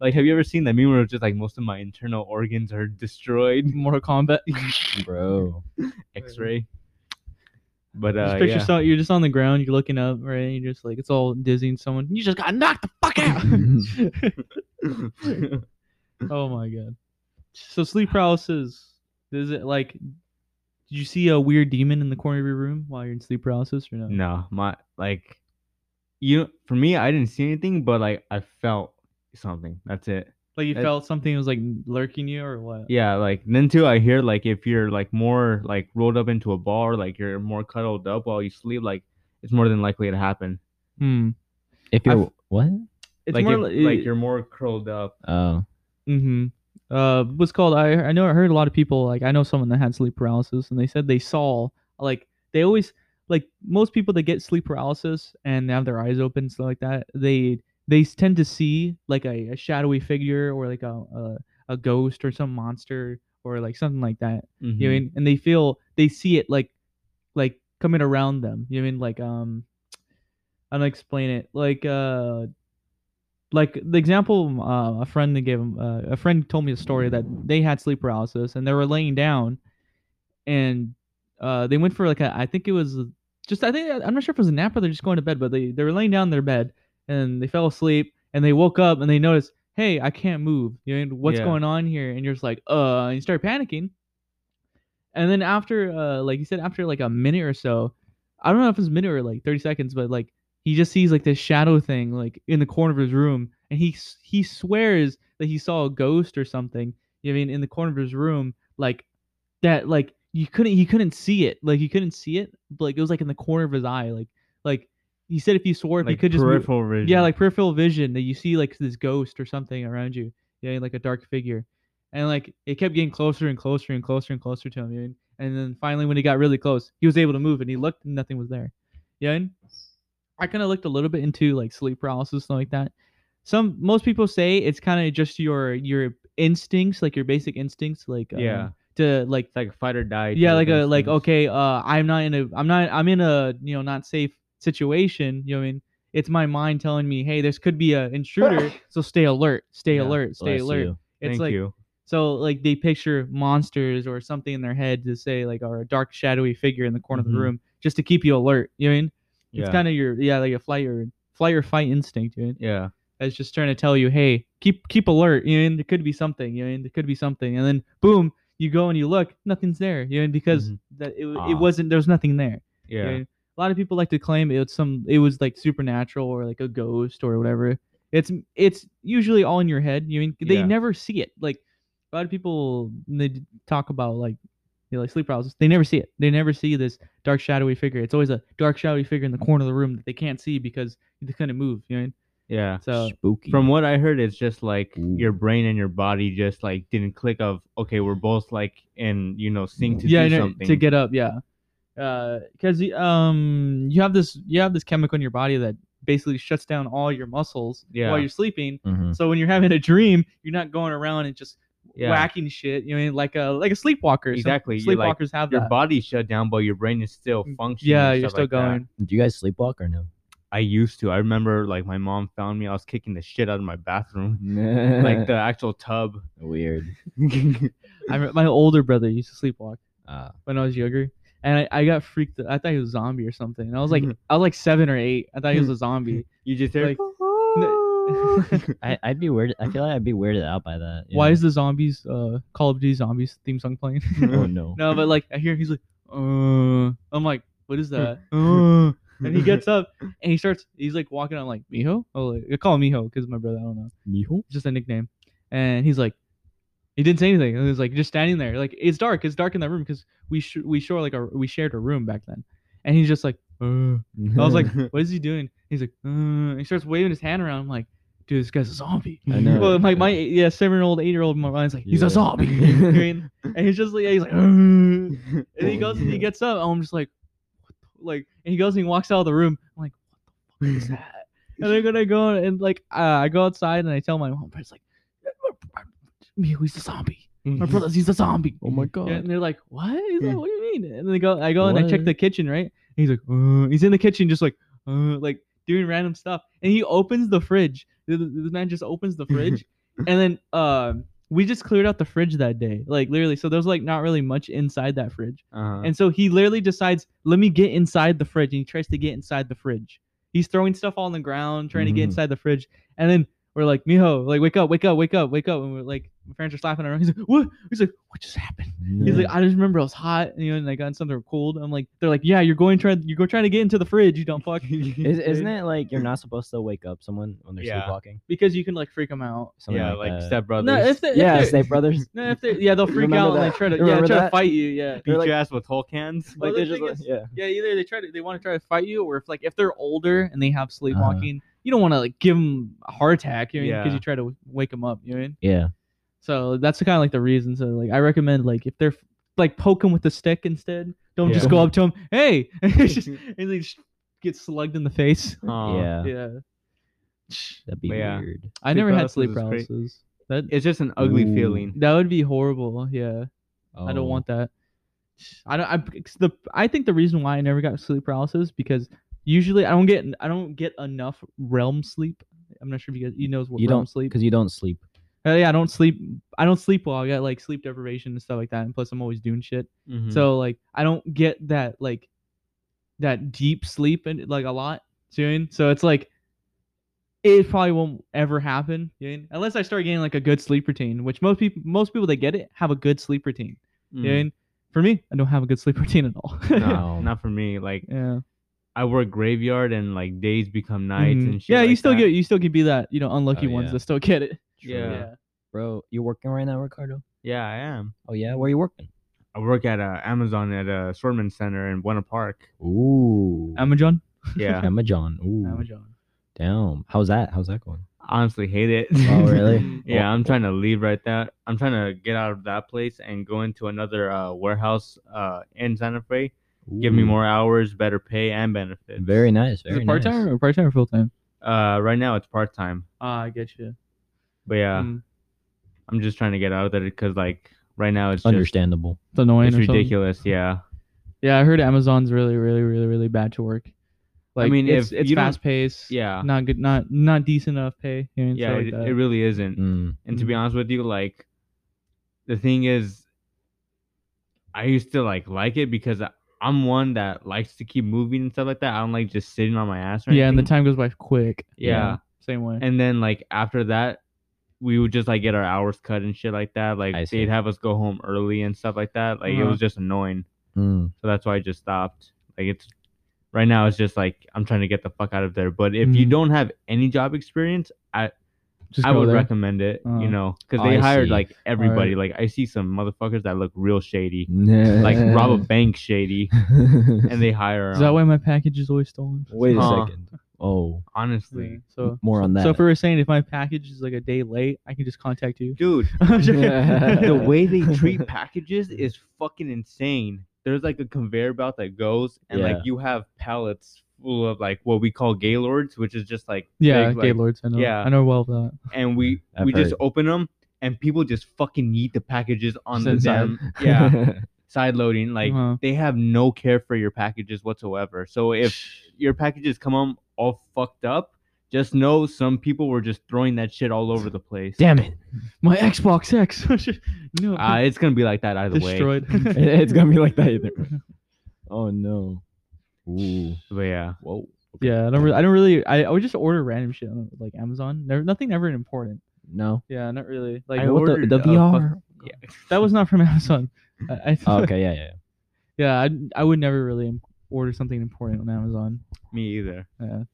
Speaker 3: Like, have you ever seen that meme where it's just like most of my internal organs are destroyed?
Speaker 4: Mortal Kombat.
Speaker 1: Bro.
Speaker 3: X-ray. But
Speaker 4: just
Speaker 3: uh,
Speaker 4: picture
Speaker 3: yeah.
Speaker 4: so- you're just on the ground, you're looking up, right? And you're just like, it's all dizzy, and someone, you just got knocked the fuck out. oh my god. So sleep paralysis. Is it like? Did you see a weird demon in the corner of your room while you're in sleep paralysis, or no?
Speaker 3: no, my like, you for me, I didn't see anything, but like I felt something. That's it.
Speaker 4: Like you
Speaker 3: That-
Speaker 4: felt something was like lurking you, or what?
Speaker 3: Yeah, like then too, I hear like if you're like more like rolled up into a ball, or, like you're more cuddled up while you sleep, like it's more than likely to happen.
Speaker 4: Hmm.
Speaker 1: If
Speaker 4: I
Speaker 1: you're what?
Speaker 4: It's
Speaker 3: like
Speaker 4: more
Speaker 3: if,
Speaker 4: li-
Speaker 3: like you're more curled up.
Speaker 1: Oh.
Speaker 4: Mm-hmm. Uh, what's called? I I know I heard a lot of people like I know someone that had sleep paralysis, and they said they saw like they always like most people that get sleep paralysis and they have their eyes open stuff like that. They they s- tend to see like a, a shadowy figure or like a, a a ghost or some monster or like something like that.
Speaker 3: Mm-hmm.
Speaker 4: You know what I mean? And they feel they see it like like coming around them. You know what I mean? Like um I don't know, explain it. Like uh like the example uh, a friend that gave him uh, a friend told me a story that they had sleep paralysis and they were laying down and uh they went for like a I think it was just I think I'm not sure if it was a nap or they're just going to bed, but they they were laying down in their bed and they fell asleep and they woke up and they noticed, hey, I can't move. You know what's
Speaker 3: Yeah.
Speaker 4: going on here? And you're just like, uh, and you start panicking. And then after, uh, like you said, after like a minute or so, I don't know if it's a minute or like 30 seconds, but like he just sees like this shadow thing like in the corner of his room, and he s- he swears that he saw a ghost or something. You know what I mean in the corner of his room, like that, like you couldn't he couldn't see it, like he couldn't see it, but, like it was like in the corner of his eye, like like he said if he swore if he
Speaker 3: Like
Speaker 4: could just move-
Speaker 3: peripheral vision.
Speaker 4: yeah, like peripheral vision that you see like this ghost or something around you, yeah, like a dark figure, and like it kept getting closer and closer and closer and closer to him, yeah, and then finally when he got really close, he was able to move and he looked and nothing was there, yeah. and- I kind of looked a little bit into like sleep paralysis, stuff like that. Some most people say it's kind of just your your instincts, like your basic instincts, like uh,
Speaker 3: Yeah.
Speaker 4: to like
Speaker 3: It's like fight or die.
Speaker 4: yeah,
Speaker 3: type
Speaker 4: like a like
Speaker 3: instincts.
Speaker 4: okay, uh, I'm not in a I'm not I'm in a you know not safe situation. You know what I mean? It's my mind telling me, hey, this could be an intruder, so stay alert, stay
Speaker 3: Yeah,
Speaker 4: alert, stay
Speaker 1: Bless
Speaker 4: alert.
Speaker 1: you.
Speaker 4: It's
Speaker 3: Thank
Speaker 4: like
Speaker 3: you.
Speaker 4: so like they picture monsters or something in their head to say like or a dark shadowy figure in the corner of
Speaker 1: Mhm.
Speaker 4: the room just to keep you alert. You know what I mean?
Speaker 3: Mm-hmm. Yeah.
Speaker 4: It's kind of your yeah like a flight or flight or fight instinct. You know? what I mean?
Speaker 3: yeah.
Speaker 4: That's just trying to tell you, hey, keep keep alert. You know, what I mean? there could be something. You know, what I mean? there could be something, and then boom, you go and you look, nothing's there. You know, what I mean? because
Speaker 3: Mhm.
Speaker 4: that it, it
Speaker 1: Ah.
Speaker 4: wasn't there was nothing there. you know what I
Speaker 3: Yeah.
Speaker 4: mean? a lot of people like to claim it was some it was like supernatural or like a ghost or whatever. It's it's usually all in your head. You know, what I mean they
Speaker 3: Yeah.
Speaker 4: never see it. Like a lot of people when they d- talk about like you know, like sleep paralysis, they never see it. They never see this dark shadowy figure. It's always a dark shadowy figure in the corner of the room that they can't see because they couldn't move. You know, what I mean?
Speaker 3: Yeah.
Speaker 4: so
Speaker 1: Spooky.
Speaker 3: From what I heard, it's just like
Speaker 1: Ooh.
Speaker 3: your brain and your body just like didn't click. Of okay, we're both like in you know sync to
Speaker 4: yeah,
Speaker 3: do
Speaker 4: no,
Speaker 3: something.
Speaker 4: to get up, yeah, because um you have this you have this chemical in your body that basically shuts down all your muscles
Speaker 3: Yeah.
Speaker 4: while you're sleeping.
Speaker 1: Mhm.
Speaker 4: So when you're having a dream, you're not going around and just
Speaker 3: Yeah.
Speaker 4: whacking shit. You know, what I mean? like a like a sleepwalker. Some
Speaker 3: Exactly, you're like-
Speaker 4: sleepwalkers have
Speaker 3: your
Speaker 4: that. Mm,
Speaker 3: body shut down, but your brain is still functioning.
Speaker 4: yeah,
Speaker 3: and
Speaker 4: you're
Speaker 3: stuff
Speaker 4: still
Speaker 3: like that.
Speaker 4: going.
Speaker 1: Do you guys sleepwalk or no?
Speaker 3: I used to. I remember like my mom found me. I was kicking the shit out of my bathroom, like the actual tub.
Speaker 1: weird.
Speaker 4: I remember my older brother used to sleepwalk
Speaker 1: Uh,
Speaker 4: when I was younger. And I, I got freaked. I thought he was a zombie or something. I was like, I was like seven or eight. I thought he was a zombie.
Speaker 3: You just hear
Speaker 4: Like,
Speaker 3: "Oh."
Speaker 1: I I'd be weird. I feel like I'd be weirded out by that. you
Speaker 4: Why
Speaker 1: know?
Speaker 4: is the zombies uh, Call of Duty zombies theme song playing?
Speaker 1: Oh no.
Speaker 4: No, but like I hear he's like, uh, I'm like, what is that? Uh, and he gets up and he starts, he's like walking on like Miho. Oh, like, I call him Miho because my brother. I don't know,
Speaker 1: Mijo?
Speaker 4: it's just a nickname. And he's like, he didn't say anything. He was like just standing there. Like it's dark. It's dark in that room because we sh- we share like a we shared a room back then. And he's just like, uh. I was like, what is he doing? He's like, uh. and he starts waving his hand around. I'm like, dude, this guy's a zombie.
Speaker 1: I know.
Speaker 4: Well, my my yeah, seven year old, eight year old, my mind's like, he's
Speaker 1: Yeah.
Speaker 4: a zombie. You know what I mean? and he's just like, he's like, "Uh," "Ugh." And he goes and he gets up. and I'm just like, what the, like, and he goes and he walks out of the room. I'm like, what the fuck is that? and they're gonna go and like, uh, I go outside and I tell my mom, but it's like, me, he's a zombie.
Speaker 3: Mm-hmm.
Speaker 4: My brother's he's a zombie.
Speaker 1: Oh my
Speaker 4: Yeah,
Speaker 1: god. Hmm.
Speaker 4: and they're like, what? He's like, what do you mean? And they go, I go and I check the
Speaker 1: What?
Speaker 4: kitchen, right? And he's like, uh, he's in the kitchen, just like, uh, like doing random stuff. And he opens the fridge. The, the, the man just opens the fridge, and then um, we just cleared out the fridge that day, like literally. So there's like not really much inside that fridge.
Speaker 3: Uh-huh.
Speaker 4: And so he literally decides, let me get inside the fridge. And he tries to get inside the fridge. He's throwing stuff on the ground, trying to
Speaker 1: Mhm.
Speaker 4: get inside the fridge. And then we're like, Miho, like, wake up, wake up, wake up, wake up. And we're like, my friends are slapping around. He's like, what? He's like, what just happened? He's like, I just remember I was hot, you know, and I got something cold. I'm like, they're like, yeah, you're going trying, you're going trying to get into the fridge, you dumb fuck,
Speaker 1: Is, isn't it like you're not supposed to wake up someone when they're
Speaker 3: Yeah.
Speaker 1: sleepwalking?
Speaker 4: because you can like freak them out.
Speaker 1: Something
Speaker 3: yeah,
Speaker 1: like,
Speaker 3: like
Speaker 1: that.
Speaker 3: step brothers.
Speaker 4: No, if they, if
Speaker 1: Yeah,
Speaker 4: they,
Speaker 1: Step Brothers.
Speaker 4: no, if they, yeah, they'll freak
Speaker 1: Remember
Speaker 4: out and
Speaker 1: that?
Speaker 4: they try to,
Speaker 1: You
Speaker 4: yeah,
Speaker 1: remember
Speaker 4: try to
Speaker 1: that?
Speaker 4: fight you, yeah.
Speaker 3: beat
Speaker 1: like-
Speaker 3: your ass with Hulk hands.
Speaker 4: Well,
Speaker 1: Like
Speaker 4: the
Speaker 1: they're just
Speaker 4: thing
Speaker 1: like,
Speaker 4: is-
Speaker 1: yeah.
Speaker 4: Yeah, either they try to they want to try to fight you, or if like if they're older and they
Speaker 3: Uh-huh.
Speaker 4: have sleepwalking, you don't want to like give them a heart attack, you know, because
Speaker 3: Yeah.
Speaker 4: you try to wake them up, you know. What I mean?
Speaker 1: Yeah.
Speaker 4: So that's kind of like the reason. So like I recommend like if they're like poke them with a stick instead, don't just
Speaker 3: Yeah.
Speaker 4: go up to them, hey, It's just, and they just get slugged in the face.
Speaker 3: Aw.
Speaker 1: yeah.
Speaker 4: Yeah,
Speaker 1: That'd be
Speaker 3: Uh, But yeah.
Speaker 1: weird.
Speaker 4: I never had
Speaker 3: paralysis
Speaker 4: sleep
Speaker 3: is great.
Speaker 4: paralysis. That
Speaker 3: It's just an ugly
Speaker 1: Ooh.
Speaker 3: feeling.
Speaker 4: that would be horrible. Yeah. I
Speaker 1: Oh.
Speaker 4: don't want that. I don't. I it's the. I think the reason why I never got sleep paralysis because usually I don't get. I don't get enough realm sleep. I'm not sure if you guys you knows what
Speaker 1: You
Speaker 4: realm
Speaker 1: don't
Speaker 4: sleep.
Speaker 1: because you don't sleep.
Speaker 4: Uh, yeah, I don't sleep. I don't sleep well. I got like sleep deprivation and stuff like that. And plus, I'm always doing shit.
Speaker 1: Mm-hmm.
Speaker 3: Mm-hmm.
Speaker 4: So like, I don't get that like, that deep sleep and like a lot soon. So it's like, it probably won't ever happen. you know? Unless I start getting like a good sleep routine, which most people most people that get it have a good sleep routine. Yeah,
Speaker 3: Mhm.
Speaker 4: and for me, I don't have a good sleep routine at all.
Speaker 3: No, not for me. Like
Speaker 4: yeah.
Speaker 3: I work graveyard and like days become nights
Speaker 4: Mhm.
Speaker 3: and shit.
Speaker 4: yeah, you
Speaker 3: like
Speaker 4: still
Speaker 3: that.
Speaker 4: get you still could be that, you know, unlucky
Speaker 1: Oh,
Speaker 4: ones
Speaker 1: yeah.
Speaker 4: that still get it.
Speaker 3: Yeah.
Speaker 1: Bro, you working right now, Ricardo?
Speaker 3: Yeah, I am.
Speaker 1: Oh yeah, where you working?
Speaker 3: I work at uh, Amazon at a assortment center in Buena Park.
Speaker 1: Ooh.
Speaker 4: Amazon?
Speaker 3: Yeah,
Speaker 1: Emma John. Ooh.
Speaker 4: Amazon.
Speaker 1: Damn. How's that? How's that going?
Speaker 3: honestly hate it.
Speaker 1: Oh really?
Speaker 3: yeah, I'm trying to leave right that. I'm trying to get out of that place and go into another uh, warehouse uh, in Santa Fe give me more hours, better pay, and benefits.
Speaker 1: Oh, Mm. Very nice.
Speaker 4: Is
Speaker 1: Very
Speaker 4: it part time
Speaker 1: nice.
Speaker 4: or part time or full time?
Speaker 3: Uh, right now it's part time,
Speaker 4: Ah, I get you.
Speaker 3: but yeah,
Speaker 4: Mm.
Speaker 3: I'm just trying to get out of there because like right now it's just
Speaker 1: Understandable.
Speaker 4: It's annoying.
Speaker 3: it's
Speaker 4: or something.
Speaker 3: ridiculous. Yeah,
Speaker 4: Yeah, I heard Amazon's really, really, really, really bad to work. Like,
Speaker 3: mean,
Speaker 4: it's,
Speaker 3: if
Speaker 4: it's
Speaker 3: you don't-
Speaker 4: fast paced.
Speaker 3: yeah,
Speaker 4: Not good. Not not decent enough pay. You know, and
Speaker 3: yeah.
Speaker 4: stuff like
Speaker 3: it,
Speaker 4: that.
Speaker 3: it really isn't.
Speaker 1: Mm.
Speaker 3: And to be honest with you, like the thing is, I used to like like it because I, I'm one that likes to keep moving and stuff like that. I don't like just sitting on my ass. Or
Speaker 4: yeah, and the
Speaker 3: anything.
Speaker 4: time goes by quick.
Speaker 3: Yeah.
Speaker 4: Same way.
Speaker 3: and then like after that, we would just like get our hours cut and shit like that.
Speaker 1: I
Speaker 3: Like
Speaker 1: see.
Speaker 3: they'd have us go home early and stuff like that. Like it
Speaker 4: Uh-huh.
Speaker 3: was just annoying.
Speaker 1: Mm.
Speaker 3: So that's why I just stopped. Like it's right now it's just like I'm trying to get the fuck out of there. But if you
Speaker 4: Mhm.
Speaker 3: don't have any job experience, I
Speaker 4: Just
Speaker 3: I
Speaker 4: go
Speaker 3: would
Speaker 4: there.
Speaker 3: recommend it.
Speaker 4: Uh,
Speaker 3: you know, because
Speaker 1: I
Speaker 3: they hired
Speaker 1: see.
Speaker 3: like everybody. Like I see some motherfuckers that look real shady, like
Speaker 1: like
Speaker 3: rob a bank shady, and they hire.
Speaker 4: Is that
Speaker 3: 'em.
Speaker 4: why my package is always stolen?
Speaker 1: Wait a
Speaker 3: Huh.
Speaker 1: second. Oh,
Speaker 3: Honestly,
Speaker 4: Uh, So
Speaker 1: more on that.
Speaker 4: so if we were saying if my package is like a day late, I can just contact you.
Speaker 3: dude,
Speaker 4: I'm joking.
Speaker 3: the way they treat packages is fucking insane. There's like a conveyor belt that goes, and
Speaker 1: Yeah.
Speaker 3: like you have pallets full of like what we call gaylords, which is just like
Speaker 4: yeah,
Speaker 3: big, like,
Speaker 4: Gaylords. I know.
Speaker 3: yeah.
Speaker 4: I know well of that.
Speaker 3: and we
Speaker 1: I've
Speaker 3: we just
Speaker 1: heard.
Speaker 3: open them and people just fucking eat the packages on
Speaker 4: Just
Speaker 3: the
Speaker 4: inside.
Speaker 3: damn yeah side loading like
Speaker 4: Uh-huh.
Speaker 3: they have no care for your packages whatsoever so if your packages come home all fucked up just know some people were just throwing that shit all over the place
Speaker 4: Damn it, my Xbox X. no.
Speaker 3: uh, it's gonna be like that either way
Speaker 4: destroyed.
Speaker 1: it's gonna be like that either. way. Oh no. Ooh.
Speaker 3: but yeah
Speaker 1: Whoa.
Speaker 4: yeah, I don't. Really, I don't really. I, I would just order random shit on like Amazon. Never, nothing ever important.
Speaker 1: No.
Speaker 4: Yeah, not really. Like
Speaker 3: I
Speaker 1: What the-
Speaker 3: ordered
Speaker 1: the
Speaker 3: a fuck-
Speaker 1: VR?
Speaker 3: yeah
Speaker 4: that was not from Amazon. I, I
Speaker 1: Oh, okay. Yeah. Yeah.
Speaker 4: Yeah, I, I would never really im- order something important on Amazon.
Speaker 3: me either
Speaker 4: Yeah.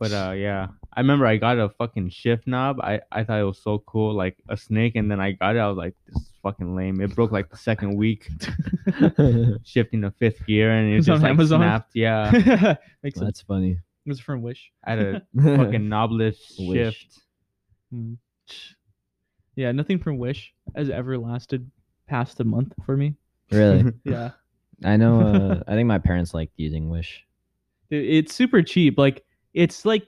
Speaker 3: but uh yeah i remember i got a fucking shift knob i i thought it was so cool like a snake and then i got it i was like this is fucking lame it broke like the second week
Speaker 1: yeah.
Speaker 3: shifting to fifth gear and it
Speaker 4: It's
Speaker 3: just
Speaker 4: on
Speaker 3: like
Speaker 4: Amazon?
Speaker 3: snapped. Yeah,
Speaker 4: Makes sense.
Speaker 1: That's funny.
Speaker 4: It was from Wish.
Speaker 3: I had a fucking knobless
Speaker 1: Wish.
Speaker 3: shift.
Speaker 4: Yeah, nothing from Wish has ever lasted past a month for me.
Speaker 1: really.
Speaker 4: Yeah.
Speaker 1: I know. Uh, I think my parents liked using Wish.
Speaker 4: Dude, it's super cheap. Like it's like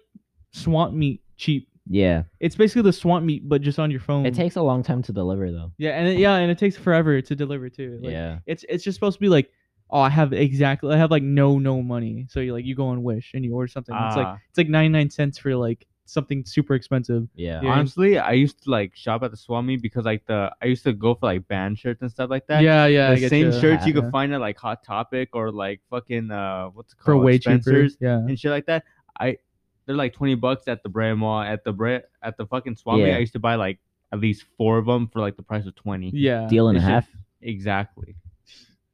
Speaker 4: swamp meat cheap.
Speaker 1: Yeah,
Speaker 4: It's basically the swamp meat but just on your phone.
Speaker 1: it takes a long time to deliver though.
Speaker 4: Yeah, and it, yeah, and it takes forever to deliver too. Like,
Speaker 1: yeah,
Speaker 4: It's it's just supposed to be like Oh, I have exactly. I have like no, no money. So you like you go on Wish and you order something. It's like
Speaker 3: Ah,
Speaker 4: it's like ninety nine cents for like something super expensive.
Speaker 1: yeah,
Speaker 4: yeah.
Speaker 3: honestly, I used to like shop at the Swami because like the I used to go for like band shirts and stuff like that.
Speaker 4: yeah, yeah. I
Speaker 3: the
Speaker 4: get
Speaker 3: same
Speaker 4: you.
Speaker 3: shirts you
Speaker 4: Yeah.
Speaker 3: could find at like Hot Topic or like fucking uh what's it
Speaker 4: for
Speaker 3: called
Speaker 4: way cheaper.
Speaker 3: Spencer's
Speaker 4: Yeah.
Speaker 3: and shit like that. I they're like twenty bucks at the brand mall at the brand at the fucking Swami.
Speaker 1: Yeah.
Speaker 3: I used to buy like at least four of them for like the price of twenty.
Speaker 4: Yeah.
Speaker 1: Deal and a
Speaker 3: It's just-
Speaker 1: half.
Speaker 3: Exactly.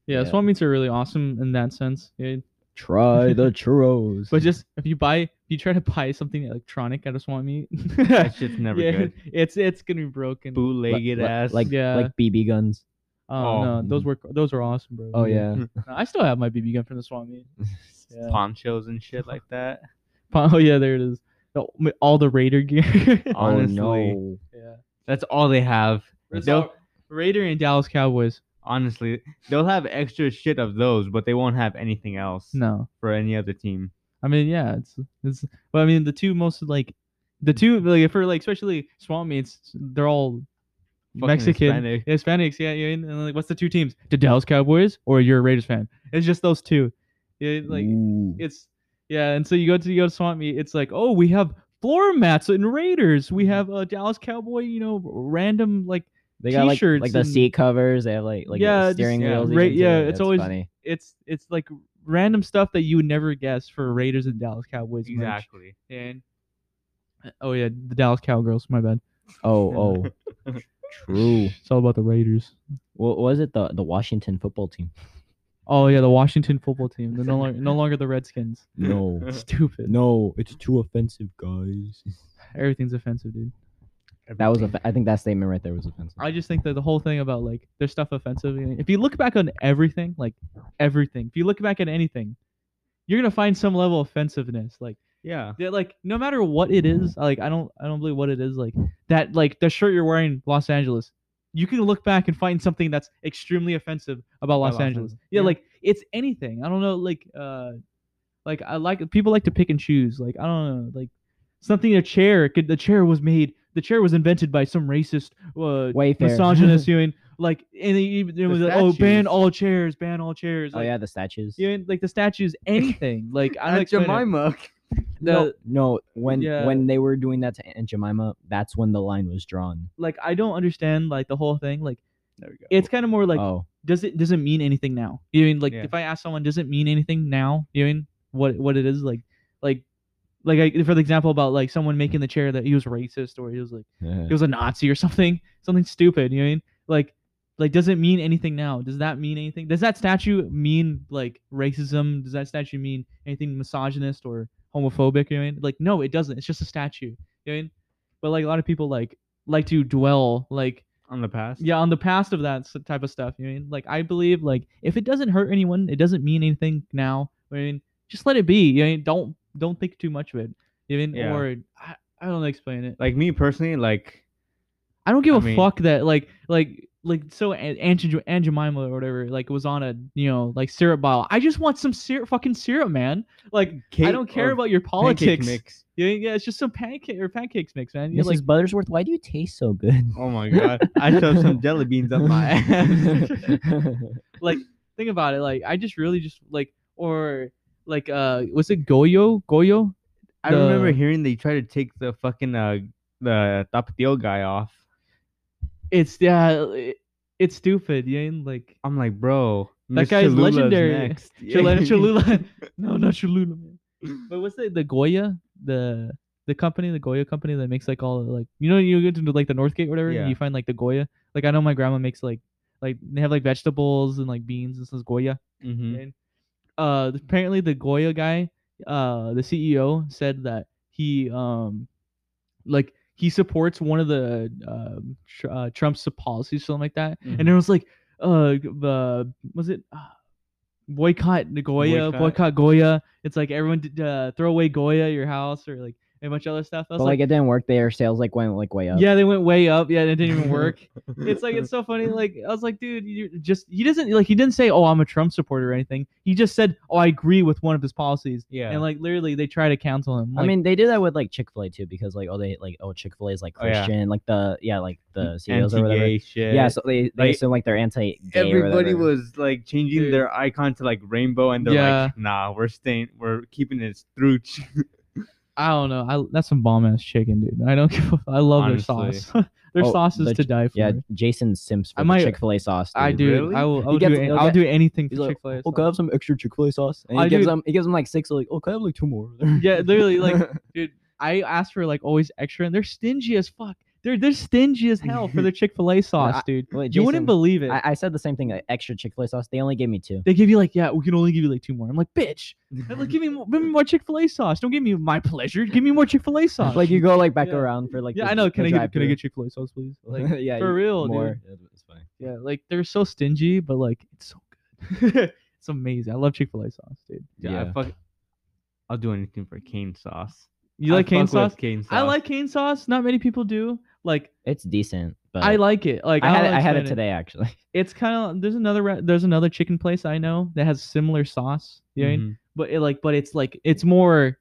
Speaker 4: Yeah,
Speaker 1: Yeah.
Speaker 4: swap meets are really awesome in that sense. Yeah.
Speaker 1: Try the churros.
Speaker 4: But just if you buy if you try to buy something electronic at a swap meet,
Speaker 3: That shit's never
Speaker 4: yeah,
Speaker 3: good.
Speaker 4: It's it's gonna be broken.
Speaker 1: Li-
Speaker 3: Bootlegged
Speaker 1: li-
Speaker 3: ass.
Speaker 1: like
Speaker 4: Yeah.
Speaker 1: like BB guns.
Speaker 4: Oh,
Speaker 3: Oh.
Speaker 4: no, those were those were awesome, bro.
Speaker 1: Oh yeah,
Speaker 4: No, I still have my BB gun from the swap meet. Yeah.
Speaker 3: ponchos and shit like that.
Speaker 4: Oh yeah, there it is. The- All the Raider gear.
Speaker 3: Honestly,
Speaker 1: oh,
Speaker 4: yeah.
Speaker 3: that's all they have.
Speaker 4: It's
Speaker 3: They'll,
Speaker 4: all Raider and Dallas Cowboys.
Speaker 3: honestly, they'll have extra shit of those, but they won't have anything else
Speaker 4: No.
Speaker 3: for any other team.
Speaker 4: I mean, yeah, it's it's. But I mean, the two most like, the two like for like especially swamp meets, they're all
Speaker 3: Fucking
Speaker 4: Mexican
Speaker 3: Hispanic.
Speaker 4: Hispanics. Yeah, you know, and like, what's the two teams? The Dallas Cowboys or you're a Raiders fan? It's just those two. Yeah, like
Speaker 1: Ooh.
Speaker 4: it's yeah, and so you go to you go to swamp meet. It's like oh, we have floor mats and Raiders. We have a Dallas Cowboy. You know, random like
Speaker 1: they got like
Speaker 4: t-shirts
Speaker 1: like the
Speaker 4: and-
Speaker 1: seat covers. They have like like
Speaker 4: Yeah,
Speaker 1: yeah,
Speaker 4: just-
Speaker 1: steering
Speaker 3: yeah,
Speaker 1: wheels.
Speaker 4: ra-
Speaker 1: even, too.
Speaker 4: yeah, it's always-
Speaker 1: funny.
Speaker 4: it's it's like random stuff that you would never guess for Raiders and Dallas Cowboys. merch.
Speaker 3: Exactly.
Speaker 4: And oh yeah, the Dallas Cowgirls. My bad.
Speaker 1: Oh oh, true.
Speaker 4: It's all about the Raiders.
Speaker 1: What was it? The the Washington football team?
Speaker 4: Oh yeah, the Washington football team. They're no longer no longer the Redskins.
Speaker 1: No,
Speaker 4: Stupid.
Speaker 1: no, it's too offensive, guys.
Speaker 4: Everything's offensive, dude.
Speaker 1: That was off- I think that statement right there was offensive.
Speaker 4: I just think that the whole thing about like their stuff offensive. you know, If you look back on everything, like everything, if you look back at anything, you're gonna find some level of offensiveness. Like
Speaker 3: Yeah.
Speaker 4: they're like no matter what it is, like I don't I don't believe what it is. Like that like the shirt you're wearing, Los Angeles. You can look back and find something that's extremely offensive about Los,
Speaker 3: Los
Speaker 4: Angeles.
Speaker 3: Angeles.
Speaker 4: Yeah,
Speaker 3: Yeah.
Speaker 4: like it's anything. I don't know, like uh, like I like people like to pick and choose. Like I don't know, like something a chair could the chair was made. The chair was invented by some racist uh,
Speaker 1: Wayfair.
Speaker 4: misogynist. You mean like and it, it was like, oh ban
Speaker 3: statues.
Speaker 4: all chairs, ban all chairs.
Speaker 1: oh
Speaker 4: Like,
Speaker 1: yeah, the statues.
Speaker 4: You mean, like the statues, anything. like uh, I don't
Speaker 5: Aunt
Speaker 4: explain it.
Speaker 5: Jemima.
Speaker 4: The-
Speaker 1: no, no. When
Speaker 4: yeah.
Speaker 1: when they were doing that to Aunt Jemima, that's when the line was drawn.
Speaker 4: like I don't understand like the whole thing. Like
Speaker 3: There we go.
Speaker 4: it's kind of more like
Speaker 1: oh,
Speaker 4: does it does it mean anything now? You mean like
Speaker 3: Yeah.
Speaker 4: if I ask someone does it mean anything now? You mean what what it is like like like I, for the example about like someone making the chair that he was racist or he was like he was a Nazi or something something stupid. You mean like like does it mean anything now? Does that mean anything? Does that statue mean like racism? Does that statue mean anything misogynist or homophobic? You mean like no, it doesn't. It's just a statue. You mean but like a lot of people like like to dwell like
Speaker 3: on the past.
Speaker 4: yeah on the past of that s- type of stuff you mean like i believe like if it doesn't hurt anyone it doesn't mean anything now i mean just let it be you mean don't don't think too much of it you mean
Speaker 3: Yeah.
Speaker 4: or I, I don't know how to explain it
Speaker 3: Like me personally, like
Speaker 4: i don't give
Speaker 3: I
Speaker 4: a
Speaker 3: mean-
Speaker 4: fuck that like like like so A- aunt, Jem- aunt jemima or whatever like was on a you know like syrup bottle i just want some syrup fucking syrup man like i
Speaker 3: cake
Speaker 4: don't care
Speaker 3: or
Speaker 4: about your
Speaker 3: pancake
Speaker 4: politics
Speaker 3: Mix.
Speaker 4: You mean, yeah it's just some pancake or pancakes mix man You're
Speaker 1: Mrs.
Speaker 4: like
Speaker 1: Buttersworth, why do you taste so good?
Speaker 3: Oh my god! I shoved some jelly beans up my ass.
Speaker 4: think about it like i just really just like or like uh was it goyo goyo
Speaker 3: I remember
Speaker 4: The-
Speaker 3: hearing they tried to take the fucking uh the tapatio guy off.
Speaker 4: it's yeah it, it's stupid you ain't like
Speaker 3: I'm like, bro,
Speaker 4: That
Speaker 3: Miss
Speaker 4: guy is
Speaker 3: Cholula's
Speaker 4: legendary.
Speaker 3: Next.
Speaker 4: Cholula, Cholula. no not Cholula man but what's the the Goya the the company the Goya company that makes like all the, like you know you get into like the Northgate or whatever and
Speaker 3: Yeah.
Speaker 4: you find like the Goya like I know my grandma makes like like they have like vegetables and like beans and stuff Goya
Speaker 3: Mhm.
Speaker 4: And, uh, apparently the Goya guy, uh, the CEO said that he um, like he supports one of the um tr- uh, Trump's policies, something like that. And it was like, uh, the was it uh, boycott the Goya, boycott.
Speaker 3: Boycott.
Speaker 4: Goya. It's like everyone d- uh, throw away Goya at your house or like and a bunch of other stuff. I was
Speaker 1: but like
Speaker 4: like,
Speaker 1: it didn't work. Their sales like went like way up.
Speaker 4: yeah, they went way up. Yeah, it didn't even work it's like it's so funny. Like I was like, dude, you just he doesn't like he didn't say, oh, I'm a Trump supporter or anything. He just said, oh, I agree with one of his policies.
Speaker 3: yeah.
Speaker 4: And like literally, they try to cancel him.
Speaker 1: I
Speaker 4: Like,
Speaker 1: mean, they did that with like Chick Fil A too, because like oh they like oh Chick Fil A is like
Speaker 3: Oh, yeah.
Speaker 1: Christian, like the yeah like the CEOs or whatever.
Speaker 3: anti-gay shit.
Speaker 1: Yeah, so they they
Speaker 3: Like,
Speaker 1: assume like they're anti.
Speaker 3: everybody was like changing
Speaker 4: Dude.
Speaker 3: their icon to like rainbow, and they're
Speaker 4: Yeah.
Speaker 3: like, nah, we're staying, we're keeping it through.
Speaker 4: I don't know. I that's some bomb ass chicken, dude. I don't give. A, I love their
Speaker 3: Honestly.
Speaker 4: sauce. their
Speaker 1: Oh,
Speaker 4: sauce is
Speaker 1: the
Speaker 4: to
Speaker 1: ch-
Speaker 4: die for.
Speaker 1: Yeah, Jason Sims
Speaker 4: I
Speaker 1: for
Speaker 4: might-
Speaker 1: Chick Fil A sauce. Dude.
Speaker 4: I do.
Speaker 3: Really?
Speaker 4: I will. I will do.
Speaker 1: gets-
Speaker 4: any-
Speaker 1: he'll
Speaker 4: I'll
Speaker 1: get-
Speaker 4: do anything
Speaker 1: He's
Speaker 4: for
Speaker 1: like,
Speaker 4: Chick Fil A.
Speaker 1: Oh, can I have some extra Chick Fil A sauce? And he
Speaker 4: I
Speaker 1: gives
Speaker 4: do-
Speaker 1: him he gives him like six. Like, oh, can I have like two more?
Speaker 4: yeah, literally, like dude, I asked for like always extra, and they're stingy as fuck. They're they're stingy as hell for their Chick Fil A sauce, dude.
Speaker 1: Wait,
Speaker 4: You wouldn't
Speaker 1: Jason,
Speaker 4: believe it.
Speaker 1: I, I said the same thing. Like, extra Chick Fil A sauce. They only gave me two.
Speaker 4: They give you like, yeah, we can only give you like two more. I'm like, bitch, I'm like, give me more, give me more Chick Fil A sauce. Don't give me my pleasure. Give me more Chick Fil A sauce.
Speaker 1: Like you go like back
Speaker 4: Yeah.
Speaker 1: around for like.
Speaker 4: yeah,
Speaker 1: the-
Speaker 4: I know.
Speaker 1: the
Speaker 4: Can I get can I
Speaker 1: drive-thru.
Speaker 4: get Chick Fil A sauce, please? Like,
Speaker 1: yeah,
Speaker 4: for
Speaker 1: you-
Speaker 4: real, dude.
Speaker 1: more. Yeah, It's fine.
Speaker 4: yeah, like they're so stingy, but like it's so good. it's amazing. I love Chick Fil A sauce, dude.
Speaker 3: Yeah, I fuck, I'll do anything for cane sauce.
Speaker 4: You
Speaker 3: I
Speaker 4: like cane
Speaker 3: fuck with
Speaker 4: sauce?
Speaker 3: Cane sauce.
Speaker 4: I like cane sauce. Not many people do. Like
Speaker 1: It's decent, but
Speaker 4: I like it. Like
Speaker 1: I had
Speaker 4: don't
Speaker 1: it, I had it
Speaker 4: explain
Speaker 1: today actually.
Speaker 4: It's kind of there's another re- there's another chicken place I know that has similar sauce. You know what I mean?
Speaker 3: Mhm.
Speaker 4: but it like but it's like it's more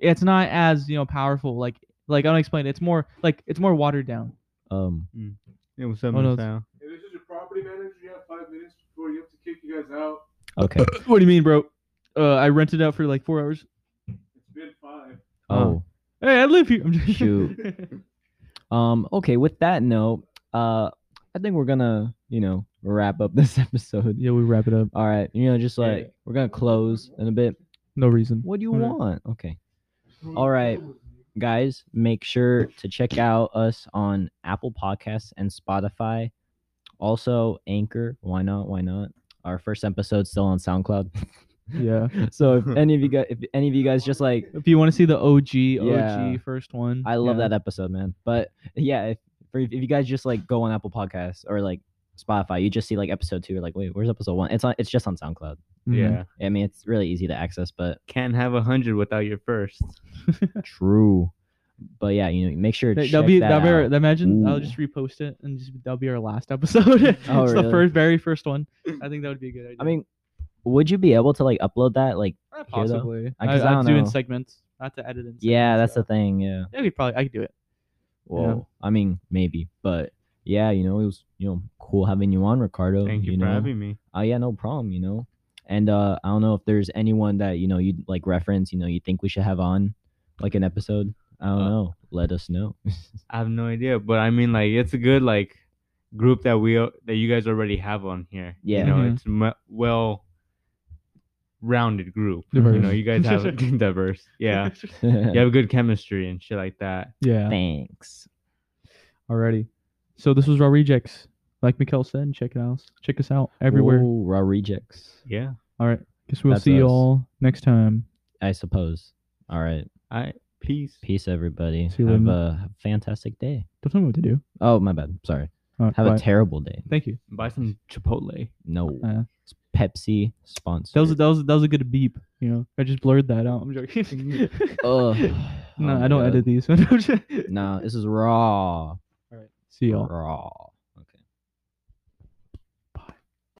Speaker 4: it's not as you know powerful like like i don't explain it. it's more like it's more watered down
Speaker 1: Um,
Speaker 3: Yeah, what's up,
Speaker 4: Oh, no,
Speaker 3: Miss
Speaker 4: it's-
Speaker 3: Al?
Speaker 2: Hey, this is your property manager. You have five minutes before you have to kick you guys out.
Speaker 1: okay.
Speaker 4: what do you mean bro uh i rented out for like four hours
Speaker 2: It's been five.
Speaker 1: Oh,
Speaker 4: hey i live here i'm just
Speaker 1: Shoot. um, okay. With that note, uh, I think we're gonna, you know, wrap up this episode.
Speaker 4: yeah we wrap it up
Speaker 1: All right, you know, just like we're gonna close in a bit.
Speaker 4: no reason
Speaker 1: What do you
Speaker 4: Okay.
Speaker 1: want? Okay. All right. Guys, make sure to check out us on Apple Podcasts and Spotify. Also, Anchor. Why not? Why not? Our first episode's still on SoundCloud.
Speaker 4: yeah
Speaker 1: so if any of you guys, if any of you guys just like,
Speaker 4: if you want to see the og
Speaker 1: Yeah.
Speaker 4: og first one
Speaker 1: I love
Speaker 4: yeah.
Speaker 1: that episode, man. But yeah, if, for, if you guys just like go on Apple Podcasts or like Spotify, you just see like episode two. You're like, wait, where's episode one? It's on. It's just on SoundCloud.
Speaker 4: Mm-hmm.
Speaker 3: Yeah,
Speaker 1: I mean, it's really easy to access, but
Speaker 3: can't have a hundred without your first.
Speaker 1: True. But yeah, you know, make sure to
Speaker 4: That,
Speaker 1: check
Speaker 4: that'll be
Speaker 1: that
Speaker 4: that'll be our-
Speaker 1: out.
Speaker 4: imagine I'll
Speaker 1: Ooh.
Speaker 4: just repost it and just that'll be our last episode. it's
Speaker 1: Oh,
Speaker 4: the
Speaker 1: really?
Speaker 4: first very first one. I think that would be a good idea.
Speaker 1: I mean, would you be able to like upload that? Like,
Speaker 4: Eh,
Speaker 1: though.
Speaker 4: Possibly.
Speaker 1: I-
Speaker 4: I,
Speaker 1: 'cause I
Speaker 4: I,
Speaker 1: don't
Speaker 4: do in
Speaker 1: know.
Speaker 4: segments. I have to edit in. Segments,
Speaker 1: yeah, that's
Speaker 4: so.
Speaker 1: the thing. Yeah.
Speaker 4: Yeah, we probably I could do it.
Speaker 1: Well, I mean, maybe, but yeah, you know, it was you know cool having you on, Ricardo.
Speaker 3: Thank you, for
Speaker 1: know?
Speaker 3: having me.
Speaker 1: Oh yeah, no problem. You know, and uh, I don't know if there's anyone that you know you'd like reference. You know, you think we should have on like an episode. I don't
Speaker 3: Uh,
Speaker 1: know. Let us know.
Speaker 3: I have no idea, but I mean, like, it's a good like group that we al- that you guys already have on here.
Speaker 1: Yeah.
Speaker 3: you know,
Speaker 4: Mhm.
Speaker 3: it's m- well rounded group. You
Speaker 1: Mm-hmm.
Speaker 2: Diverse.
Speaker 3: know, you guys have diverse. Yeah, you have good chemistry and shit like that.
Speaker 4: Yeah.
Speaker 1: Thanks.
Speaker 4: Alrighty. So this was Raw Rejects. Like Mikkel said, check it out. Check us out everywhere.
Speaker 1: Ooh, raw rejects.
Speaker 3: Yeah,
Speaker 4: All right. Guess we'll
Speaker 1: That's
Speaker 4: see you
Speaker 1: us.
Speaker 4: all next time.
Speaker 1: I suppose. All right.
Speaker 3: I peace.
Speaker 1: Peace, everybody.
Speaker 4: See you
Speaker 1: have
Speaker 4: later.
Speaker 1: a fantastic day.
Speaker 4: Don't tell me what to do.
Speaker 1: Oh, my bad. Sorry.
Speaker 4: All right,
Speaker 1: Have
Speaker 4: Uh, bye.
Speaker 1: a terrible day.
Speaker 4: Thank you.
Speaker 3: Buy some Chipotle.
Speaker 1: No.
Speaker 4: Uh,
Speaker 1: It's Pepsi sponsor.
Speaker 4: that was that was that was a good beep. You know, I just blurred that out. I'm joking.
Speaker 1: Ugh. Oh
Speaker 4: no,
Speaker 1: my
Speaker 4: I don't
Speaker 1: God.
Speaker 4: edit these. I'm just-
Speaker 1: No, this is raw.
Speaker 4: See y'all.
Speaker 1: Raw.